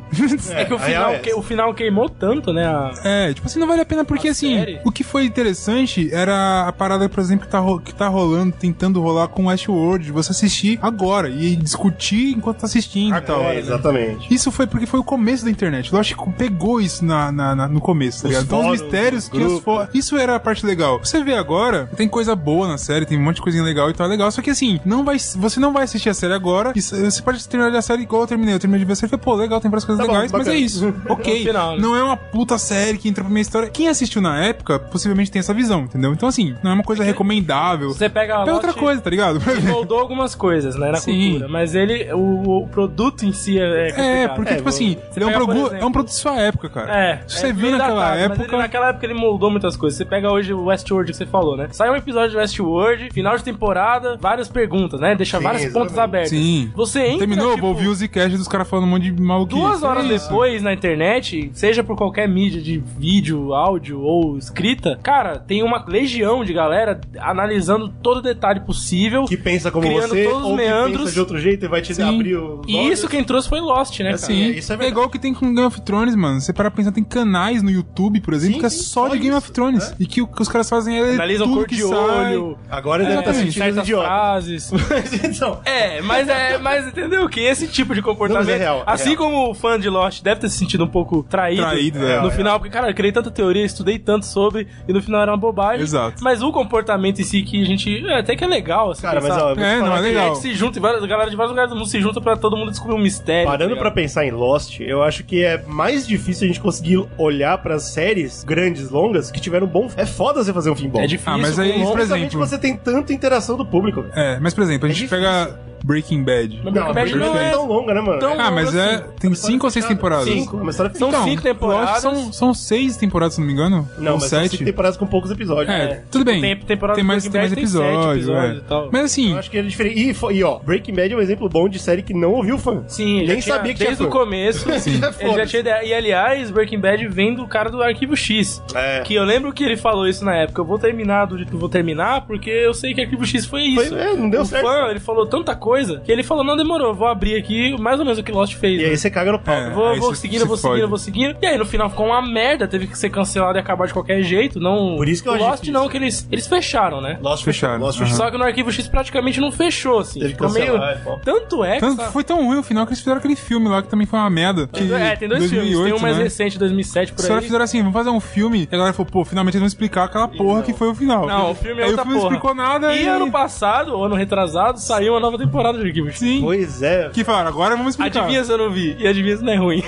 É que o a real final, é que- essa. o final queimou tanto, né? a- <laughs> É, tipo assim, não vale a pena porque A assim, série? o que foi interessante era a parada, por exemplo, que tá, ro- que tá rolando, tentando rolar com Westworld, de você assistir agora e discutir enquanto tá assistindo Ah, e então. tal. né? É, exatamente. Isso foi porque foi o começo da internet. Lost pegou isso na, na- na- no começo, tá Os ligado? Então os fóruns, mistérios os que os grupos. fo... Isso era a parte legal. Você vê agora, tem coisa boa na série, tem um monte de coisinha legal e tal, é legal. Só que assim, não vai, você não vai assistir a série agora. e c- você pode terminar a série igual eu terminei. Eu terminei de ver a série e falei, pô, legal, tem várias coisas Tá bom, legais, mas é bacana. <laughs> isso. É ok. o final, né? Não é uma puta série que entra pra minha história. Quem assistiu na época, possivelmente tem essa visão, entendeu? Então assim, não é uma coisa recomendável. Você pega a É outra Lost- coisa, tá ligado? Tipo, moldou algumas coisas, né, na Sim. cultura. Mas ele, o, o produto em si é, é É, complicado. porque, É, tipo vou- assim, Você ele é um, pega, por progu- exemplo- é um produto de sua época, cara. É, Se você é viu meio naquela datado, mas ele- época. naquela época ele moldou muitas coisas. Você pega hoje o Westworld que você falou, né? Sai um episódio de Westworld, final de temporada, várias perguntas, né? Deixa Sim, vários exatamente. pontos abertos. Sim. Você entra, Terminou, tipo, vou ouvir o Zcast dos caras falando um monte de maluquice. Duas horas É isso. depois na internet, seja por qualquer mídia de vídeo, áudio ou escrita, cara, tem uma legião de galera analisando todo detalhe possível. Que pensa como Criando você, todos os ou que pensa meandros. de outro jeito e vai te abrir o... E isso quem trouxe foi Lost, né, cara? Sim, É, é, isso é verdade. igual que tem com Game of Thrones, mano. Você para pra pensar, tem canais no YouTube, por exemplo, Sim, que é sim, só só de Game isso, of Thrones. né? E que o que os caras fazem é Analisam tudo cor que de sai. olho, Agora deve estar É, sentindo certas idiota. frases. Mas <laughs> então... É, mas é, mas entendeu que esse tipo de comportamento, Não, mas é real, é assim real. como o fã de Lost deve ter se sentido um pouco traído, Traído, é, no é. final, porque cara, eu criei tanta teoria, estudei tanto sobre e no final era uma bobagem. Exato. Mas o comportamento em si que a gente é, até que é legal, assim, Cara, mas pensar. ó, eu vou te É, não, falar é que- legal. É que se junta, e várias- a galera de vários lugares do mundo se junta pra todo mundo descobrir um mistério. Parando tá pra ligado? pensar em Lost, eu acho que é mais difícil a gente conseguir olhar pras séries grandes, longas, que tiveram bom. É foda você fazer um fim bom. É difícil. Ah, mas aí, com por longo- Principalmente exemplo. você tem tanta interação do público. velho. É, mas por exemplo, a É gente difícil. pega Breaking Bad. Não, Breaking Bad não é é tão longa, né, mano? tão- Ah, mas é. assim, Tem cinco ou seis temporadas? tá Então, Cinco. Uma história São fechada. cinco temporadas. eu acho que São, são seis temporadas, se não me engano. Não, ou mas são sete. cinco temporadas com poucos episódios. É, tudo bem. tipo, Tem temporada tem do mais, Breaking tem mais Bad, tem sete episódios. episódios é. e tal. Mas assim, Eu acho que é diferente. E, fo- e, ó, Breaking Bad é um exemplo bom de série que não ouviu fã. Sim, Nem ele já tinha- sabia que desde tinha o fã. começo. <laughs> Sim. É Ele já foda. tinha ideia. E aliás, Breaking Bad vem do cara do Arquivo X. É. Que eu lembro que ele falou isso na época. Eu vou terminar do jeito que eu vou terminar, porque eu sei que Arquivo X foi isso. Foi- é, não deu o certo. Fã, ele falou tanta coisa que ele falou: não, demorou, eu vou abrir aqui mais ou menos o que Lost fez. E né? aí você caga no pau. É. Vou, aí vou você seguindo, se vou seguindo, fode. vou seguindo. E aí no final ficou uma merda, teve que ser cancelado e acabar de qualquer jeito. Não... Por isso que eu o acho Lost difícil. não, que eles, eles fecharam, né? Lost Fecharam, Lost aham. fechou. Só que no Arquivo X praticamente não fechou, assim. Teve que Ficou meio. cancelar, é, pô. Tanto é que. Tanto essa- foi tão ruim o final que eles fizeram aquele filme lá que também foi uma merda. Que É, tem dois filmes. Tem um mais né? recente, 2007, por Os aí. caras fizeram assim, vamos fazer um filme. E a galera falou, pô, finalmente eles vão explicar aquela porra que foi o final. Não, o filme é Aí outra o filme não porra. explicou nada E e... ano passado, ou ano retrasado, saiu uma nova temporada de Arquivo X. Sim. Pois é. Que falaram, agora vamos explicar. Adivinha se eu não vi. E adivinha se não <laughs> é ruim.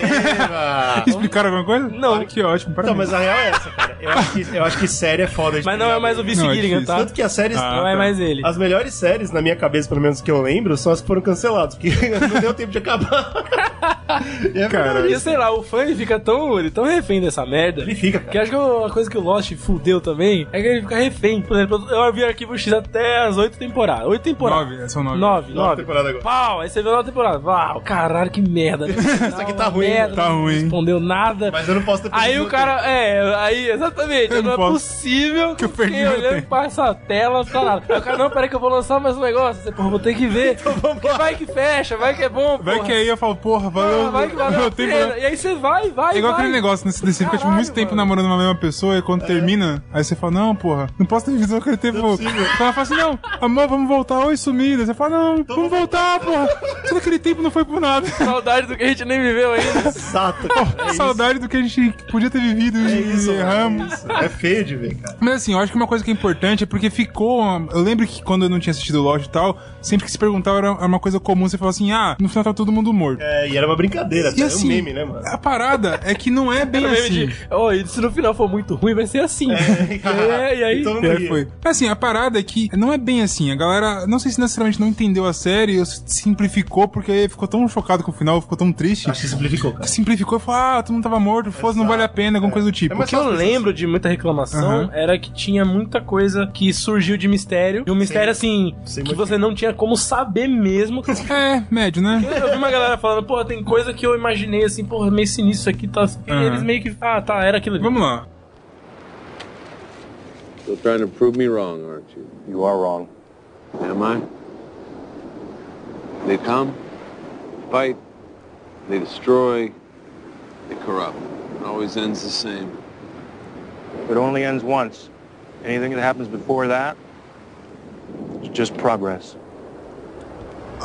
Ah, Explicaram alguma coisa? Ah, Não. Que ótimo, Então, parabéns. mas a real é essa, cara. Eu acho que, eu acho que série é foda. de Mas não é mais o Vince Não, é Gilligan, difícil. tá? Tanto que as séries. Ah, Não é tá. mais ele. As melhores séries, na minha cabeça, pelo menos que eu lembro, são as que foram canceladas, porque <laughs> não deu tempo de acabar. é E verdade. sei lá, o fã ele fica tão, ele é tão refém dessa merda. Ele fica, Que cara. acho que uma coisa que o Lost fudeu também é que ele fica refém. Por exemplo, eu vi Arquivo X até as oito temporadas. Oito temporadas. Nove, é, são nove. Nove, Nova nove. temporada agora. Pau, aí você vê a nova temporada. Uau, caralho, <laughs> que merda. Isso aqui tá ruim, Merda, tá não ruim. respondeu nada. Mas eu não posso ter Aí perdido o cara, é, aí, exatamente, Eu não, não é posso. possível Que eu fiquei perdi meu olhando tempo. pra essa tela, tá lá. Aí o cara, não, peraí que eu vou lançar mais um negócio, você, porra, vou ter que ver. Porque vai que fecha, vai que é bom, Então, Vai porra. que aí eu falo, porra, valeu. Ah, vai que valeu meu a tempo, né?" pena. E aí você vai, vai, É igual vai. aquele negócio, né? Você fica tipo, Caralho, muito tempo mano. namorando uma mesma pessoa e quando termina, aí você fala, não, porra, não posso ter vivido aquele tempo. É. Não é possível. ela fala assim, não, amor, vamos voltar, oi, sumida. Você fala, não, Então vamos voltar, porra. Todo aquele tempo não foi por nada. Saudade do que a gente nem viveu ainda. Exato. É isso. Saudade do que <laughs> a gente podia ter vivido É e isso, mano, erramos. é isso. É feio de ver, cara. Mas assim, eu acho que uma coisa que é importante é porque ficou. uma- Eu lembro que quando eu não tinha assistido Lost e tal, sempre que se perguntava era era uma coisa comum, você falava assim: ah, no final tá todo mundo morto. É, e era uma brincadeira, E tá? assim, é um meme, né, mano? um a parada é <laughs> que não é bem Era meme assim. de, "Ó, e se no final for muito ruim, vai ser assim. <laughs> É, e aí... Então não É, ria. foi. Assim, a parada é que não é bem assim. A galera, não sei se necessariamente não entendeu a série ou se simplificou porque ficou tão chocado com o final, ficou tão triste. Acho que simplificou, cara. Simplificou e falou, ah, todo mundo tava morto, foda-se, não vale a pena, alguma coisa do tipo. É, O mas- que eu lembro de muita reclamação Aham. era que tinha muita coisa que surgiu de mistério. E um mistério, assim, Sem que motivo. você não tinha como <laughs> saber mesmo. É, médio, né? Eu vi uma galera falando, porra, tem coisa que eu imaginei assim, porra, meio sinistro isso aqui, tá. E Aham. eles meio que. Ah, tá, era aquilo ali. Vamos lá. You're trying to prove me wrong, aren't you? You are wrong. Am I? They come, fight, they destroy, they corrupt. It always ends the same. It only ends once. Anything that happens before that, it's just progress.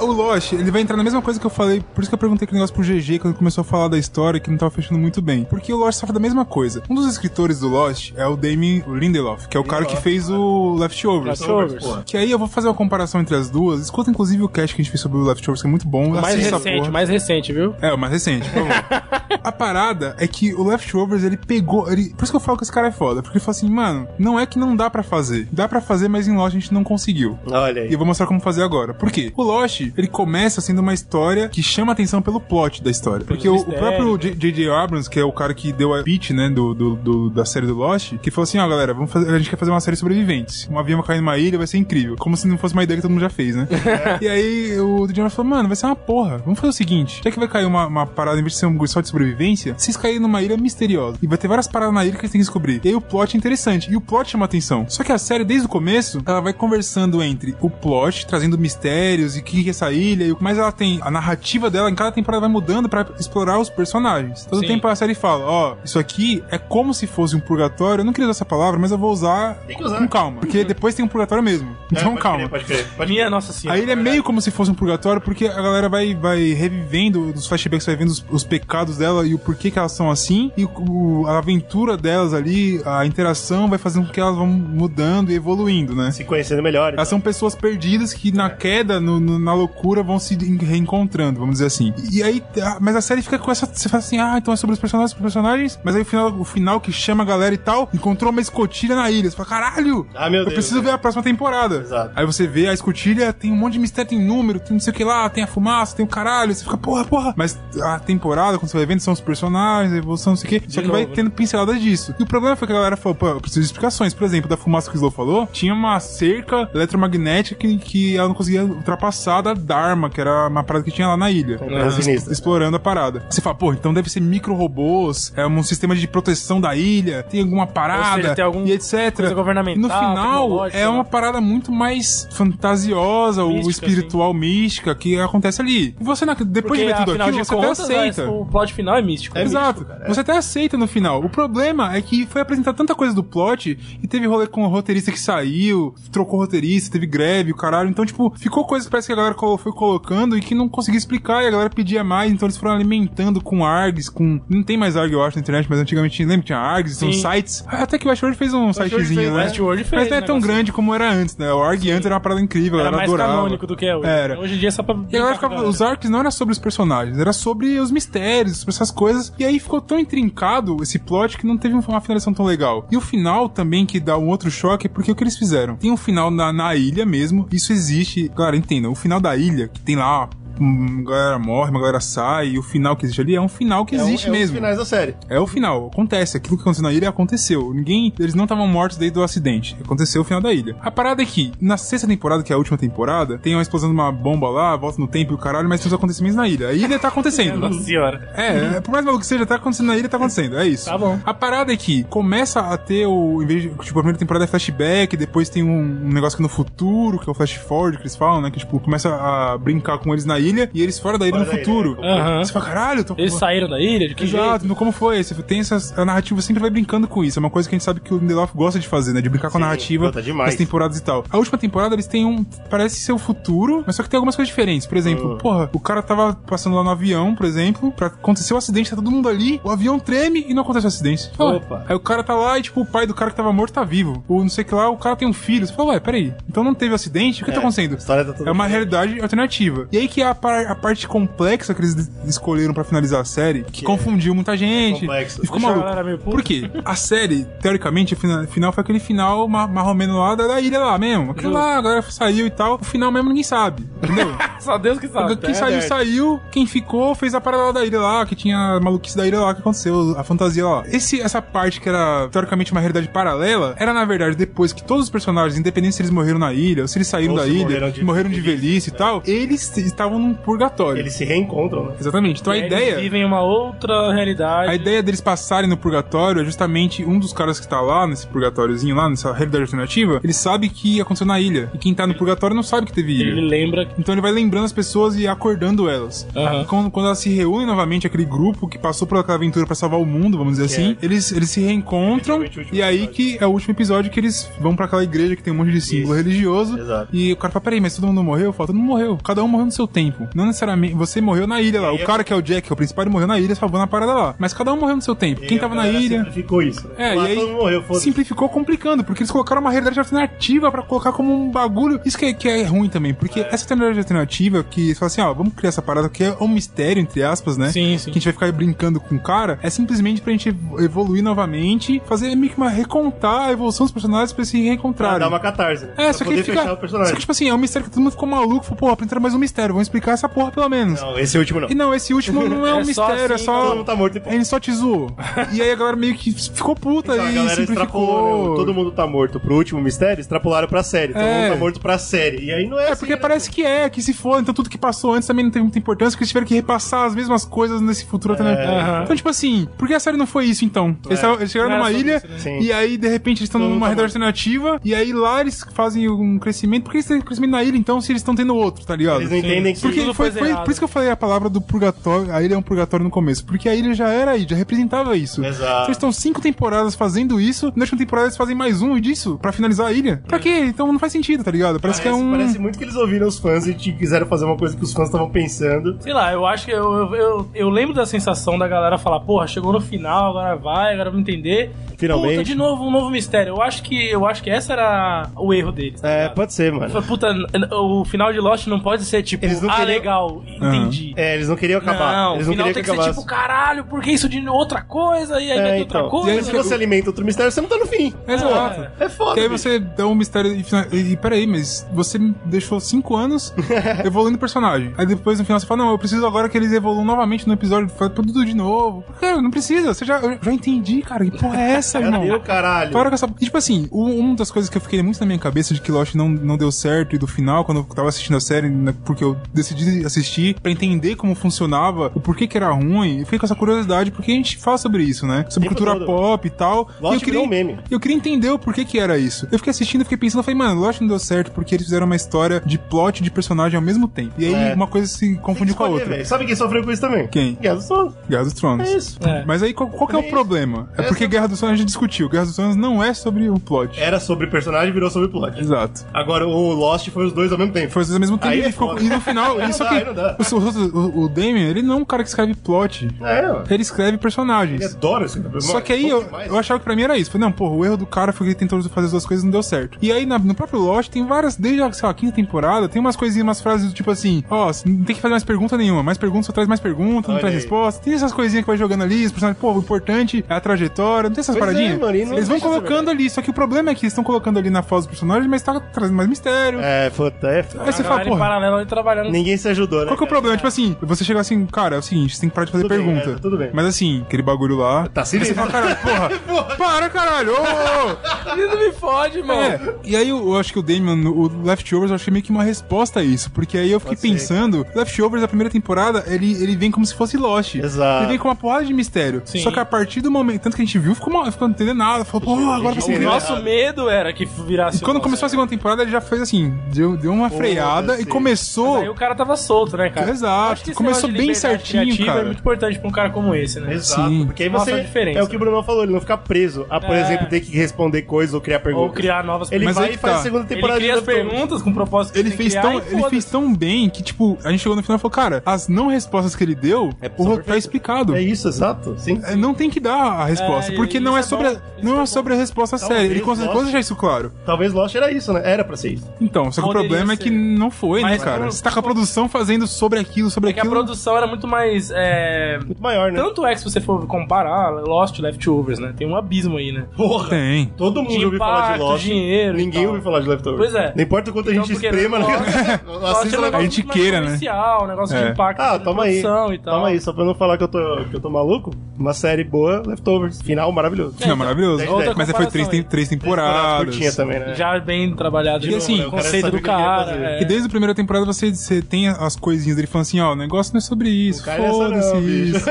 O Lost, ele vai entrar na mesma coisa que eu falei, por isso que eu perguntei aquele negócio pro GG quando começou a falar da história que não tava fechando muito bem. Porque o Lost sofre da mesma coisa. Um dos escritores do Lost é o Damien Lindelof, que é o cara que fez o Leftovers. Leftovers. Porra. Que aí eu vou fazer uma comparação entre as duas. Escuta, inclusive, o cast que a gente fez sobre o Leftovers, que é muito bom. Mais Assista essa recente, porra. mais recente, viu? É, o mais recente, por <laughs> favor. a parada é que o Leftovers, ele pegou. Ele... Por isso que eu falo que esse cara é foda. Porque ele fala assim, mano, não é que não dá pra fazer. Dá pra fazer, mas em Lost a gente não conseguiu. Olha E aí. eu vou mostrar como fazer agora. Por quê? O Lost, ele começa sendo uma história que chama atenção pelo plot da história. Porque o, o mistérios, próprio J- J.J. Abrams, que é o cara que deu a pitch, né, do, do- do- da série do Lost, que falou assim, ó, galera, vamos fazer, a gente quer fazer uma série de sobreviventes. Um avião vai cair numa ilha, vai ser incrível. Como se não fosse uma ideia que todo mundo já fez, né? e aí o J.J. Abrams falou, mano, vai ser uma porra. Vamos fazer o seguinte, já que vai cair uma, uma parada, em vez de ser um só de sobrevivência, vocês caírem numa ilha misteriosa. E vai ter várias paradas na ilha que eles têm que descobrir. E aí o plot é interessante. E o plot chama atenção. Só que a série, desde o começo, ela vai conversando entre o plot, trazendo mistérios e o que que é essa ilha. e o- Mas ela tem a narrativa dela em cada temporada vai mudando pra explorar os personagens. Todo Sim. tempo a série fala: ó, isso aqui é como se fosse um purgatório. Eu não queria usar essa palavra, mas eu vou usar, Tem que usar. Uhum. com calma. Porque depois tem um purgatório mesmo. Então É, pode calma. crer, Pode crer, pode Minha nossa senhora. Aí ele é meio como se fosse um purgatório, porque a galera vai, vai revivendo nos flashbacks, vai vendo os, os pecados dela e o porquê que elas são assim, e o- a aventura delas ali, a interação vai fazendo com que elas vão mudando e evoluindo, né? se conhecendo melhor. então. então. Elas são pessoas perdidas que É. na queda, no- no- na loucura, vão se en- reencontrando, vamos dizer assim. E aí, ah, mas a série fica com essa. Você fala assim, ah, então é sobre os personagens, sobre os personagens. Mas aí o final, o final que chama a galera e tal, encontrou uma escotilha na ilha. Você fala, caralho! Ah, meu eu Deus, preciso é. ver a próxima temporada. Exato. Aí você vê a escotilha, tem um monte de mistério, tem número, tem não sei o que lá, tem a fumaça, tem o caralho. Você fica, porra, porra. Mas a temporada, quando você vai vendo, são os personagens, a evolução, não sei o que. Só que novo, vai né? tendo pinceladas disso. E o problema foi que a galera falou, pô, eu preciso de explicações. Por exemplo, da fumaça que o Slow falou, tinha uma cerca eletromagnética que, que ela não conseguia ultrapassar da Dharma, que era uma parada que tinha lá na ilha. parada Es- sinistra. Explorando a parada. Você fala, pô, então deve ser micro-robôs, é um sistema de proteção da ilha, tem alguma parada, Ou seja, tem algum e etc. coisa governamental, E no final, tecnológica, é uma né? parada muito mais fantasiosa ou Mística, assim. espiritual, mística, que acontece ali. E você, na- depois Porque, de ver tudo afinal aquilo, de você contas, até aceita. é, o plot final é místico. É Exato. místico, cara, é. Você até aceita no final. O problema é que foi apresentar tanta coisa do plot e teve rolê com o roteirista que saiu, trocou o roteirista, teve greve, o caralho. Então, tipo, ficou coisa que parece que a galera colo- foi colocando e que não conseguia explicar e a galera pedia mais. Então eles foram alimentando com args, com. Não tem mais arg, eu acho, na internet, mas antigamente lembra que tinha args, são Sim. sites. Até que o Westworld fez um sitezinho, fez, né? Westworld fez mas não é um tão negocinho. grande como era antes, né? O arg antes era uma parada incrível, Era era mais adorava. canônico do que é hoje. Era. Hoje em dia é só pra. E agora ficava, os arcs não era sobre os personagens, era sobre os mistérios, sobre essas coisas. E aí ficou tão intrincado esse plot que não teve uma finalização tão legal. E o final também que dá um outro choque é porque o que eles fizeram? Tem um final na, na ilha mesmo, isso existe. Galera, entenda, o final da ilha, que tem lá. Uma galera morre, uma galera sai, e o final que existe ali é um final que É um- existe é um dos mesmo. finais da série. É o final, acontece. Aquilo que aconteceu na ilha aconteceu. Ninguém. Eles não estavam mortos desde o acidente. Aconteceu o final da ilha. A parada é que, na sexta temporada, que é a última temporada, tem uma explosão de uma bomba lá, volta no tempo e o caralho, mas tem os acontecimentos na ilha. A ilha tá acontecendo. Nossa senhora. É, é, por mais maluco que seja, tá acontecendo na ilha, tá acontecendo. É isso. Tá bom. A parada é que começa a ter o. Em vez de, tipo, a primeira temporada é flashback, depois tem um, um negócio que no futuro, que é o flash forward que eles falam, né? Que, tipo, começa a brincar com eles na ilha e eles fora da ilha Fora no da ilha, futuro. é, completo. Você fala, caralho, tô Eles saíram da ilha? De que jeito? Exato, no como foi. Você tem essas, a narrativa sempre vai brincando com isso. É uma coisa que a gente sabe que o Lindelof gosta de fazer, né? De brincar com a Sim, narrativa puta, demais. das temporadas e tal. A última temporada eles têm um. Parece ser o futuro, mas só que tem algumas coisas diferentes. Por Hum. exemplo, porra, o cara tava passando lá no avião, por exemplo, pra acontecer o acidente, tá todo mundo ali, o avião treme e não acontece o acidente. Você fala, Opa. Aí o cara tá lá e, tipo, o pai do cara que tava morto tá vivo. Ou não sei o que lá, o É, cara tem um filho. Você fala, ué, peraí, então não teve acidente? O que tá acontecendo? a história tá toda é uma diferente. realidade alternativa. E aí que é a a, par- a parte complexa que eles de- escolheram pra finalizar a série, que, confundiu muita gente. complexa. e ficou Deixa a maluco. galera meio puta. Por quê? A série, teoricamente, o fina- final foi aquele final ma- marromeno lá da, da ilha lá mesmo. Aquilo lá, a galera saiu e tal. O final mesmo ninguém sabe. Entendeu? Só Deus que sabe. quem saiu, verdade. saiu. Quem ficou, fez a parada lá da ilha lá, que tinha a maluquice da ilha lá que aconteceu, a fantasia lá. Esse, essa parte que era teoricamente uma realidade paralela, era na verdade depois que todos os personagens, independente se eles morreram na ilha, ou se eles saíram Ou da se ilha, morreram morreram de né? de, velhice e tal, eles estavam num purgatório. Eles se reencontram, né? Exatamente. Então a Eles ideia. vivem uma outra realidade. A ideia deles passarem no purgatório é justamente um dos caras que tá lá, nesse purgatóriozinho lá, nessa realidade alternativa, ele sabe que aconteceu na ilha. E quem tá no purgatório não sabe que teve ilha. Ele lembra que Então ele vai lembrando as pessoas e acordando elas. Ah, Aham. Quando, quando elas se reúnem novamente, aquele grupo que passou por aquela aventura pra salvar o mundo, vamos dizer assim, eles, eles se reencontram. Eventualmente é o último E aí episódio. que é o último episódio que eles vão pra aquela igreja que tem um monte de símbolo Isso. religioso. Exato. E o cara fala: peraí, mas todo mundo morreu? Fala, todo mundo morreu. Cada um morreu no seu tempo. Não necessariamente. Você morreu na ilha lá. aí O é- cara que é o Jack, que é o principal, ele morreu na ilha, salvou na parada lá. Mas cada um morreu no seu tempo. Quem tava na ilha. Ficou isso. Né? É, Lá e aí todo mundo morreu, foda-se. Ah, simplificou complicando, porque eles colocaram uma realidade alternativa pra colocar como um bagulho. Isso que é, que é ruim também, porque essa realidade alternativa que eles falam assim, ó, vamos criar essa parada que é um mistério, entre aspas, né? Sim, Que sim. a gente vai ficar brincando com o cara, é simplesmente pra gente evo- evoluir novamente, fazer meio que uma recontar a evolução dos personagens pra eles se Pra reencontrarem. dar uma catarse, né? É, Pra só que, poder ele fechar fica, o só personagem. que, tipo assim, é um mistério que todo mundo ficou maluco. Falou, porra, apresentaram mais um mistério, vamos explicar essa porra pelo menos. Não, esse último não. E não, esse último não é um É só mistério, assim, é só. todo mundo tá morto e pô. Ele só te zoou. E aí a galera meio que ficou puta Então, a e galera extrapolou, né? simplificou. O Todo mundo tá morto pro último mistério, extrapolaram pra série. Todo É. mundo tá morto pra série. E aí não é, É assim, porque né? parece que é, que se for, então tudo que passou antes também não teve muita importância, porque eles tiveram que repassar as mesmas coisas nesse futuro É. alternativo. Aham. Então, tipo assim, por que a série não foi isso então? Eles, tavam- eles chegaram Não era numa sobre ilha isso, né? Sim. e aí, de repente, eles estão Todo mundo numa tá rede morto. alternativa, e aí lá eles fazem um crescimento. Por que eles têm crescimento na ilha então, se eles estão tendo outro, tá ligado? Eles não entendem que Sim. Porque Tudo foi, coisa foi errada. por isso que eu falei a palavra do purgatório. A ilha é um purgatório no começo. Porque a ilha já era aí, já representava isso. Exato. Eles estão cinco temporadas fazendo isso. Na última temporada eles fazem mais um disso pra finalizar a ilha. Pra quê? Então não faz sentido, tá ligado? Parece, É. parece, que é um. parece muito que eles ouviram os fãs e te- quiseram fazer uma coisa que os fãs estavam pensando. Sei lá, eu acho que eu, eu, eu, eu lembro da sensação da galera falar, porra, chegou no final, agora vai, agora vamos entender. Finalmente. Puta, de novo, um novo mistério. Eu acho que eu acho que essa era o erro deles. tá É, ligado? pode ser, Eu mano. falei, Puta, n- n- o final de Lost não pode ser tipo, Eles não ah, queriam- legal, entendi. É, eles não queriam acabar. Não, eles o não final queriam tem que que, ser acabasse. tipo, caralho, por que isso de outra coisa? E aí vai é, ter então. outra coisa. Mas se você alimenta outro mistério, você não tá no fim. tipo- Exato. É foda. E aí bicho. você dá um mistério e, fina- e, e peraí, mas você me deixou <laughs> cinco anos evoluindo o personagem. Aí depois no final você fala, não, eu preciso agora que eles evoluam novamente no episódio, faz tudo de novo. Cara, não precisa, você já, eu já entendi, cara. Que porra é <laughs> essa, irmão? Cadê o caralho? Para com essa. E, tipo assim, u- uma das coisas que eu fiquei muito na minha cabeça de que Lost não, não deu certo e do final, quando eu tava assistindo a série, né, porque eu decidi assistir pra entender como funcionava, o porquê que era ruim, eu fiquei com essa curiosidade, porque a gente fala sobre isso, né? Sobre Tempo cultura todo. pop e tal. Lost e eu queria, virou um meme. Eu queria entender o porquê que era isso. Eu fiquei assistindo, eu fiquei pensando, eu falei, mano, Lost não deu certo porque eles fizeram uma história de plot e de personagem ao mesmo tempo. E aí É. uma coisa se Tem que confundiu com a escolher, outra. velho. Sabe quem sofreu com isso também? Quem? Guerra dos Tronos. Guerra dos Tronos. É isso. É. Mas aí, qual, qual que é o problema? É Essa- porque Guerra dos Tronos a gente discutiu. Guerra dos Tronos não é sobre o plot. Era sobre personagem, virou sobre plot. Exato. Agora, o Lost foi os dois ao mesmo tempo. Foi os dois ao mesmo tempo Aí e, é ficou- foda. e no final. Aí e <laughs> não só dá, que aí não dá. o, o, o Damien, ele não é um cara que escreve plot. É, mano. Ele escreve Ele é personagens. adora esse cabelo. Só que aí eu, eu achava que pra mim era isso. Falei, não, porra, o erro do cara foi que ele tentou fazer as duas coisas e não deu certo. E aí na- no próprio Lost tem várias, desde a, sei lá, quinta temporada, tem umas coisinhas, umas frases do tipo assim: ó, você não tem que fazer mais pergunta nenhuma, mais pergunta só traz mais pergunta, não Olha traz aí. resposta. Tem essas coisinhas que vai jogando ali, os personagens, pô, o importante é a trajetória, não tem essas Pois é, paradinhas? mano, e não eles vão deixa de ser colocando ali, só que o problema é que eles estão colocando ali na fase dos personagens, mas tá trazendo mais mistério. É, puta, é. Aí você fala, A galera em porra. paralelo ali trabalhando. Ninguém se ajudou, né? Qual que é o cara? problema? Tipo assim, você chega assim, cara, é o seguinte, você tem que parar de fazer Tudo bem, pergunta. é, tá tudo bem. Mas assim, aquele bagulho lá. Tá sinistro. <laughs> Aí você fala, caralho, porra, para, caralho! ô, Ele não me fode, ô, ô." mano. É, e aí eu, eu acho que o Damon, o Leftovers, eu achei meio que uma resposta a isso. Porque aí eu fiquei Pode ser. pensando, Leftovers, a primeira temporada, ele, ele vem como se fosse Lost. Exato. Ele vem com uma porrada de mistério. Sim. Só que a partir do momento, tanto que a gente viu, ficou, mal, ficou não entendendo nada. Falou, pô, agora vai gente ser O entendeu nosso errado. medo era que E virasse. quando nosso. começou a segunda temporada, ele já fez assim, deu, deu uma freada e Foda-se. começou. Aí o cara tava solto, né, cara? Exato. Acho que esse Começou negócio de bem liberdade certinho, criativa cara. É muito importante pra um cara como esse, né? Exato, Sim. porque aí Nossa, você. a diferença. É o que o Bruno falou, ele não fica preso a, por É. exemplo, ter que responder coisas ou criar perguntas. Ou criar novas Ele Mas vai aí e que faz tá. a segunda Ele temporada cria de as perguntas com propósito. que Ele tem fez, que tão, criar e ele fez tão bem que, tipo, a gente chegou no final e falou, cara, as não respostas que ele deu, porra, tá explicado. É isso, exato. Sim. É, Não tem que dar a resposta, É, porque isso não é é sobre, a- Eles não é vão- sobre a resposta Talvez séria. Ele consegue Lost- consegue deixar isso claro. Talvez Lost era isso, né? Era pra ser isso. Então, só que o Poderia problema é ser. que não foi, né, Mas- cara? mas- Você tá com a produção fazendo sobre aquilo, sobre É que a aquilo. produção era muito mais. É... Muito maior, né? Tanto é que se você for comparar, Lost Leftovers, né? Tem um abismo aí, né? Porra! Tem. Todo mundo De ouviu falar de impacto, Lost. dinheiro e Ninguém tal. ouviu falar de Leftovers. Pois é. Não importa o quanto a gente porque esprema, né? <laughs> Lost- Lost Assista é um lá. negócio A gente muito mais queira, né? comercial, Um negócio É. de impacto. Ah, de toma aí. produção E tal. Toma aí, só pra não falar que eu tô, que eu tô maluco. Uma série boa, Leftovers. Final maravilhoso. Não, é maravilhoso. Outra Mas aí foi três, tem, comparação três Temporada temporadas. Curtinha também, né? Já bem trabalhado. De no novo, assim, né? O cara conceito sabe do o que ele quer cara, fazer. é. E desde a primeira temporada você, você tem as coisinhas dele falando assim, ó, o negócio não é sobre isso, O cara é essa não, foda-se bicho. <laughs> isso.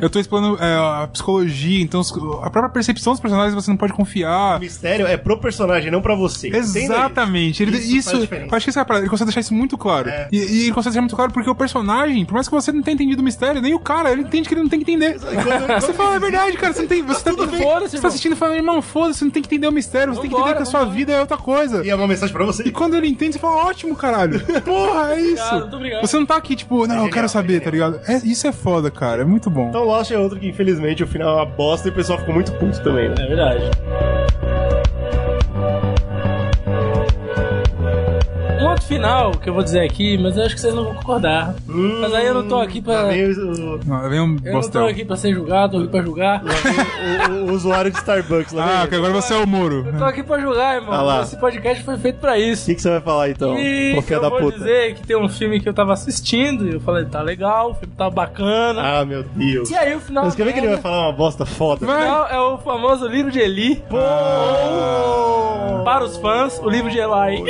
Eu tô explorando é, a psicologia, então os- a própria percepção dos personagens você não pode confiar. O mistério é pro personagem, não pra você. Entenda Exatamente. Ele, Isso isso, faz diferença. É. acho que essa é a parada. Ele consegue deixar isso muito claro. E, e ele consegue deixar muito claro porque o personagem, por mais que você não tenha entendido o mistério, nem o cara, ele entende que ele não tem que entender. isso? Quando- quando- Você fala, é verdade, cara, você não tem. Você tá, tudo bem. Foda-se, você irmão. tá assistindo e fala, irmão, foda-se, você não tem que entender o mistério, você tem que entender que a Vambora, sua vambora. vida é outra coisa. E é uma mensagem pra você. E quando ele entende, você fala, ótimo, <laughs> caralho. Porra, é isso. Obrigado, muito obrigado. Você não tá aqui, tipo, não, eu genial, quero saber, é tá ligado? É- isso é foda, cara. É muito bom. Então Lost é outro que, infelizmente, o final é uma bosta e o pessoal ficou muito puto também, né? É verdade. Um outro final que eu vou dizer aqui, mas eu acho que vocês não vão concordar. mas aí eu não tô aqui pra. Lá vem o, o- Não, vem um Eu não tô bostel. aqui pra ser julgado, tô aqui pra julgar. o- o usuário de Starbucks lá. Ah, vem que ele. agora você é o Moro. Tô aqui pra julgar, irmão. Ah lá. Esse podcast foi feito pra isso. O que, que você vai falar então? E Ô, filha eu da vou puta. dizer que tem um filme que eu tava assistindo e eu falei, tá legal, o filme tá bana. Ah, meu Deus. E aí o final. Mas quer ver que ele vai merda, falar uma bosta foda? Vai. o final é o famoso livro de Eli. Ah. Para os fãs, o livro de Eli.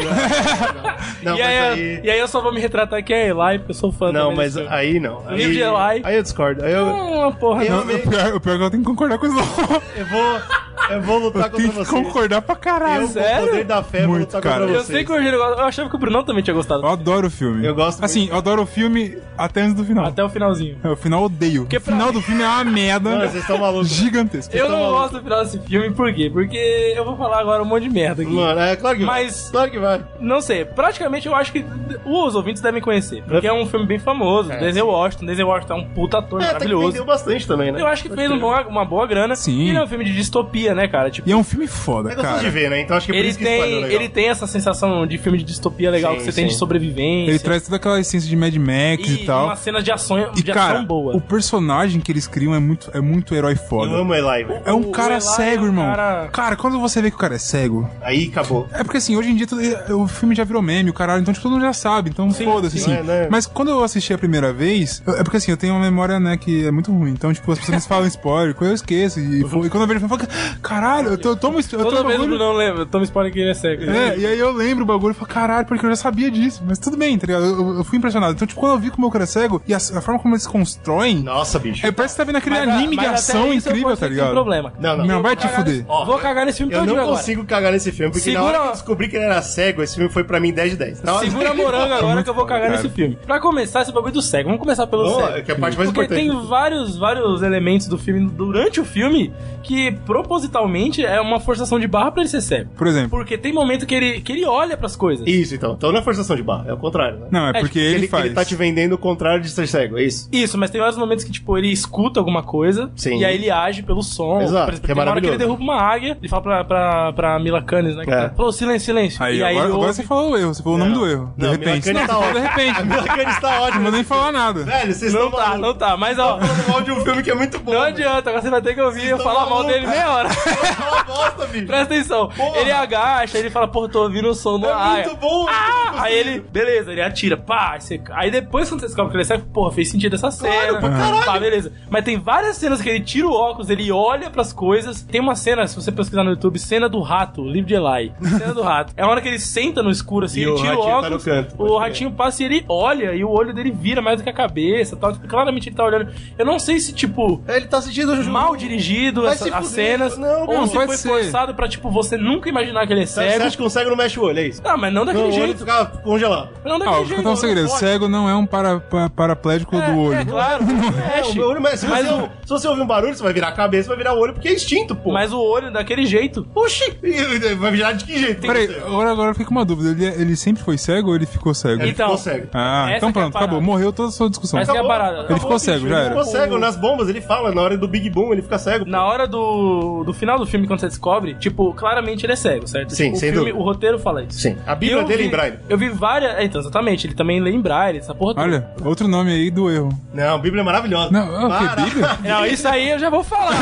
Não, <laughs> mas e, aí, aí. e aí eu só vou me retratar que é Eli, porque eu sou fã Não, também mas desse filme. aí não. Aí, Livro de Eli. Aí eu discordo. Aí eu, Não, uma porra, Eu- não. Não, o, pior, o pior é que eu tenho que concordar com isso. <laughs> eu vou. Eu vou lutar Eu tenho contra que assim. você. concordar pra Eu, caralho. com o Sério? poder da fé, vou Muito, lutar cara. contra Eu você. sei que o Rogério gosta- Eu achava que o Brunão também tinha gostado. Eu adoro o filme. Eu gosto Assim, eu adoro o filme até antes do final. Até o finalzinho. É, O final eu odeio. Porque o final pra- do filme é uma merda. Mano, vocês estão malucos. Gigantesca. Eu tão não maluco. gosto do final desse filme, por quê? Porque eu vou falar agora um monte de merda aqui. Mano, é claro que vai. Mas- Claro que vai. Não sei, praticamente eu acho que os ouvintes devem conhecer. Porque é um filme bem famoso. Denzel Washington. Denzel Washington é um puta ator É, até que maravilhoso. vendeu bastante também, né? Eu acho que fez um bom- uma, boa grana. Sim. E ele é um filme de distopia, né, cara? Tipo, E é um filme foda, É gostoso de cara. ver, né? Então acho que é por ele isso que isso faz o tem, legal. ele tem essa sensação de filme de distopia legal Sim, que você tem sim. de sobrevivência. Ele traz toda aquela essência de Mad Max e, e tal. uma cena de ação, E, de cara, ação boa. o personagem que eles criam é muito, é muito herói Eu foda. amo Eli, velho. É um O cara Eli é um cego, irmão. cara- Cara, quando você vê que o cara é cego, Aí acabou. É porque assim, hoje em dia tudo- o filme já virou meme, o caralho, então tipo, todo mundo já sabe, então foda-se, sim. assim. Não é, né? Mas quando eu assisti a primeira vez, eu- é porque assim, eu tenho uma memória, né, que é muito ruim, então tipo, as pessoas falam spoiler, coisa eu esqueço, e, fo- e quando eu vejo o filme, eu falo, caralho, eu, tô, eu tomo, eu Toda tomo vez o bagulho... Brunão lembra. Toma spoiler que ele é cego. É, e aí eu lembro o bagulho e falo, caralho, porque eu já sabia disso, mas tudo bem, tá ligado? Eu, eu fui impressionado. Então, tipo, quando eu vi como o cara é cego, e a, a forma como eles constroem, Nossa, bicho. é parece que você tá vendo aquele Mas, anime de mas até ação aí isso eu incrível, posso tá dizer que ligado? Tem problema. Não, não. Não, vai te Cagar fuder. nesse- Vou cagar nesse filme Eu todinho não Então, agora. consigo cagar nesse filme, porque na Segura- hora que eu descobri que ele era cego, esse filme foi pra mim 10 de 10. Tá? Segura a moranga agora que eu vou cagar Cara. nesse filme. Pra começar esse bagulho do cego, vamos começar pelo Vamos lá, cego. que é a parte mais Porque importante. tem vários, vários elementos do filme durante o filme que propositalmente é uma forçação de barra pra ele ser cego. Por exemplo. Porque tem momento que ele, que ele olha pras coisas. Isso, então. Então não é forçação de barra, é o contrário, né? Não, é, É, porque tipo, ele, faz. tá te vendendo o contrário de ser cego, é <laughs> isso. Isso, mas tem vários momentos que, tipo, ele escuta alguma coisa Sim. e aí ele age pelo som. Exato, Por exemplo, que é tem uma hora que maravilhoso. ele derruba uma águia, ele fala pra, pra, pra Mila Canes, né? que É. tá- Falou, silêncio, silêncio. Aí, e aí agora, ele agora ouve- você falou o erro, você falou o nome do erro. De Não, repente. Milacane Não, tá você falou de ótimo. A repente. Milacane está Não vou ótima. nem falar nada. tá Velho, vocês Não estão tá, malucos. não tá, mas ó. falando mal de um filme que é muito bom. Não velho. adianta, agora você vai ter que ouvir eu tão falar mal malucos. dele meia hora. É uma bosta, bicho. <laughs> Presta atenção. Porra. Ele agacha, ele fala, pô, tô ouvindo o som do É ar. muito bom. tipo, assim. eu não Ah! Aí consigo. ele, beleza, ele atira, pá. aí você- Aí depois quando você descobre que ele é cego, porra, fez sentido essa cena. pô, caralho. Pá, beleza. Mas tem várias cenas que ele tira o óculos, ele olha pras coisas. Tem uma cena, se você pesquisar no YouTube, cena do rato, livro de Eli. Cena do rato. É a hora que ele senta no escuro, assim, E ele o tira o ratinho tá óculos. no canto, pode o crer. ratinho passa e ele olha, e o olho dele vira mais do que a cabeça tal. Tipo, claramente ele tá olhando. Eu não sei se, tipo, Ele tá assistindo o mal dirigido Vai essa- se as fuder. cenas. Não, ou não, se pode foi ser. forçado pra, tipo, você nunca imaginar que ele é Cego. Você cego. acha que um cego não mexe o olho, é isso? Não, mas não daquele Não, o olho jeito. fica congelado. Não Ah, daquele vou jeito. contar um segredo. pode. Cego não é um para, para, paraplégico É, do olho. <laughs> É, claro, não É, mexe. o olho mexe. Se Mas você, o- se você ouvir um barulho, você vai virar a cabeça, vai virar o olho, porque é instinto, pô. Mas o olho é daquele jeito. Oxi! E- e- Vai virar de que jeito? Peraí, agora, agora eu fiquei com uma dúvida. Ele, ele sempre foi cego ou ele ficou cego? Ele Então, ficou cego. Ah, Essa então que é a pronto, acabou. parada. Morreu toda a sua discussão. Essa que é a parada. Ele ficou cego, já Ele era. ficou cego. Nas bombas ele fala, na hora do Big Boom ele fica cego. pô. Na hora do, do final do filme, quando você descobre, tipo, claramente ele é cego, certo? Sim, Tipo, o sem filme, dúvida. O roteiro fala isso. Sim. A E Bíblia eu dele vi- em Braille. Eu vi várias. é, Então, exatamente. Ele também lê em Braille, essa porra toda. Olha, outro nome aí do erro. Não, a Bíblia é maravilhosa. Não, é o quê? Mara- Bíblia? <laughs> Não, isso aí eu já vou falar.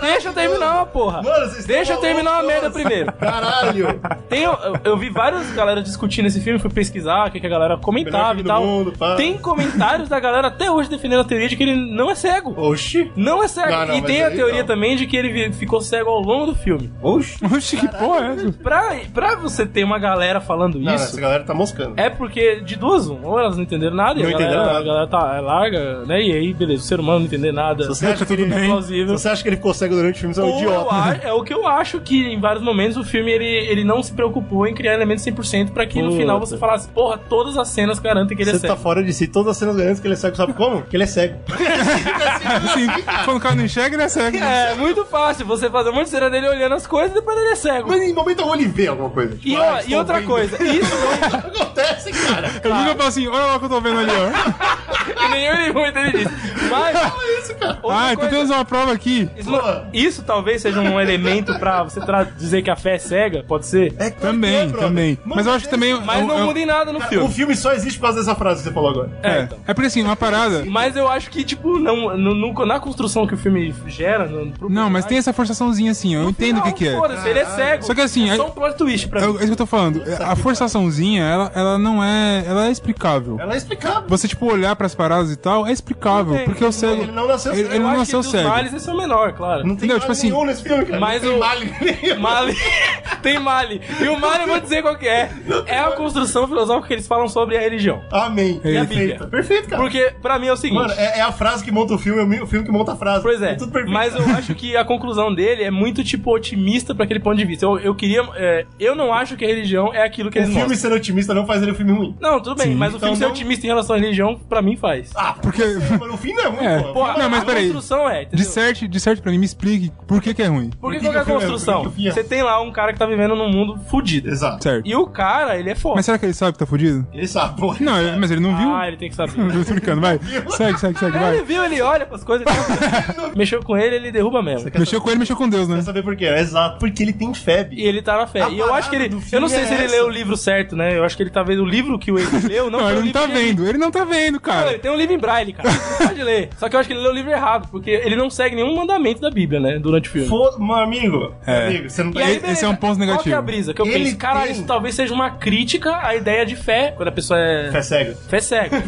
Deixa eu terminar uma porra. Mano, vocês estão Deixa eu terminar uma malucos. merda primeiro. Caralho! Tem, eu, eu vi várias galera discutindo esse filme, fui pesquisar o que, que a galera Melhor comentava filme e do tal. mundo, pá. Tem comentários da galera até hoje defendendo a teoria de que ele não é cego. Oxi! Não é cego. Não, Ah, não, e mas tem a aí teoria não. também de que ele vi- ficou cego ao longo do filme. Oxe. Oxi, que porra é essa? Pra, pra você ter uma galera falando Não, isso, essa galera tá moscando. é porque de duas, uma, ou elas não entenderam nada, e a Não galera, entenderam nada. a galera tá é larga, né? E aí, beleza, o ser humano não entender nada. Se você Tá acha que ele- tudo bem. plausível. se você acha que ele ficou cego durante o filme, você é um Ou eu idiota. a- é o que eu acho que em vários momentos o filme ele, ele não se preocupou em criar elementos 100% pra que no Puta. final você falasse, porra, todas as cenas garantem que ele é Você tá cego. fora de si. Todas as cenas grandes que ele é cego, sabe como? Que ele é cego. Assim, quando o cara não enxerga, ele é cego. É, muito fácil você fazer um monte de cena dele olhando as coisas e depois ele é cego. Mas em momento algum ele vê alguma coisa. E, Tipo, ó, ah, e estou outra vendo. coisa, isso O que acontece, cara? Eu nunca falo assim, olha lá o que eu tô vendo ali, ó. que nem eu nem vou entender disso. Mas. <laughs> outra Ah, então coisa- temos uma prova aqui. Isso, não- Porra. isso talvez seja um elemento pra você tra- dizer que a fé é cega, pode ser. É claro que é, Também, brother. é também. Mano, Mas eu acho que também. Mas eu- não eu- muda em nada no O filme. filme só existe por causa dessa frase que você falou agora. É, É, então. é porque assim, uma parada. Mas eu acho que, tipo, não, no- no- na construção que o filme gera. No, pro Não, mas personagem, tem essa forçaçãozinha assim, eu entendo o que, que é. Foda-se, ele é cego. Só que assim, É só aí- um plot twist pra É mim. o- é isso que eu tô falando. A forçaçãozinha, ela, ela não é. Ela é explicável. Ela é explicável. Você, tipo, olhar pras paradas e tal, é explicável. Não tem, porque o cego. Ele não nasceu Ele- cego. ele Eu não acho nasceu que dos cego. males esse é o menor, claro. <laughs> Não tem Não, mal tipo assim, nenhum nesse filme, cara. mas não tem o- male nenhum. Mali. <laughs> tem Mali. E o Mali eu vou dizer qual que é. É a construção filosófica que eles falam sobre a religião. Amém. E a Perfeito. Bíblia? Perfeito, cara. Porque, pra mim, é o seguinte. Mano, é, é a frase que monta o filme, é o mi- o filme que monta a frase. Pois é, tudo perfeito. mas eu acho que a conclusão dele é muito, tipo, otimista pra aquele ponto de vista. Eu, eu queria... é, eu não acho que a religião é aquilo que O eles filme mostram. sendo otimista não faz ele um filme ruim. Não, tudo bem, mas o então filme ser não- otimista em relação à religião, pra mim, faz. Ah, <laughs> Porque- <laughs> Mano, o fim não é ruim, É. pô. Porra, Não, mas a peraí. construção é, entendeu? Disserte, disserte pra mim, me explique por que, que é ruim. Por Por que que que qual que é a o filme é- por que construção? que o filme é- Você tem lá um cara que tá vivendo num mundo fudido. Exato. Certo. E o cara, ele é foda. Mas será que ele sabe que tá fudido? Ele sabe, porra. Não, é- mas ele <laughs> não viu. Ah, ele tem que saber. Eu tô brincando, vai. Segue, segue, segue, ele vai. viu, ele olha pras coisas. <laughs> Ele... mexeu com ele, ele derruba mesmo. Mexeu com ele, mexeu com Deus, né? Quer saber por quê? Exato, porque ele tem febre. E ele tá na fé. A e eu acho que ele. parada do Eu não filme sei é se ele essa. leu o livro certo, né? Eu acho que ele tá vendo o livro que o <laughs> Wade leu. Não, Não, foi o ele não livro tá que ele- vendo. Ele não tá vendo, Não, ele cara. tem um livro em braille, cara. <laughs> Ele Pode ler. Só que eu acho que ele leu o livro errado, porque ele não segue nenhum mandamento da Bíblia, né? Durante o filme. Fo... Meu amigo, É. amigo, você não tá E aí, Esse beleza. é um ponto Qual que é negativo. a brisa? Que eu Ele penso, caralho, tem- isso talvez seja uma crítica à ideia de fé, quando a pessoa é. Fé cega. Fé cega.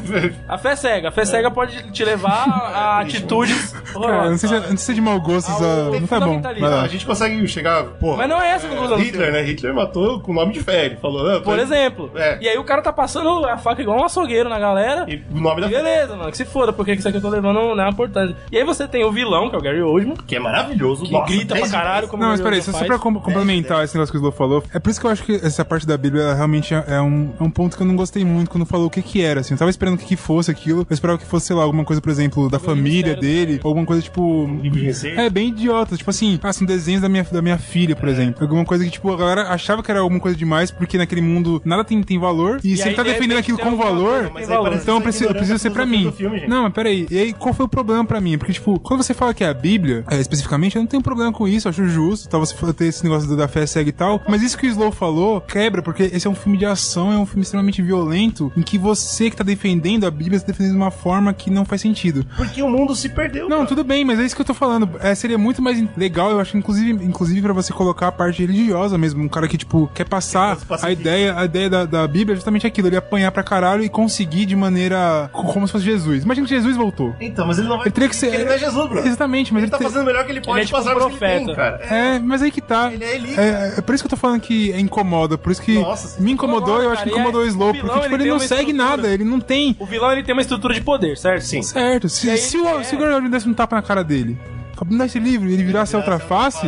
A fé cega. A fé cega pode te levar a <laughs> a atitudes. É. né? Cara, não sei se, horrorosas. não sei se é de mau gosto, só- tem não tá bom. Vai fundamentalismo. A lá. gente consegue chegar, porra. Ah. Mas não é essa a conclusão. do Hitler, filme. né? Hitler matou com o nome de fé. Ele falou, ah, Por exemplo. É. E aí o cara tá passando a faca igual um açougueiro na galera. E o nome da fé. Beleza, mano, que se foda, porque isso aqui eu tô levando não é importante. E aí você tem o vilão, que é o Gary Oldman, Que é maravilhoso. que Nossa, é grita pra 10, caralho como Não, mas o peraí, só, Oldman só faz. pra com- complementar esse negócio que o Slow falou, é por isso que eu acho que essa parte da Bíblia ela realmente é é um, é um ponto que eu não gostei muito quando falou o que que era, assim. Eu tava esperando o que que fosse aquilo, eu esperava que fosse, sei lá, alguma coisa, por exemplo, da família mistério, dele, alguma coisa tipo. Livro de receita. É, bem idiota. Tipo assim, ah, são desenhos da minha, da minha filha, por exemplo. Alguma coisa que, tipo, a galera achava que era alguma coisa demais, porque naquele mundo nada tem, tem valor. E, se aí, ele tá de defendendo repente, aquilo tem com alguma valor, coisa, Mas Tem aí valor. parece que então eu você preciso, eu ignorando preciso a ser pra filosofia mim. do filme, gente. não, mas peraí. E aí, qual foi o problema pra mim? Porque, tipo, quando você fala que é a Bíblia, é, especificamente, eu não tenho problema com isso, eu acho justo, tal, você ter esse negócio da- da fé cega e tal. Mas isso que o Slow falou quebra, porque esse é um filme de ação, é um filme extremamente violento, em que você que tá defendendo a Bíblia, você tá defendendo de uma forma que não faz sentido. Porque o mundo se perdeu. Não, cara. tudo bem, mas é isso que eu tô falando. É, seria muito mais in- legal, eu acho, inclusive, inclusive para você colocar a parte religiosa mesmo. Um cara que, tipo, quer passar Que fosse a ideia, a ideia da, da Bíblia é justamente aquilo. Ele apanhar pra caralho e conseguir de maneira. co- como se fosse Jesus. Imagina que Jesus voltou. Então, mas ele não vai. Ele teria que ser. Ele não é Jesus, bro. Ele Exatamente, mas ele, tá te- fazendo o melhor que ele pode é tipo passar um com o que ele tem, profeta. cara. É, mas aí que tá. Ele é Eli, É, é por isso que eu tô falando que é incomoda. Por isso que Nossa, me incomodou, incomoda, eu acho que cara. E incomodou aí, o Slow. o vilão, Porque, tipo, ele ele tem não uma segue estrutura. nada, ele não tem. O vilão ele tem uma estrutura de poder, certo? Sim. Certo, se, aí se, ele o, quer. se o Gordon desse um tapa na cara dele, me dá esse livro e ele virasse a outra face,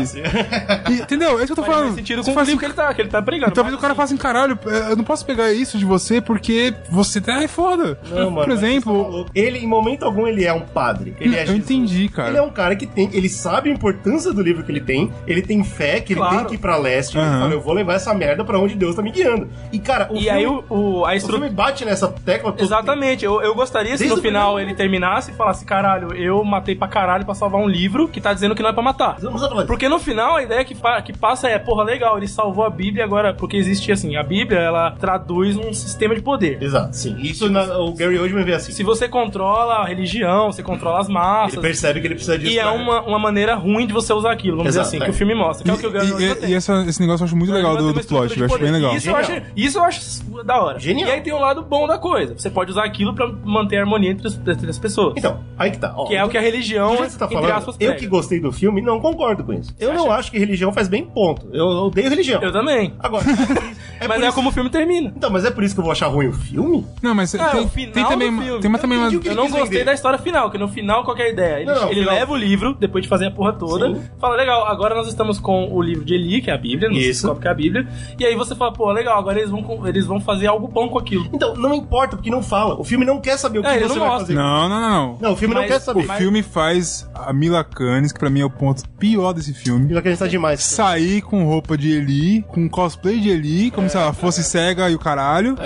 e- entendeu? É isso que eu tô Faz mais falando. sentido Você com o fala assim, clima que ele tá, que ele tá brigando. Talvez Mas, o cara assim, faça assim, caralho, é, eu não posso pegar isso de você porque você tá é foda. Não, mano, Por mas tá vocês exemplo, estão malucos. ele em momento algum ele é um padre. Ele é eu Jesus. entendi, cara. Ele é um cara que tem, ele sabe a importância do livro que ele tem, ele tem fé que ele Claro. tem que ir pra leste, ele Aham. fala, eu vou levar essa merda pra onde Deus tá me guiando. E cara, o E filme, aí o, o- a o estrutura. filme bate nessa tecla todo Exatamente, eu, eu gostaria se Desde no o final primeiro ele terminasse e falasse: caralho, eu matei pra caralho pra salvar um livro livro que tá dizendo que não é pra matar. Exatamente. Porque no final a ideia que, pa- que passa é, porra, legal, ele salvou a Bíblia agora, porque existe assim, a Bíblia ela traduz um sistema de poder. Exato, sim. Isso na- o Gary Oldman vê assim. Se você controla a religião, você controla as massas. Ele percebe que ele precisa disso. E é pra- uma, uma maneira ruim de você usar aquilo, vamos Exato, dizer assim, é. que o filme mostra. Que é o que o Gary E- Oldman e, tem. e essa- esse negócio eu acho muito legal Ele do, vai ter do uma estrutura plot, de eu acho bem poder. legal. Isso eu, acho, Genial. isso eu acho da hora. Genial. E aí tem o lado bom da coisa. Você pode usar aquilo pra manter a harmonia entre as, entre as pessoas. Então, aí que tá. ó. que é o que a religião, Do jeito que você tá entre falando, aspas, eu prega. que gostei do filme, não concordo com isso. Eu não acho que religião faz bem, ponto. Eu odeio religião. Eu também. <laughs> Agora, é Mas por é isso- como o filme termina. Então, mas é por isso que eu vou achar ruim o filme? Não, mas Ah, tem, o final tem também, do uma- filme. tem uma, também uma- entendi o que Eu ele não quis gostei vender. da história final, que no final qual que é a ideia? Ele, Não, não, ele final- leva o livro, depois de fazer a porra toda, Sim. fala, legal, agora nós estamos com o livro de Eli, que é a Bíblia, não sei Isso. qual que é a Bíblia, e aí você fala, pô, legal, agora eles vão, com- eles vão fazer algo bom com aquilo. Então, não importa, porque não fala. O filme não quer saber o que É, ele você não vai mostra. fazer. Não, não, não. não. Não, o filme Mas não quer O saber. filme faz a Mila Kunis, que pra mim é o ponto pior desse filme. Já que a gente tá é demais. Sair com roupa de Eli, com cosplay de Eli, como se ela fosse cega e o caralho.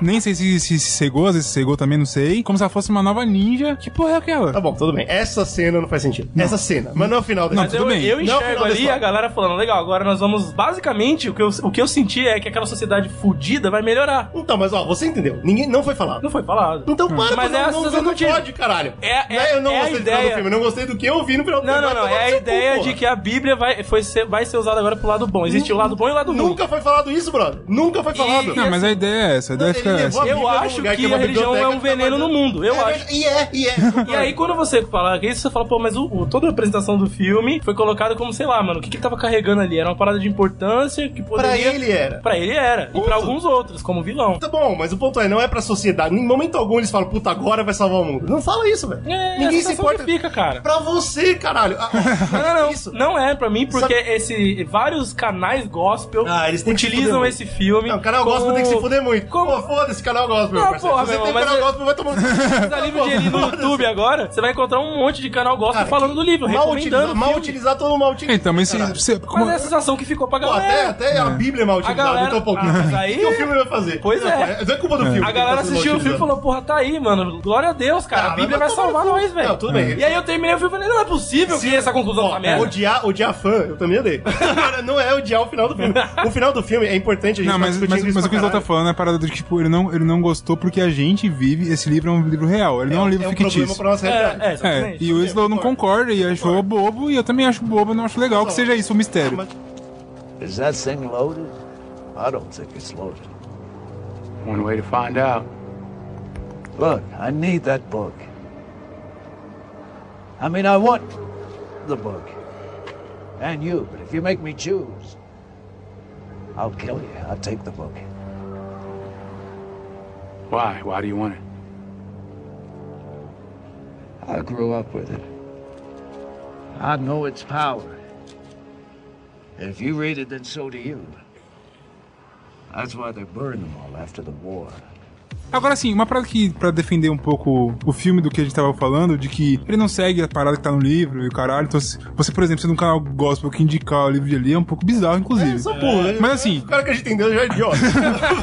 Nem sei se, se, se cegou, às vezes se cegou também, não sei. Como se ela fosse uma nova ninja. Que porra é aquela? Tá bom, tudo bem. Essa cena não faz sentido. Essa cena. Mas não é o final da Não, Mas tudo eu, bem. eu Não, enxergo final da ali história. a galera falando, legal, agora nós vamos. Basicamente, o que eu, o que eu senti é que aquela sociedade fudida vai melhorar. Então, mas ó, você entendeu. Ninguém não foi falado. Não foi falado. Então para, Mas não, é não, essa você não notícia. pode, caralho. É- é- Né, eu não é a gostei do final do ideia. filme, eu não gostei do que eu vi no final do Não, filme. não, Vai não. tomar É a no seu cu, ideia de porra. que a Bíblia vai, foi ser, vai ser usada agora pro lado bom. Existe o lado bom e o lado ruim. Nunca foi falado isso, brother. Nunca foi falado. Não, mas a ideia é essa. A ideia Ele fica levou essa. a Bíblia Eu num acho lugar que, é uma a religião é biblioteca um veneno no mundo. Eu É acho. verdade. E é, e é. concordo. E aí, quando você fala que isso, você fala, pô, mas o, o- toda a apresentação do filme foi colocada como, sei lá, mano, o que, que ele tava carregando ali? Era uma parada de importância que <laughs> poderia. Pra ele era. Pra ele era. E Ponto. pra alguns outros, como vilão. Tá bom, mas o ponto é, não é pra sociedade. Em momento algum eles falam, puta, agora vai salvar o mundo. Não fala isso, velho. É, Ninguém a se sensação importa. que fica, cara. Pra você, caralho. Ah, ah, <laughs> Não, não, Isso. não. Não é pra mim, porque Sabe- esse, vários canais gospel Ah, eles têm que se utilizam fuder esse filme. Não, o canal como- gospel tem que se fuder muito. Como- Pô, foda-se, canal gospel, Não, meu parceiro. porra, Se você meu tem irmão, canal mas gospel, eu- vai tomar um <laughs> Você tá livro de Eli no YouTube agora, você vai encontrar um monte de canal gospel Cara, falando do livro, Mal recomendando utilizar, o mal filme. utilizar todo mal utilizado. Então, mas se, Caralho. se- Mas como- é a sensação que ficou pra Pô, até, galera. até a Bíblia é mal utilizada, galera- então um pouquinho. Ah, mas aí- O <laughs> que o filme vai fazer? Pois é. Não é culpa do filme. A galera assistiu o filme e falou, porra, tá aí, mano. Glória a Deus, cara. Ah, a Bíblia vai mas vai salvar tomar no nós, cu. velho. Não, tudo bem. é E aí eu terminei o filme e falei, não é possível que essa conclusão tá merda. Odiar, odiar fã, eu também <laughs> odeio. Agora, não é odiar o final do filme. O final do filme é importante a gente Não, tá mas, discutindo mas, isso mas pra o que o Slow tá caralho. falando é a parada de que, tipo, ele não, ele não gostou porque a gente vive. Esse livro é um livro real, ele não é um livro é um problema fictício. pra nossa realidade. É, é, É, exatamente. e o Slow não concorda e achou bobo, e eu também acho bobo, não acho legal que seja isso o mistério. é. Mas- Is that thing loaded? I don't think it's loaded. One way to find out. Look, I need that book. I mean, I want the book. And you, but if you make me choose, I'll kill you. I'll take the book. Why? Why do you want it? I grew up with it. I know its power. And if you read it, then so do you. That's why they burned them all after the war. Agora sim, uma parada que, pra defender um pouco o filme do que a gente tava falando, de que ele não segue a parada que tá no livro e o caralho. Então, se- você, por exemplo, sendo um canal gospel que indicar o livro de ali é um pouco bizarro, inclusive. Essa porra, né? Mas assim, O cara que a gente entendeu já é <laughs> idiota.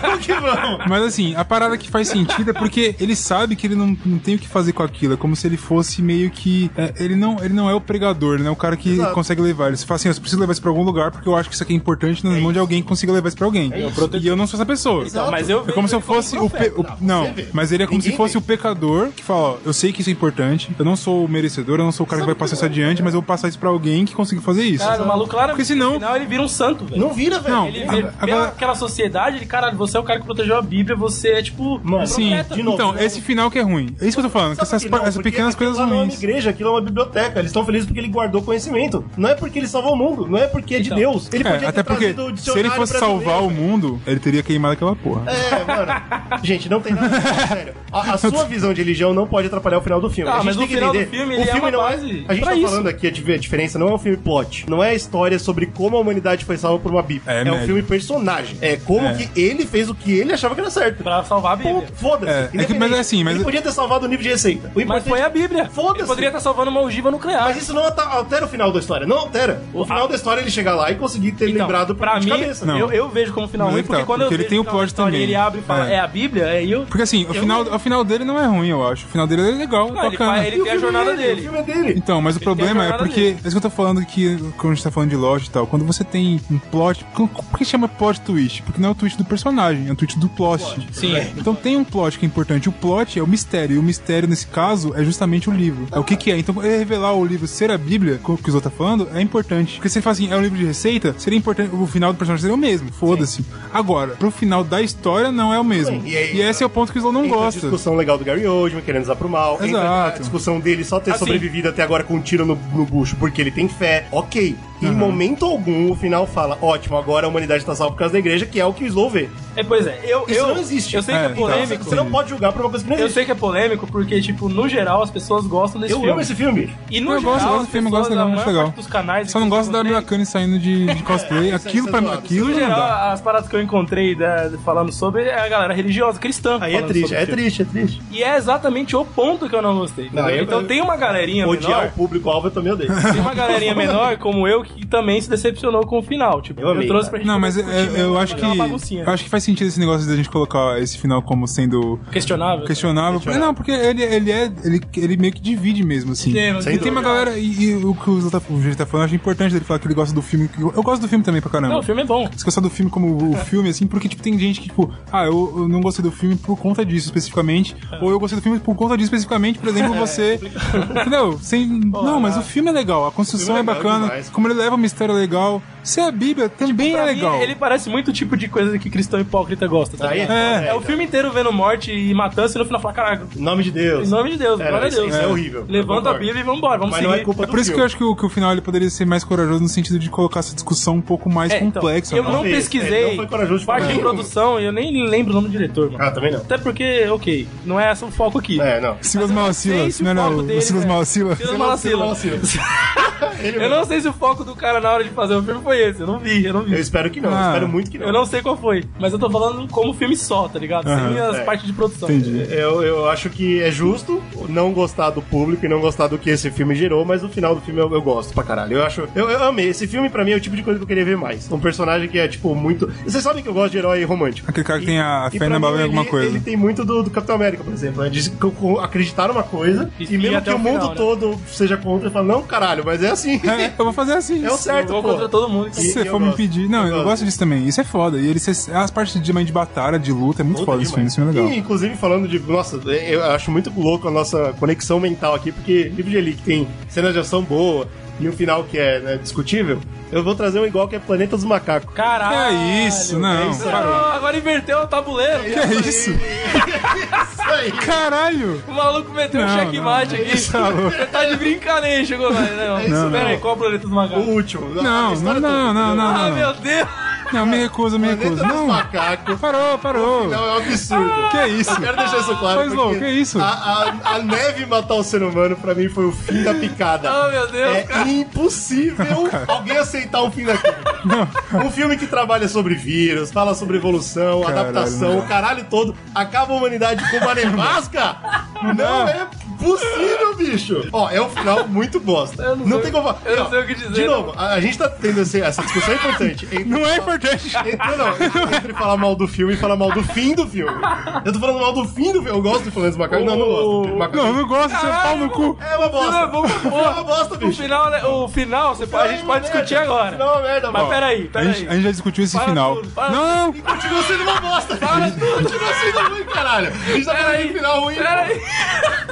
Vamos que vamos. Mas assim, a parada que faz sentido é porque ele sabe que ele não, não tem o que fazer com aquilo. É como se ele fosse meio que. é, ele, não, ele não é o pregador, ele não é o cara que Exato. consegue levar. Ele se fala assim: eu preciso levar isso pra algum lugar porque eu acho que isso aqui é importante nas mãos de alguém que consiga levar isso pra alguém. e eu não sou essa pessoa. Então, Mas eu É como se eu fosse o, pe- o- Não, você vê. mas ele é como Ninguém se fosse vê. o pecador que fala: ó, eu sei que isso é importante, eu não sou o merecedor, eu não sou o cara que vai passar isso adiante, mas eu vou passar isso pra alguém que consiga fazer isso. Cara, o maluco, claro, Porque senão- no final ele vira um santo, velho. Não vira, velho. Não, Ele, a- ele- agora- pela aquela sociedade, ele, caralho, você é o cara que protegeu a Bíblia, você é tipo. Mano, Sim, profeta. de novo, então, de novo. esse final que é ruim. É isso que eu tô falando, que Sabe essas, por quê? pa- Não, essas porque pequenas aquilo coisas lá Não é ruins. uma igreja, aquilo é uma biblioteca. Eles estão felizes porque ele guardou conhecimento. Não é porque ele salvou o mundo, não é porque é Então. de Deus. Ele É, podia até ter porque trazido o se ele dicionário fosse brasileiro. salvar o mundo, ele teria queimado aquela porra. É, mano. Gente, não tem nada. a ver, Sério. A, a sua visão de religião não pode atrapalhar o final do filme. Ah, a gente mas tem o que final do entender, filme, o ele é filme uma não base A gente pra tá isso. falando aqui, a di- a diferença não é um filme plot. Não é a história sobre como a humanidade foi salva por uma bíblia. É, É, um médio. filme personagem. É como É. que ele fez o que ele achava que era certo. Pra salvar a Bíblia. Ponto. Foda-se. É, é que- mas é Independente. assim, mas- Ele podia ter salvado o nível de receita. O Mas importante- foi a Bíblia. Foda-se. Ele poderia estar salvando uma ogiva nuclear. Mas isso não ata- altera o final da história, não altera. O final da história é ele chegar lá e conseguir ter Então, é lembrado pra de mim, cabeça. Não. Eu, eu vejo como final Mas ruim, é que porque tá, quando eu porque ele vejo tem o final da plot história, também. ele abre e fala, É. é, a Bíblia, é eu. Porque assim, o final, o final dele não é ruim, eu acho. O final dele é legal, Não, ele, bacana. vai- ele tem a jornada dele. é dele. Então, mas o problema é jornada porque. dele. É isso que eu tô falando que quando a gente tá falando de loja e tal, quando você tem um plot. Por por que chama plot twist? Porque não é o twist do personagem, é o twist do plot. Sim. Então tem um plot que é importante. O plot é o mistério. E o mistério, nesse caso, é justamente o livro. É o que, que é. Então, ele revelar o livro ser a Bíblia, como que o Zou tá falando, é importante. Porque se ele fala assim, é um livro de receita, seria importante. O final do personagem seria o mesmo. Foda-se. Agora, pro final da história, não é o mesmo. Sim, E, e aí- esse é o ponto que o Zou não Entra a gosta. discussão legal do Gary Oldman, querendo usar pro mal. Entra a Exato. discussão dele só ter Assim. sobrevivido até agora com um tiro no, no bucho porque ele tem fé. Ok. Em momento algum, o final fala: ótimo, agora a humanidade tá salva por causa da igreja, que é o que o Slow vê. É, pois é, eu. Isso eu, não existe. Eu sei É, que é tá. polêmico. Você não pode julgar por uma coisa que não Eu existe. sei que é polêmico porque, tipo, no geral as pessoas gostam desse Eu filme. amo esse filme. E no Eu geral, gosto, eu gosto as do filme, eu pessoas, gosto legal, a acho maior legal. parte dos canais... Só não inclusive, gosto da vocês- Murakami saindo de, de <laughs> cosplay. aquilo pra mim, zoado. aquilo No não dá. geral, as paradas que eu encontrei da- falando sobre é a galera religiosa, cristã. Aí é falando triste, sobre é o filme. triste, é triste. E é exatamente o ponto que eu não gostei. entendeu? eu- então eu- tem uma galerinha Odiar menor. o público-alvo eu também <laughs> odeio. Tem uma galerinha menor, como eu, que também se decepcionou com o final. Tipo, Eu eu, amei, cara. trouxe pra gente. Não, mas é- discutir, é- eu acho que. fazer uma baguncinha. Eu acho que faz sentido esse negócio da gente colocar esse final como sendo Questionável. assim. questionável. Não, porque ele, ele é. Ele, ele meio que divide mesmo, assim. Tem, mas e tem dúvida. uma galera. E, e o que o Zé tá, o Gil tá falando, eu acho importante ele falar que ele gosta do filme. que Eu, eu gosto do filme também pra caramba. Não, o filme é bom. Esqueça do filme como o filme, assim, porque, tipo, tem gente que, tipo, ah, eu, eu não gostei do filme por conta disso especificamente, ou eu gostei do filme por conta disso especificamente, por exemplo, você. Entendeu? Sem... Não, mas o filme é legal, a construção O é, filme é legal bacana, demais. como ele leva o mistério é legal. Se é a Bíblia também é Pra mim, legal. ele parece muito o tipo de coisa que cristão hipócrita gosta, tá Aí ligado? É. É, o filme inteiro vendo morte e matança e no final fala, caraca, Em nome de Deus. em nome de Deus, É, glória a isso- Deus. isso é horrível. Levanta Eu a concordo. Bíblia e vambora, vamos Mas seguir. não é culpa É do por isso que eu filme. acho que o, que o final ele poderia ser mais corajoso no sentido de colocar essa discussão um pouco mais É, então, complexa. né? eu não Talvez, pesquisei é, não foi corajoso de parte falar. de produção e eu nem lembro o nome do diretor, mano. Ah, também não. Até porque, ok, não é esse o foco aqui. É, não. Silas Mas eu não sei Malacilas, se o não era foco o- dele, o Silas né? Malacilas? Silas Malacila. Ele Eu não sei se o foco do cara na hora de fazer o filme foi esse. Eu não vi, eu não Eu vi. espero que não, eu Ah. espero muito que não. Eu não sei qual foi, mas eu tô falando como filme só, tá ligado? Sem Aham. as É. partes de produção. Entendi. Eu, eu acho que é justo não gostar do público e não gostar do que esse filme gerou, mas no final do filme eu, eu gosto pra caralho. Eu acho. Eu, eu amei. Esse filme, pra mim, é o tipo de coisa que eu queria ver mais. Um personagem que é, tipo, muito. Vocês sabem que eu gosto de herói romântico. Aquele cara que tem a e fé pra na bala em mim, alguma ele- coisa. Ele tem muito do, do Capitão América, por exemplo. né? De co- co- acreditar numa coisa E e, ir mesmo até que o, o mundo final, né? todo seja contra, ele fala, não, caralho, mas é assim. <laughs> É, eu vou fazer assim. É o Tá Eu certo, vou pô. contra todo mundo. E- Se você eu for me gosto. pedir. é Não, Eu eu, gosto. gosto disso também. Isso é foda. E ele, se- as partes de mãe de batalha, de luta, é muito Puta, foda esse filme. demais. Isso é E, legal. inclusive, falando de. Nossa, é, eu acho muito louco a nossa conexão mental aqui, porque livro de Eli que tem cenas de ação boa e um final que é né, discutível, eu vou trazer um igual que é Planeta dos Macacos. Caralho. é Que é isso, não. isso. parou. Ah, agora inverteu o tabuleiro. Que é isso? <laughs> Isso aí! Caralho! O maluco meteu um Não, checkmate não. aqui. Isso, tá louco. Você tá de brincadeira, chegou lá. Não, isso, pera aí, não. qual é o planeta do O macaco? último. Não, não, não, não, não, Ah, Um, não. meu Não, Deus. Não, me recuso, me recuso. Planeta dos Não, Macacos. parou, parou. Não, é um absurdo. Que é isso? Eu quero deixar isso claro. Mas, Lô, porque que isso? A, a- a neve matar o ser humano, pra mim, foi o fim da picada. <laughs> Ah, meu Deus, É cara. impossível alguém aceitar o fim daquilo. Um filme que trabalha sobre vírus, fala sobre evolução, Caralho, adaptação, não. o caralho todo, acaba a humanidade com uma nevasca? Não é possível, bicho. Ó, é um final muito bosta. Eu não não sei- tem como falar. eu não Ó, sei o que dizer, De não. novo, a, a gente tá tendo esse- essa discussão importante. Entre- Não é importante. entre, não, entre falar mal do filme e falar mal do fim do filme. Eu tô falando mal do fim do filme. Eu gosto de Fernandes Macaco. Não, não gosto. do Macaco. Não, não gosto de ser pau tá no cu. É uma bosta. Não, vamos pro É uma bosta, O bicho. final, né, o final, você pode- a gente pode discutir agora. Não, é uma merda, Mas mano. peraí, A peraí. gente, a gente já discutiu esse Para final. tudo, para Não! Continua sendo uma bosta. Para tudo. Continua sendo ruim, caralho. A gente tá falando de Peraí, final ruim. peraí.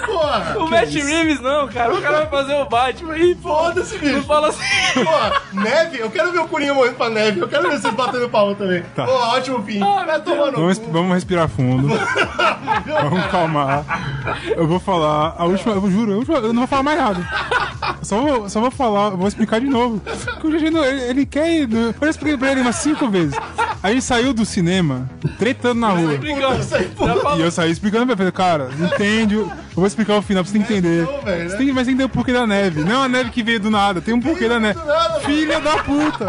Porra. O Matt Reeves não, cara. O cara vai fazer o Batman e foda. Foda-se, Não bicho. fala assim. Porra, neve? Eu quero ver o Curinha morrendo pra neve. Eu quero ver vocês batendo palma também. Tá. Pô, ótimo fim. Ah, Vai tomar no Vamos, cu. vamos respirar fundo. Vamos calmar. Eu vou falar a última. Eu juro, eu, juro, eu não vou falar mais nada. Só vou, só vou falar, vou explicar de novo. Porque o GG, não- ele, ele quer ir. no- Eu já expliquei pra ele umas cinco vezes. A gente saiu do cinema tretando na rua. Puta, isso aí, porra. E eu saí explicando pra ele, cara, entende? Eu vou explicar o final pra você entender. não, velho, Você tem, que- mas tem que ter o porquê da neve. Não é a neve que veio do nada, tem um porquê da neve. nada, Filha da puta!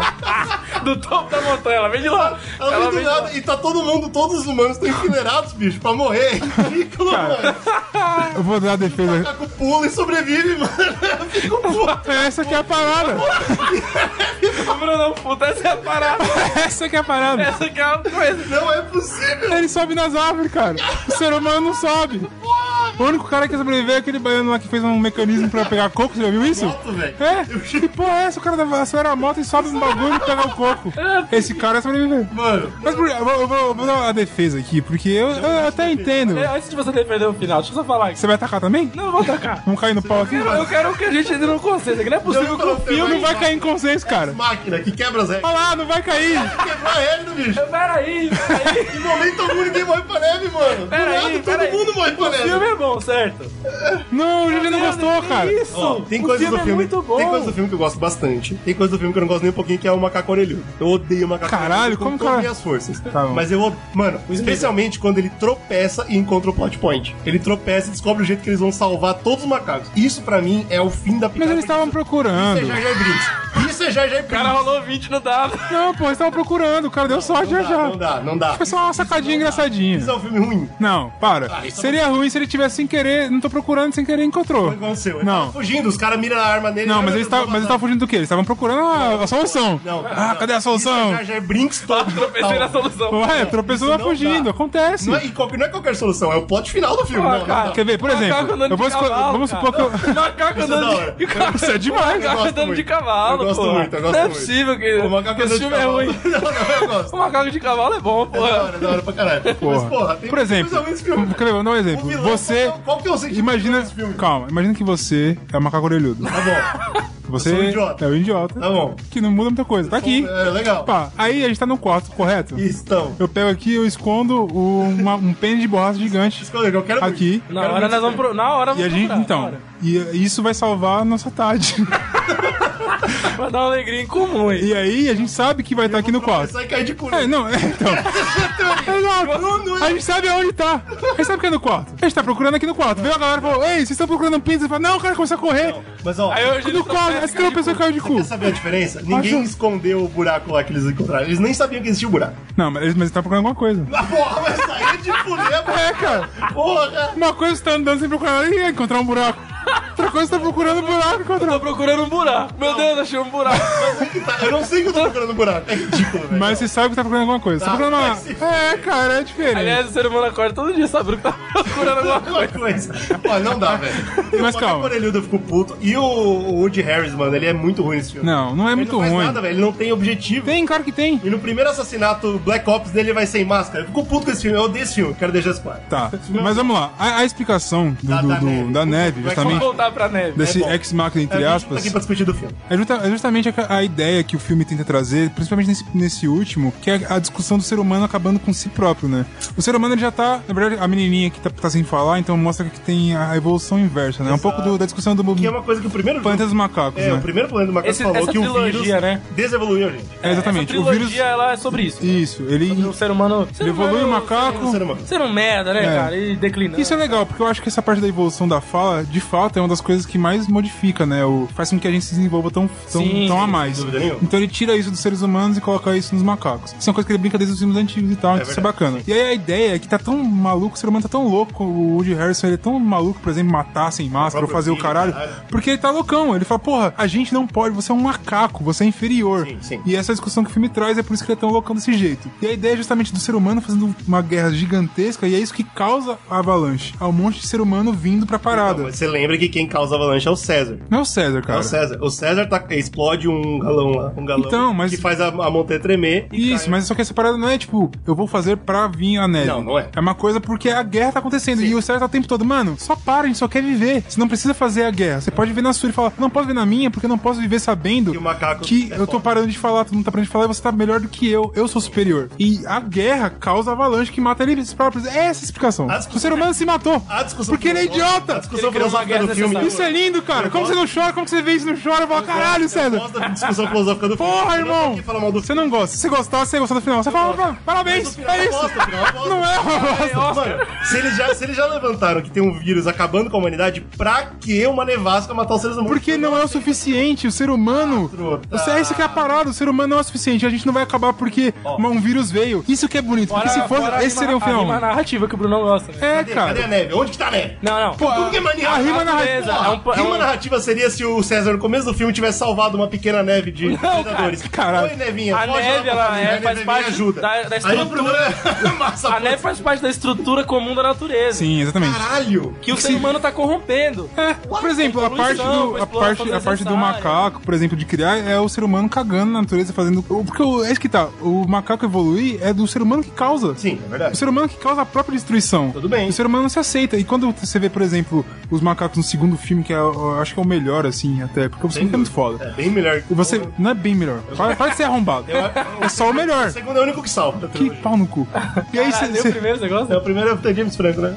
Do topo da montanha, ela vem de lá. Ela Ela não tem vem de lá. nada. E tá todo mundo, todos os humanos estão enfileirados, bicho, pra <laughs> morrer. É ridículo, mano. Eu vou dar a defesa. Macaco pula e sobrevive, mano. <laughs> Fica um puto. Essa que é a parada! Bruno, puta, essa é a parada. Essa que é a parada! Essa que é a coisa. Não é possível. Ele sobe nas árvores, cara. O ser humano não sobe. O único cara que sobreviveu é aquele baiano lá que fez um mecanismo pra pegar coco, você já viu isso? Moto, velho. É? Que porra é essa? O cara da- acelera a moto e sobe no bagulho e pega o coco. Esse cara é sobreviver. Mano, Mas por, eu, vou, eu vou- eu vou dar uma defesa aqui, porque eu, eu até entendo. É, antes de você defender o final, deixa eu só falar aqui. Você vai atacar também? Não, eu vou atacar. Vamos cair no pau aqui? Eu, eu quero que a gente entre no consenso, que não é possível que o Eu filme não vai... vai cair em consenso, cara. máquina que quebra as regras. Olha lá, não vai cair. Quebrar ele do bicho. Peraí, peraí. Em momento algum ninguém morre pra neve, mano. Do Pera aí, nada, pera todo aí. mundo morre pra O filme neve. é bom, certo? Não, o Juliano não gostou, Que cara. Isso! Ó, tem o coisas do filme filme. é muito bom. Tem coisas do filme que eu gosto bastante. Tem coisas do filme que eu não gosto nem um pouquinho, que é o macaco orelhudo. Eu odeio o macaco Caralho, orelhudo como com que todas as ela- Tá minhas forças. bom. Mas eu odeio. Mano, especialmente quando ele tropeça e encontra o plot point. Ele tropeça e descobre o jeito que eles vão salvar todos os macacos. Isso pra mim é o fim da Mas picada. eles estavam Isso é procurando. Jar Jar Binks. Isso é Jar Jar O cara Binks. rolou 20 no dado. Não, pô, eles estavam procurando. O cara deu sorte já Não já. dá, não dá. Foi só uma sacadinha engraçadinha. Isso é um filme ruim. Não, para. Ah, isso Seria ruim se ele tivesse sem querer, não tô procurando, sem querer encontrou. O que aconteceu? Ele Não. tava fugindo, os caras miram a arma nele. Não, ele mas vai eles tentar estavam mas eles matar. estavam fugindo do quê? Eles estavam procurando a, a solução. um Não, cara, ah, não. cadê a Isso solução? é Jar Jar Brinks todo. Tropecei na solução. Ué, tropeçou né? isso lá não fugindo, dá. acontece. Não é, e qualquer- não é qualquer solução, é o plot final do filme. Ah, não, cara. não, não. Quer ver, por Macaco exemplo, andando eu vou de esco- cavalo, vamos supor que eu... Macaco Isso é da <laughs> andando hora. de cavalo. Isso é demais. Eu Macaco gosto andando de muito. cavalo, Eu gosto pô. muito, eu gosto Não é muito. possível que O macaco que esse andando de filme é cavalo. ruim. <laughs> Não, não, eu O gosto. macaco de cavalo é bom, É da hora, porra. é da hora pra caralho. Mas, porra, tem Por exemplo, coisa ruim nesse filme. quer ver, vou dar um O exemplo. vilão, Você... Qual, qual que é o sentido Imagina... desse filme? Calma, imagina que você é um macaco orelhudo. Tá bom, Você sou um idiota. é um idiota. tá bom. Que não muda muita coisa. Tá aqui. É, legal. então. Pá, aí a gente tá no quarto, correto? Estão. Eu pego aqui, eu escondo o- uma- um pênis de borracha gigante Escolha, eu quero muito. aqui. Na hora nós vamos. pro- Na hora E vamos a gente, procurar, na então, hora. e isso vai salvar a nossa tarde. <laughs> Vai dar uma alegria em comum aí. E aí a gente sabe que vai estar aqui no quarto. Sai cair de cu. né? É, não, é, <laughs> então. Exato. A gente sabe aonde tá. A gente sabe que é no quarto. A gente tá procurando aqui no quarto. Veio a galera e falou: Ei, vocês estão procurando um pizza? Eu falo, não, o cara começou a correr. Mas ó, Aí hoje tá No quarto, essa que a pessoa caiu de cu. quer saber a diferença? Ninguém Acho- escondeu o buraco lá que eles encontraram. Eles nem sabiam que existia o buraco. Não, mas eles mas eles tá procurando alguma <laughs> coisa. Ah, porra, mas sair de fuder, <laughs> É, cara. porra. Uma coisa você tá andando sem procurar e encontrar um buraco. Outra coisa você tá procurando um buraco e encontrar. Tô procurando um buraco. Meu Deus, achei um buraco. Eu não sei que eu tô procurando buraco. É ridículo, velho. Mas você sabe que tá procurando alguma coisa. Você tá Tá, procurando mas se- uma. É, cara, é diferente. Aliás, o ser humano acorda todo dia sabendo que tá <laughs> procurando alguma coisa. É Uma coisa. Ó, não dá, velho. E Mas o calma. Orelhudo eu fico puto. E o o Woody Harris, mano, ele é muito ruim nesse filme. Não, não é ele muito não faz ruim. nada, velho. Ele não tem objetivo. Tem, claro que tem. E no primeiro assassinato, o Black Ops dele vai sem máscara. Eu fico puto com esse filme. Eu odeio esse filme. Quero deixar isso claro. Tá, mas vamos lá. A, a explicação do, Da- do- da do- neve. da neve, Vai justamente, Vamos voltar pra neve. desse É bom. ex-máquina, entre É, a gente tá aspas, aqui pra discutir do filme. é, justa- é justamente a, a ideia que o filme tenta trazer, principalmente nesse, nesse último, que é a discussão do ser humano acabando com si próprio, né? O ser humano ele já tá, na verdade, a menininha que tá, tá sem falar, então mostra que tem a evolução inversa, né? Um pouco do- da discussão do Que é uma coisa que o primeiro... planeta dos macacos, É, né? o primeiro planeta do Macaco Esse- falou essa que o trilogia, vírus né? desevoluiu a gente. É, Essa exatamente. o trilogia, vírus. ela é sobre isso. Isso, ele, um O ser humano... ele evolui o É um macaco. ser humano. Ser um merda, né, É. cara? E declinando. Isso é legal, porque eu acho que essa parte da evolução da fala, de fato, é uma das coisas que mais modifica, né? O, faz com que a gente se desenvolva tão, tão, Sim, tão a sem mais. dúvida nenhuma. Então ele tira isso dos seres humanos e coloca isso nos macacos. Isso é uma coisa que ele brinca desde os filmes antigos e tal, então isso é verdade, bacana. E aí a ideia é que tá tão maluco, o ser humano tá tão louco, o Woody Harrison ele é tão maluco, por exemplo, matar sem máscara ou próprio fazer o filho, caralho, caralho. porque ele tá loucão. Ele fala, porra, a gente não pode, você é um macaco, você é inferior. Sim, sim. E essa discussão que o filme traz é por isso que ele é tão loucão desse jeito. E a ideia é justamente do ser humano fazendo uma guerra gigantesca e é isso que causa a avalanche. Há um monte de ser humano vindo pra parada. Não, mas você lembra que quem causa a avalanche é o César. Não é o César, É cara. o César. O César tá- explode um galão lá. Um galão Então, mas- que faz a, a montanha tremer. e Isso, cai. mas só que essa parada não é tipo, eu vou fazer pra vir a neve. Não, não é. É uma coisa porque a guerra tá acontecendo e o César tá o tempo todo, mano, só para, a gente só quer viver. Você não precisa fazer a guerra. Você pode ver na sua e falar, não posso ver na minha porque eu não posso viver sabendo Que o macaco que é eu tô foda. parando de falar, todo mundo tá parando de falar e você tá melhor do que eu. Eu sou superior. E a guerra causa avalanche que mata eles próprios. É essa a explicação. A O discussão- ser humano se matou. A discussão porque ele é A idiota. discussão Ele criou uma filosófica guerra do filme. necessária. Isso é lindo, cara. Como você não chora? Como você vê isso e não chora? Eu falo, caralho, Eu César. gosto da discussão filosófica do filme. Porra, Eu não tô irmão! aqui falando mal do Você não gosta. Se você gostar, você gostar do final. Você fala, "Pá, Mas parabéns, o final é isso. bosta, o final é bosta. Não é uma É, bosta. Oscar. Mano, Se eles, já, se eles já levantaram que tem um vírus acabando com a humanidade, pra que uma nevasca matar os seres humanos? Porque não é o suficiente, o ser humano. Trota. Você, é isso que é a parada, o ser humano não é o suficiente. A gente não vai acabar porque uma- um vírus veio. Isso que é bonito, porque se fosse, esse seria um a final. rima narrativa que o Bruno gosta. né? É, Cadê, cadê a cara. neve? Onde que tá a neve? Não, não. Pô, Tudo que é a maniado. rima narrativa. Beleza, é um, Porra, é rima um- narrativa seria se o César, no começo do filme, tivesse salvado uma pequena neve de <laughs> cara, predadores. caralho. Oi, nevinha. A pode ir lá neve, pra ela família, é- a neve faz me parte ajuda. da- da Aí o problema é <laughs> massa. a neve faz parte da estrutura comum da natureza. Sim, exatamente. Caralho. Que o ser humano tá corrompendo. É, por exemplo, a parte, do, a, Poluição, parte, a parte do macaco, por exemplo, de criar é o ser humano cagando na natureza, fazendo. Porque o- é isso que tá. O macaco evoluir é do ser humano que causa. Sim, é verdade. O ser humano que causa a própria destruição. Tudo bem. O ser humano não se aceita. E quando você vê, por exemplo, os macacos no segundo filme, que é, eu acho que é o melhor, assim, até, porque o segundo é muito foda. É bem melhor. E você. Não é bem melhor. Para, para de ser arrombado. É só o O melhor. segundo é o único que salva. Que pau no cu. E aí Caralho, leu o você. primeiro negócio? É o primeiro é o James Franco, <laughs> né?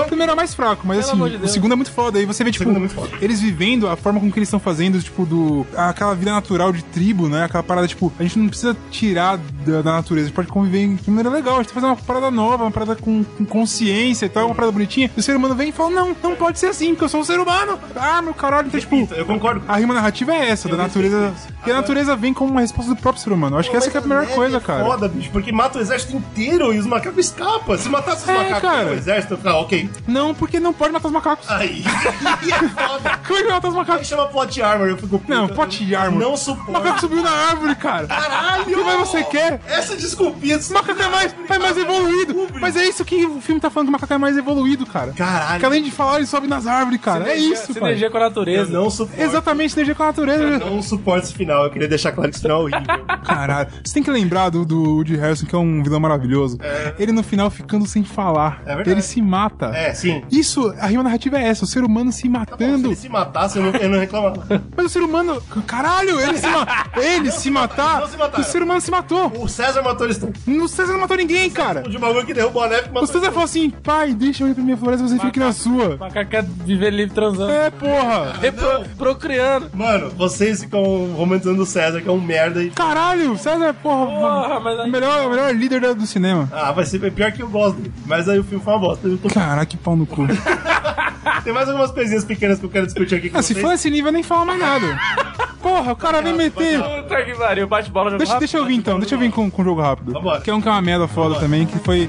O primeiro é mais fraco, mas amor assim, de o Deus. segundo é muito foda. Aí você vê, tipo, segundo é muito foda. eles vivendo a forma como que eles estão fazendo, tipo, do. aquela vida natural de tribo, né? Aquela parada, tipo, a gente não precisa tirar da, da natureza, a gente pode conviver em de maneira legal, a gente tá fazendo uma parada nova, uma parada com, com consciência e tal, uma parada bonitinha. E o ser humano vem e fala: não, não pode ser assim, porque eu sou um ser humano. Ah, meu caralho, então, tipo. Eu concordo. A rima narrativa é essa, da natureza. E a natureza vem como uma resposta do próprio ser humano. Eu acho que essa que é a melhor neve coisa, é cara. Foda, bicho, porque mata o exército inteiro e os macacos escapam. Se matasse os É, macacos cara. o exército, eu ficava, ok. Não, porque não pode matar os macacos. Aí, <laughs> aí é foda. Como é que mata os Aí macacos? chama plot armor, eu fico puto. Não, plot armor. Não O suporto. macaco subiu na árvore, cara. Caralho! Que mais você quer? Essa desculpinha O macaco é mais, é mais evoluído. Mas é isso que o filme tá falando que o macaco é mais evoluído, cara. Caralho. Porque além de falar, ele sobe nas árvores, cara. É isso, cara. Sinergia com a Eu natureza. não suporto. Exatamente, sinergia com a Eu natureza. não suporto esse final. Eu queria deixar claro que esse final é horrível. Caralho. Você tem que lembrar do, do Woody Harrison, que é um vilão maravilhoso. Ele no final ficando sem falar. É verdade. ele se mata. É, sim. Isso, a rima narrativa é essa, o ser humano se Se matando. ele se matasse, eu não, eu não reclamava. Mas o ser humano. Caralho, ele <laughs> se, ma ele se matar. não se mataram. o ser humano se matou. O César matou eles todos. O César não matou ninguém, cara. O de bagulho que derrubou a neve que matou O César falou assim: pai, deixa eu ir pra minha floresta, você fica aqui na sua. O macaco quer viver livre transando. É, porra. Repro- Procriando. Mano, vocês ficam romantizando o César, que é um merda. E... Caralho, César, porra. é Porra, mas aí- o melhor, o melhor líder do- do cinema. Ah, vai ser pior que eu gosto dele. Mas aí o filme foi uma bosta. Eu tô- Caraca, que pau no cu. Tem mais algumas coisinhas pequenas que eu quero discutir aqui com Ah, se vocês. for esse nível, eu nem fala mais nada. Porra, o cara vem meter. Puta que pariu, bate bola no Deixa, deixa eu vir então, deixa eu vir com, com o jogo rápido. Vambora. Que é um que é uma merda foda também, que foi.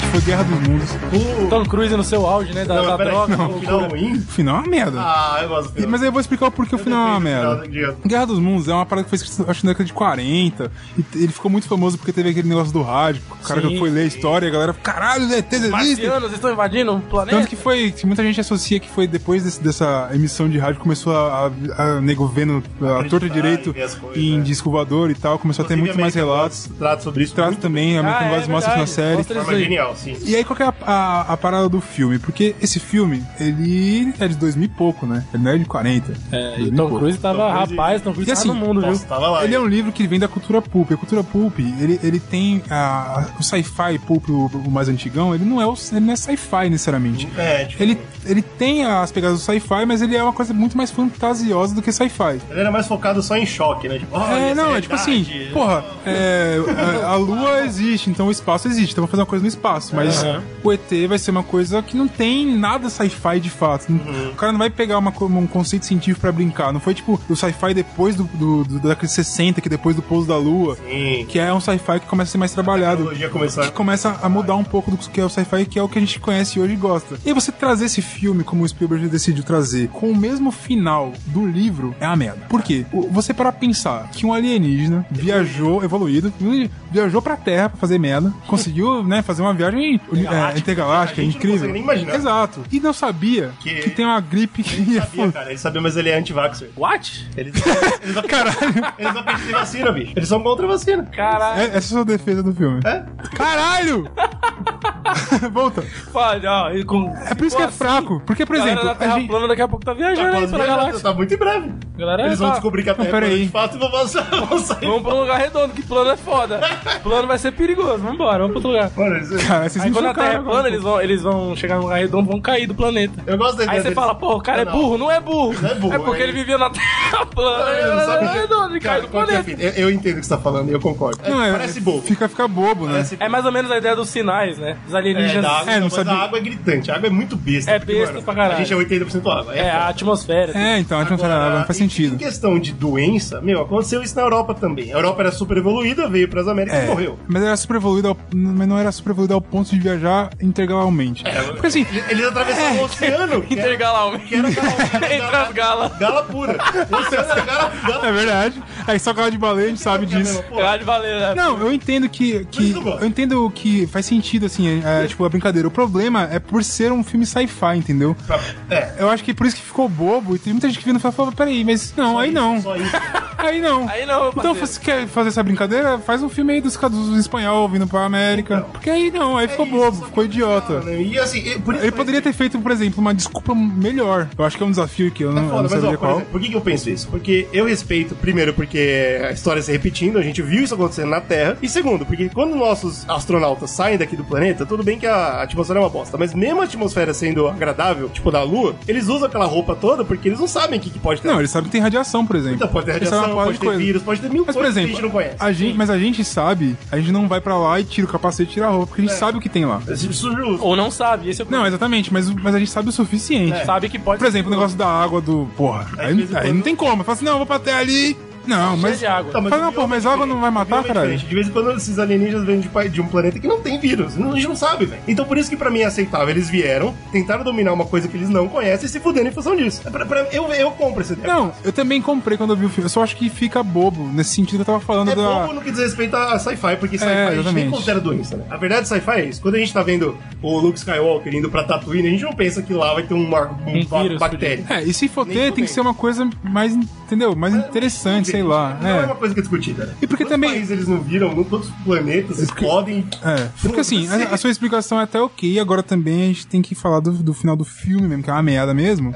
Que foi Guerra dos Mundos. Uh, Tom Cruise no seu auge, né? Da, da não, peraí. droga. O final ruim? O final é uma merda. Ah, eu gosto do final. Mas aí eu vou explicar o porquê o final é uma merda. né? Guerra dos Mundos é uma parada que foi escrita, acho, na década de 40. E t- ele ficou muito famoso porque teve aquele negócio do rádio. O cara Sim. né? que foi ler a história e a galera, caralho, é os ETs existem. Marcianos estão invadindo o planeta. Tanto que foi, que muita gente associa que foi depois desse- dessa emissão de rádio, começou a, a, a nego vendo a torta direito em ver as coisas, em né? disco voador e tal, começou a ter muito mais relatos. Trato sobre isso. Trata muito também, a Ah, American é Gods mostra isso na verdade, série. mostra de isso forma aí. genial, sim. E aí, qual que é a, a, a parada do filme? Porque esse filme, ele é de 2000 e pouco, né? Ele não é de 40. É, 2000 e e Tom pouco. Cruise tava, Tom Cruise- rapaz, Tom Cruise E tava assim, no mundo, viu? Nossa, tava lá. Ele é um livro que vem da cultura pulp. E a cultura pulp, ele, ele tem a- o sci-fi pulp, o, o mais antigão, ele não é, o- ele não é sci-fi necessariamente. É, tipo, ele... Ele, ele tem as pegadas do sci-fi, mas ele é uma coisa muito mais fantasiosa do que sci-fi. era mais focado só em choque, né? Tipo, olha, É, essa não, é tipo assim, realidade. porra, é, a, a lua existe, então o espaço existe, então vamos fazer uma coisa no espaço, mas o ET vai ser uma coisa que não tem nada sci-fi de fato. Não- Uhum. O cara não vai pegar uma co- um conceito científico pra brincar, não foi tipo o sci-fi depois do, do, do, da década de 60, que é depois do pouso da lua, Sim. que é um sci-fi que começa a ser mais A trabalhado. tecnologia começou Que começa a mudar um pouco do que é o sci-fi, que é o que a gente conhece hoje e gosta. E você trazer esse filme, como o Spielberg decidiu trazer, com o mesmo final do livro, é uma merda. Por quê? O- Você para pensar que um alienígena viajou, evoluído, viajou pra Terra pra fazer merda, conseguiu, né, fazer uma viagem é, intergaláctica, A gente não incrível. consegue nem imaginar. Exato. E não sabia Que- que, tem uma gripe que ia Sabia, cara, ele sabia, mas ele é anti-vaxxer. What? Eles, eles não Caralho. Eles não acreditam em vacina, bicho. Eles são contra a vacina. Caralho. É- Essa é a sua defesa do filme. É? Caralho! Volta. Fala, ó, e com- É por isso que é assim, fraco. Porque, por galera exemplo, da a Terra gente... plana daqui a pouco tá viajando aí pela galáxia. Tá muito em breve. Galera, Eles vão tá- descobrir que a Terra é peraí. plana de fato e vão passar- vão sair. Vamos pra um lugar redondo, que plano é foda. plano vai ser perigoso, vambora, vamos pra outro lugar. Mano, isso- Cara, vocês Aí me quando a chocaram Terra é agora. plana, eles vão, eles vão chegar num lugar redondo, vão cair do planeta. Eu gosto da ideia Aí você deles. fala, pô, o cara é Não, burro, não é burro. Não é burro, porque é- ele vivia na Terra plana, Ele não sabe o que- redondo, ele cai Cara, do qual que é a planeta. fita? Eu, eu entendo o que você tá falando e eu concordo. É, Não, é- parece bobo. Fica, fica bobo, né? Parece É mais ou menos a ideia dos sinais, né? Os É, alienígenas. da água, É, não, não mas sabia. a água é gritante. A água é muito besta. É porque, besta mano, pra caralho. A gente é 80% água. É, a atmosfera. É, então, a atmosfera da Agora, água faz em- Em sentido. questão de doença, meu, aconteceu isso na Europa também. A Europa era super evoluída, veio pras Américas e É, morreu. Mas era super evoluído, ao- mas não era super evoluído ao ponto de viajar integralmente. É, Porque assim, Eles atravessaram o <laughs> oceano. que era- Intergalalmente. Que era gala, <laughs> Entre as galas. gala pura. O oceano era gala, gala é verdade. Aí só cala de baleia, a gente sabe disso. mesmo, pô. Galo de baleia. né? Não, eu entendo que. que Mas eu gosto. eu entendo que faz sentido, assim, é, é, tipo, a brincadeira. O problema é por ser um filme sci-fi, entendeu? É. Eu acho que por isso que ficou bobo e tem muita gente que vindo e falou, peraí, mas não, aí não. Só isso. Aí não. Aí não, meu Então, parceiro. você quer fazer essa brincadeira? Faz um filme aí dos caras dos espanhol vindo pra América. Porque aí não, aí ficou Então. É isso, só bobo, que ficou não idiota. funciona, né? E assim, e por isso Ele poderia ter feito, por exemplo, uma desculpa melhor. Eu acho que é um desafio que eu não, eu Tá Foda, não mas ó, saberia por, qual. exemplo, por que, que eu penso isso? Porque eu respeito, primeiro, porque a história se repetindo, a gente viu isso acontecendo na Terra. E segundo, porque quando nossos astronautas saem daqui do planeta, tudo bem que a atmosfera é uma bosta, mas mesmo a atmosfera sendo agradável, tipo da Lua, eles usam aquela roupa toda porque eles não sabem o que, que pode ter. Não, eles sabem que tem radiação, por exemplo. Então, pode ter Eles sabem radiação, uma porrada pode de ter vírus, pode ter mil Mas, por coisas exemplo, que a gente não conhece. a gente, mas a gente sabe, a gente não vai pra lá e tira o capacete e tira a roupa, porque a gente É. sabe o que tem lá. Isso surgiu- Ou não sabe, esse é o Não, exatamente, mas, mas a gente sabe o suficiente. Sabe que pode Por exemplo, o negócio da água do. Porra, É. aí, de vez em aí quando- não tem como. Fala assim, não, eu vou pra até ali. Não, mas. de água. Tá, Fala, não, o pô, bioma mas é água não vai diferente, o matar, bioma é caralho. diferente. De vez em quando esses alienígenas vêm de, pa- de um planeta que não tem vírus. A gente não sabe, velho. Então por isso que pra mim é aceitável. Eles vieram, tentaram dominar uma coisa que eles não conhecem e se fuderam em função disso. É pra- pra- eu, eu compro esse ideia. Não, eu também comprei quando eu vi o filme. Eu só acho que fica bobo, nesse sentido que eu tava falando É da. É, bobo no que diz respeito a sci-fi, porque sci-fi a gente nem exatamente. considera doença, né? A verdade do sci-fi é isso. Quando a gente tá vendo o Luke Skywalker indo pra Tatooine, a gente não pensa que lá vai ter uma, um- Um uma vírus, bactéria. É, e se for Nem ter, tem fudendo. que ser uma coisa mais, entendeu? Mais interessante, sei lá. Não é. É. uma coisa que é discutida. né? E porque Quantos também- países eles não viram, não todos os planetas explodem. É, porque assim, a, a sua explicação é até ok, agora também a gente tem que falar do, do final do filme mesmo, que é uma meada mesmo.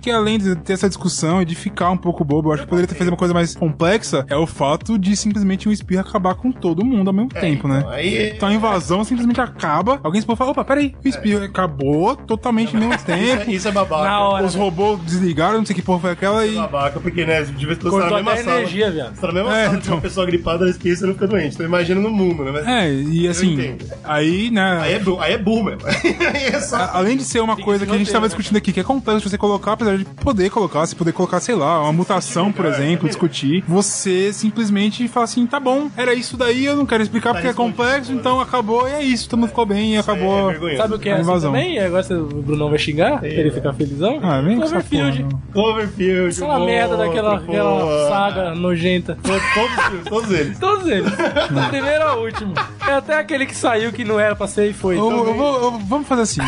Que além de ter essa discussão e de ficar um pouco bobo, eu acho que poderia ter feito uma coisa mais complexa, é o fato de simplesmente um espirro acabar com todo mundo ao mesmo tempo, né? então, aí- Então a invasão simplesmente acaba, alguém se pode falar, opa, peraí, o espirro acabou totalmente ao mesmo Isso é, tempo, isso é babaca. Na hora. os robôs desligaram, não sei que porra foi aquela e... babaca, porque, né, de vez em quando você tá Cortou na mesma até a sala. energia, viado. Você tá na mesma É, sala, tem então. uma pessoa gripada, ela espirra e você não fica doente. Então imagina no mundo, né? Mas É, e assim, entendo. aí, né... aí, é bu- aí é burro mesmo. <laughs> aí é só... A- Além de ser uma que coisa que a gente manter, estava né? discutindo aqui, que é complexo você colocar, apesar de poder colocar, se poder colocar, sei lá, uma mutação, é. por exemplo, discutir, você simplesmente fala assim, tá bom, era isso daí, eu não quero explicar porque é Tá respondido, né? complexo, então acabou, e é isso, todo mundo ficou bem e É acabou. vergonhoso. Sabe o que é A assim invasão. É. também? E agora se o Brunão vai xingar, ele fica felizão. Ah, vem com essa porra, Cloverfield. não. Cloverfield, é Aquela Monstro, merda daquela aquela pô. saga nojenta. To- Todos os filmes, todos eles. Todos eles. Do <laughs> primeiro ao último. É até aquele que saiu que não era pra ser e foi. Então, Eu- Então eu vou- eu- vamos fazer assim.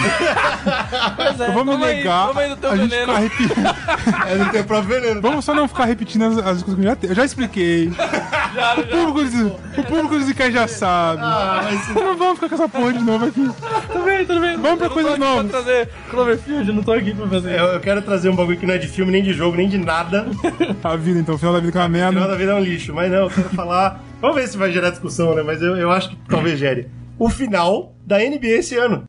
Pois é, Eu vou me toma aí, negar. toma aí do teu a gente veneno. ficar repetindo. É do teu próprio veneno. Vamos só não ficar repetindo as, as coisas que eu já, te- eu já expliquei. Já, O público, do- o público do Zika já sabe. Ah, mas se- Não vamos ficar com essa porra de novo aqui. Tudo bem, tudo bem. Vamos pra Eu não coisas tô aqui pra novas. trazer Cloverfield, eu não tô aqui pra fazer. eu, eu quero trazer um bagulho que não é de filme, nem de jogo, nem de nada. A vida, então, o final da vida que é uma O final merda. da vida é um lixo, mas não, eu quero falar. Vamos ver se vai gerar discussão, né? Mas eu, eu acho que talvez gere. O final da NBA esse ano.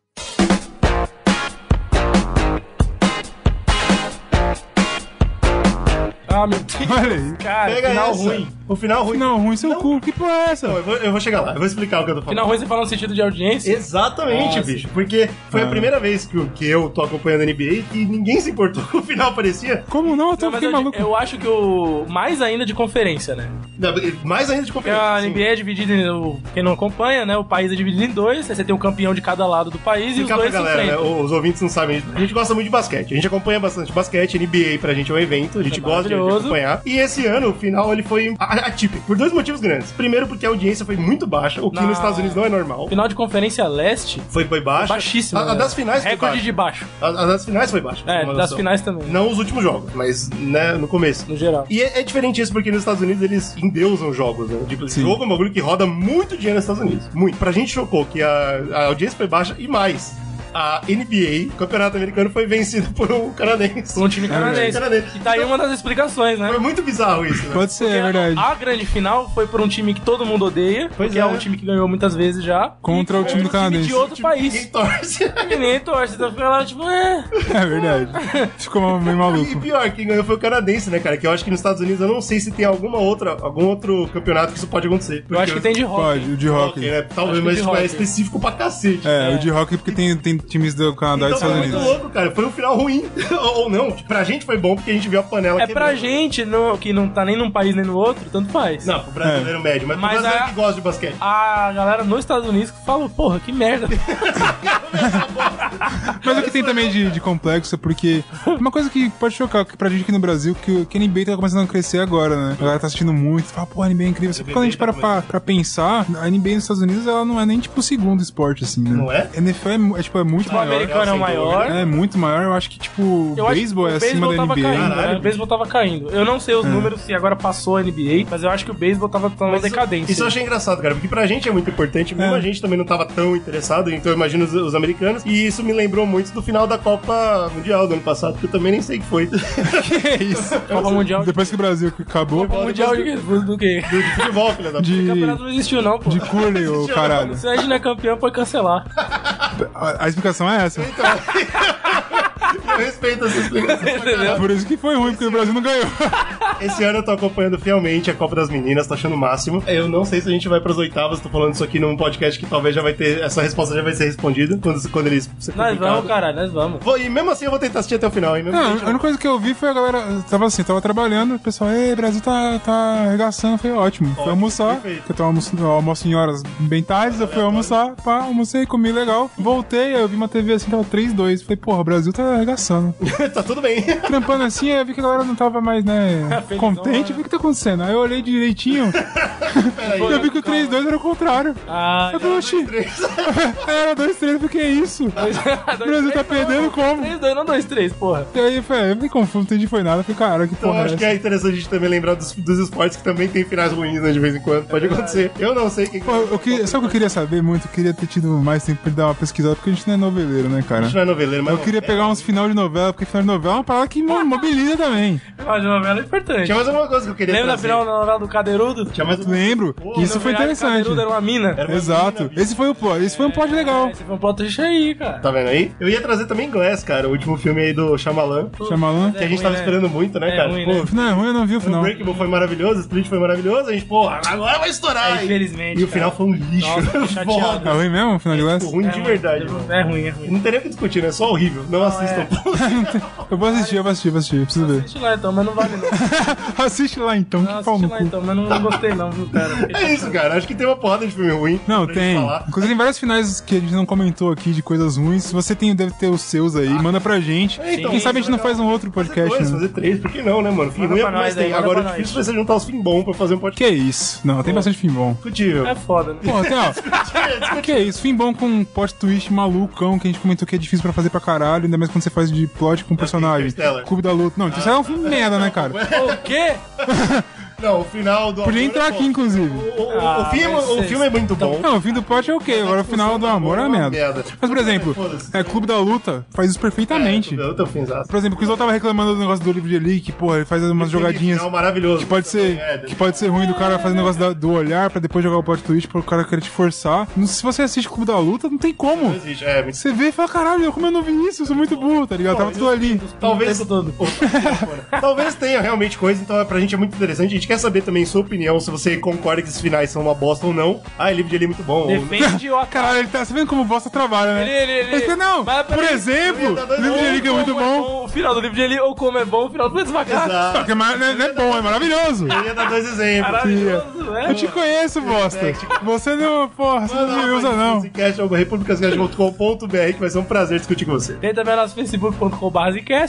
Ah, meu Deus. Olha aí. Cara, Pega É, final essa. ruim. O final ruim. Não, ruim seu cu, que porra é essa? Não, eu vou, eu vou chegar lá, eu vou explicar o que eu tô falando. Final ruim você fala no sentido de audiência. Exatamente, Nossa. bicho. Porque foi a Ah. primeira vez que, eu- que eu tô acompanhando a NBA e ninguém se importou <laughs> com o final parecia. Como não? Eu tô Não, mas é fiquei eu, maluco. eu acho que o. Mais ainda de conferência, né? Não, Mais ainda de Porque a conferência. NBA é dividida, em- o- quem não acompanha, né? O país é dividido em dois, aí você tem um campeão de cada lado do país e os Explicar pra dois galera, se né? enfrentam. Os ouvintes não sabem. A gente gosta muito de basquete. A gente acompanha bastante basquete. NBA pra gente é um evento. A gente É gosta de maravilhoso. acompanhar. E esse ano, o final, ele foi. a- atípico. Por dois motivos grandes. Primeiro, porque a audiência foi muito baixa, o que Não. nos Estados Unidos não é normal. Final de conferência leste, Foi, foi baixa. baixíssimo. A, a das finais foi né? Recorde baixa. de baixo. A, a das finais foi baixa. É, Uma das noção. finais também. Não os últimos jogos, mas né, no começo. No geral. E é, é diferente isso porque nos Estados Unidos eles endeusam jogos, né? Tipo, esse Sim. jogo é um bagulho que roda muito dinheiro nos Estados Unidos. Muito. Pra gente chocou que a, a audiência foi baixa e mais. A NBA, o campeonato americano, foi vencido por um canadense. Um time É verdade. canadense. Canadense. E tá aí uma das explicações, né? Foi muito bizarro isso, né? Pode ser, é verdade. A grande final foi por um time que todo mundo odeia, Pois porque é. é um time que ganhou muitas vezes já. Contra o E time do contra um canadense. de outro Ninguém país. torce. E nem torce, então fica lá tipo, é. <laughs> É verdade. Ficou <laughs> E <laughs> meio maluco. pior, quem ganhou foi o canadense, né, cara? Que eu acho que nos Estados Unidos eu não sei se tem alguma outra, algum outro campeonato que isso pode acontecer. Eu acho que tem de rock. Pode, o de Ok, hockey. né? Talvez, Acho que mas de tipo, é hockey. específico pra cacete. É, o de hockey porque tem, tem times do Canadá e Então dos foi Estados muito Unidos. louco, cara. Foi um final ruim. <laughs> Ou ou não. Pra gente foi bom porque a gente viu a panela É pra quebrando. gente não, que não tá nem num país nem no outro, tanto faz. Não, pro brasileiro É. médio. Mas, Mas pro brasileiro a- que gosta de basquete. A galera nos Estados Unidos que falou, porra, que merda. Mas o que tem também de, de complexo é porque. Uma coisa que pode chocar que pra gente aqui no Brasil, que, o- que a NBA tá começando a crescer agora, né? A galera tá assistindo muito, fala, pô, a NBA é incrível. Só que quando a gente para pra, pra pensar, a NBA nos Estados Unidos ela não é nem tipo o segundo esporte, assim, né? Não é? A NFL é, mu- é, tipo, é muito O maior. americano é o sem né? maior. É muito maior, eu acho que, tipo, o Eu acho que beisebol é o acima beisebol da tava NBA. <laughs> Caindo, né? Caralho. O beisebol tava caindo. Eu não É. sei os números se agora passou a NBA, mas eu acho que o beisebol tava tão Mas decadência. Isso eu achei engraçado, cara, porque pra gente é muito importante, mesmo É. a gente também não tava tão interessado, então eu imagino os, os americanos. E isso me lembrou muito do final da Copa Mundial do ano passado, que eu também nem sei o que foi. <laughs> Que É isso? Copa É Mundial. Depois que o Brasil acabou, Copa Mundial de do quê? Do futebol, filha da puta. de, O campeonato não existiu, não, pô. de curling, ô caralho. Se a gente não é campeão, pode cancelar. A, a explicação é essa. Então, <laughs> Eu respeito essa explicação. Entendeu? Por isso que foi ruim, porque o Brasil não ganhou. Esse ano eu tô acompanhando fielmente a Copa das Meninas, tô achando o máximo. Eu não sei se a gente vai pras oitavas, tô falando isso aqui num podcast que talvez já vai ter. Essa resposta já vai ser respondida quando, quando eles. ser Nós publicado. vamos, Ah, caralho, nós vamos. Vou- e mesmo assim eu vou tentar assistir até o final, hein? Mesmo assim, Não, que a única coisa que eu vi foi a galera. Tava assim, tava trabalhando, o pessoal, ei, Brasil tá, tá arregaçando, foi ótimo. Fui Ótimo, almoçar, perfeito. que eu tava almoçando, eu almoço em horas bem tardes, eu fui almoçar, pá, almocei, comi legal. Voltei, aí eu vi uma TV assim, tava 3-2. Falei, porra, o Brasil tá arregaçando. <laughs> tá tudo <laughs> bem. Trampando assim, aí eu vi que a galera não tava <laughs> mais, né, então, Felizão, contente, eu vi o que tá acontecendo. Aí eu olhei direitinho, <laughs> eu vi que o 3-2 era o contrário. Ah, Eu falei, oxi, aí <laughs> era 2-3, eu falei, que é isso? O Brasil tá perdendo como? 3, 2, não 2, 3, porra. E aí eu falei, "É, eu me confuso, não entendi foi nada. Eu falei, cara, que Então eu porra é acho que essa? é interessante a gente também lembrar dos, dos esportes que também tem finais ruins né, de vez em quando. Pode acontecer. Eu não sei o que. Pô, eu queria, sabe o que eu queria saber muito? Eu queria ter tido mais tempo pra dar uma pesquisada, porque a gente não é noveleiro, né, A cara? gente não é noveleiro, mas. Eu queria pegar uns final de novela, porque final de novela é uma parada que mo- mobiliza também. Final de novela é importante. Tinha mais alguma coisa que eu queria Lembra da trazer. final da novela do Cadeirudo? Tinha mais Eu lembro, isso foi Na verdade, O interessante. Cadeirudo era uma mina. uma Exato. mina, bicho. Esse foi o plot, esse foi um plot legal. Esse foi um plot twist aí, cara. Tá vendo aí? Eu ia trazer também Glass, cara, o último filme aí do Shyamalan. Chamalã. Que a gente ruim, tava né? esperando muito, né, É cara? ruim, Pô, né? O final é ruim, eu não vi o final. Breakable foi maravilhoso, Split foi maravilhoso, a gente, pô, agora vai estourar. É, hein? infelizmente, E o cara. final foi um lixo. <laughs> Nossa, fiquei Foda. chateado. É ruim mesmo, o final de Glass? Tipo, ruim É de ruim, verdade. é mano. ruim, É ruim, é ruim. Não tem nem o que discutir, né? É só horrível. Não assistam. Eu vou assistir, eu vou assistir, eu vou assistir, eu preciso ver. Assiste lá então, mas não vale não. Assiste lá então, Não, que pau assisti no lá cu. então, mas não gostei não, viu, cara? Fiquei <laughs> É isso, cara. Acho que tem uma porrada de filme ruim. Não, pra gente tem. falar. Inclusive, tem vários finais que a gente não comentou aqui de coisas ruins. Se você tem, deve ter os seus aí, manda pra gente. É, então, Quem sabe a isso gente não é faz um outro Fazer podcast, dois, né? fazer três, por que não, né, mano? Fim Manda ruim é o pra que mais nós aí, tem. manda Agora o pra difícil vai nós. ser juntar os fim bom pra fazer um podcast Que isso? Não, tem bastante fim bom. discutível. É foda, né? <laughs> Pô, tem, <laughs> ó. que isso? Fim bom com um plot twist malucão que a gente comentou que é difícil pra fazer pra caralho, ainda mais quando você faz de plot com um personagem. É, Interstellar. Clube da Luta. Não, então isso é um filme merda, né, cara? O quê? Não, o final do. Podia amor entrar é aqui, bom. inclusive. O, o- o Ah, filme, mas o vocês- filme é muito bom. Não, o fim do plot é ok, agora o final do amor é uma merda. Mas, por exemplo, é Clube da Luta faz É, isso perfeitamente. Eu tô finzaço. Por exemplo, o Crisol tava reclamando do negócio do livro de Eli, que, porra, ele faz umas jogadinhas. Final maravilhoso. Que pode ser, É, que pode ser ruim do cara fazer o negócio da- do olhar pra depois jogar o plot twist pro cara querer te forçar. Não- Se você assiste Clube da Luta, não tem como. não existe. É, muito... Você vê e fala, caralho, como eu não vi isso? Eu sou muito burro, tá ligado? Tava tudo ali. Talvez. tempo todo. Opa, <laughs> Talvez tenha realmente coisa, então é, pra gente é muito interessante. A gente quer saber também sua opinião, se você concorda que esses finais são uma bosta ou não. Ah, livro de Eli é muito bom. ou Defende o Caralho, ele tá. Você vendo como o bosta trabalha, né? Ele- ele- ele- Esse- não, Mas por peraí, exemplo, eu tá ia dar dois o livro de gols, Eli que é muito Como é bom. O final do livro de Eli, ou como é bom, o final do Pedro Vaca. Exato. Só <laughs> que é mar- não é, não é bom, é maravilhoso. Eu ia dar dois exemplos. Maravilhoso, Eu né? te conheço, É, bosta. tipo, Você não, porra, você não me usa, não. republicascast.com.br que vai ser um prazer discutir com você. Tem também nosso facebook.com.br,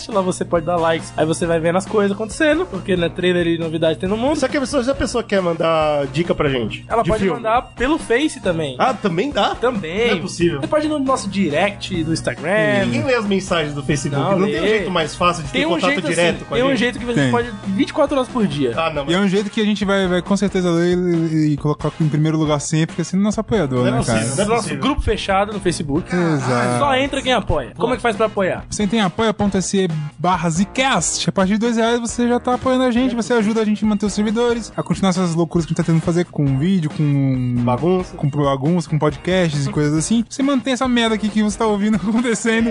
lá você pode dar likes, aí você vai vendo as coisas acontecendo, porque né, trailer e novidade tem no mundo. mundo. Só que a pessoa, se a pessoa quer mandar dica pra gente. Ela é de pode filme. mandar pelo Face também. Ah, também dá? Também. Não é possível. Você pode ir no nosso direct, no Instagram. Ninguém lê as mensagens do Facebook. Não, Não, tem um lê. jeito mais fácil de ter Tem um contato jeito direto assim, com a Tem gente. um jeito que você Tem. pode 24 horas por dia. Ah, não, E mas é um jeito que a gente vai, vai com certeza ler e, e colocar em primeiro lugar sempre, porque assim, nosso apoiador, né, possível, cara? não É do nosso grupo fechado no Facebook. Exato. Só entra quem apoia. Como é que faz pra apoiar? Você tem apoia.se barra Zcast. A partir de dois reais você já tá apoiando a gente, você ajuda a gente a manter os servidores, a continuar essas loucuras que a gente tá tentando fazer com vídeo, com bagunça. com bagunça, com podcasts e coisas assim. Você mantém essa merda aqui que você tá ouvindo <laughs> acontecendo.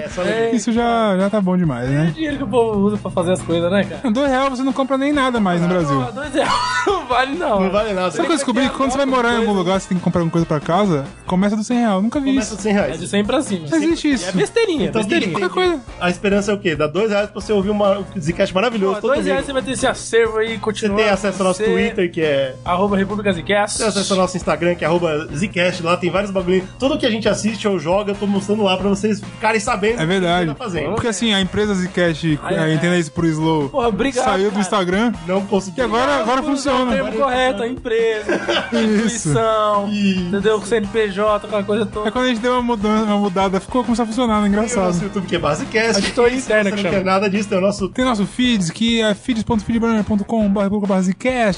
Isso já, já tá bom demais, É o né? dinheiro que o povo usa pra fazer as coisas, né, cara? Com dois reais você não compra nem nada mais no Brasil. Não, dois reais <laughs> não vale, não. Não vale nada. Sabe o que eu descobri? Que Quando você vai morar em algum lugar, você tem que comprar alguma coisa pra casa, começa do 100 reais. Nunca vi Começa isso. a 100 É reais. de 100 pra cima. Não existe isso. É besteirinha, Então, besteirinha. tem- Qualquer coisa. A esperança é o quê? Dá dois reais pra você ouvir uma, um Zcast maravilhoso Pô, todo dois domingo. reais você vai ter esse acervo aí, Você continua. tem acesso ao nosso Você- Twitter, que é... Arroba República Zcast. Você acessa o nosso Instagram, que é arroba Zcast, lá tem vários bagulhinhos. Tudo que a gente assiste ou joga, eu tô mostrando lá pra vocês ficarem sabendo É o que a gente verdade. tá fazendo. Porque assim, a empresa Zcash, Aí, é, é. entenda isso por slow, Porra, obrigado, saiu do cara. Instagram Não consegui. e agora, é agora Vamos usar O funciona. termo correto, a empresa, a instituição, Isso. entendeu? Com CNPJ, com a coisa toda. É quando a gente deu uma mudança, uma mudada, ficou começou a funcionar, né? tem o nosso engraçado. tá YouTube, que é Basecast. Auditoria Isso, interna que você não chama. quer nada disso, tem o nosso... Tem nosso feed, que é feeds.feedburner.com.br.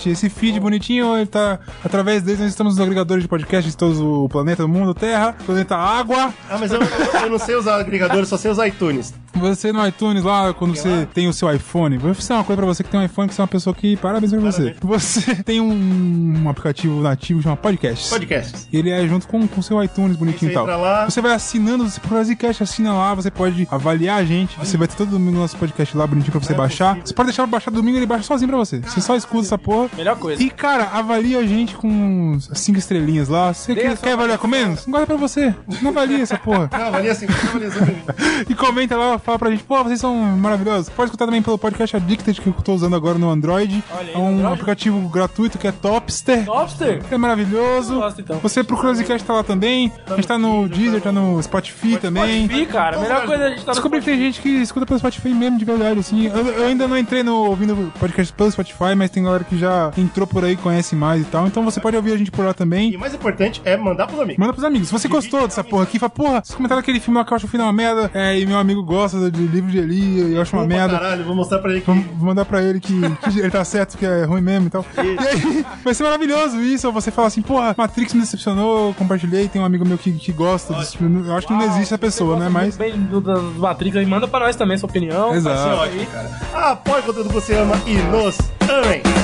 Esse feed bonitinho, ele tá através dele, nós estamos nos agregadores de podcasts de todo o planeta, o mundo, Terra, planeta Água. Ah, mas eu, eu não sei usar agregadores, só sei usar iTunes. Você no iTunes lá, quando você tem o seu iPhone, vou fazer uma coisa pra você que tem um iPhone, que você é uma pessoa que. Parabéns pra você. Você <laughs> tem um, um aplicativo nativo que chama Podcasts. Podcasts. Ele é junto com o seu iTunes bonitinho Aí e você tal. entra lá. Você vai assinando, você procura Zcast, assina lá, você pode avaliar a gente. Você vai ter todo domingo nosso podcast lá bonitinho pra você é baixar. Você pode deixar baixar domingo, ele baixa sozinho pra você. Você só escuta essa porra. Melhor coisa. E, cara, avalia a gente com uns cinco estrelinhas lá. Você Dê a quer, sua quer avaliar com menos? Não guarda pra você. Não avalia essa <laughs> porra. Ah, valia assim, valia assim. E comenta lá, fala pra gente, pô, vocês são maravilhosos. Pode escutar também pelo podcast Addicted que eu tô usando agora no Android. Olha aí, é um Android. aplicativo gratuito que é Topster. Lobster? É maravilhoso. Nossa, então. Você procura o Zcast, tá lá também. a gente tá no Deezer, tá no Spotify também. Ih, cara, a melhor coisa é a gente tá no Descobri que tem gente que escuta pelo Spotify mesmo, de verdade, assim. Eu, eu ainda não entrei no ouvindo podcast pelo Spotify, mas tem galera que já entrou por aí, conhece mais e tal. Então você pode ouvir a gente por lá também. E o mais importante é mandar pros amigos. Manda pros amigos. Se você gostou dessa porra aqui, fala, porra, vocês comentaram aquele filme lá que eu acho o final uma merda, é, e meu amigo gosta de livro de Eli, e eu acho uma Opa, merda. Caralho, vou mostrar pra ele que Vamos vou mandar pra ele que, que ele tá certo, que é ruim mesmo e tal. E aí, vai ser maravilhoso isso. Ou você fala assim, porra, Matrix me decepcionou, eu compartilhei, tem um amigo meu que, que gosta desse filme. Eu acho que não existe essa pessoa, né? Mas. Bem do, do, do Matrix aí, manda pra nós também sua opinião. Exato. ótimo, cara. Apoie o conteúdo que você ama e nos amem.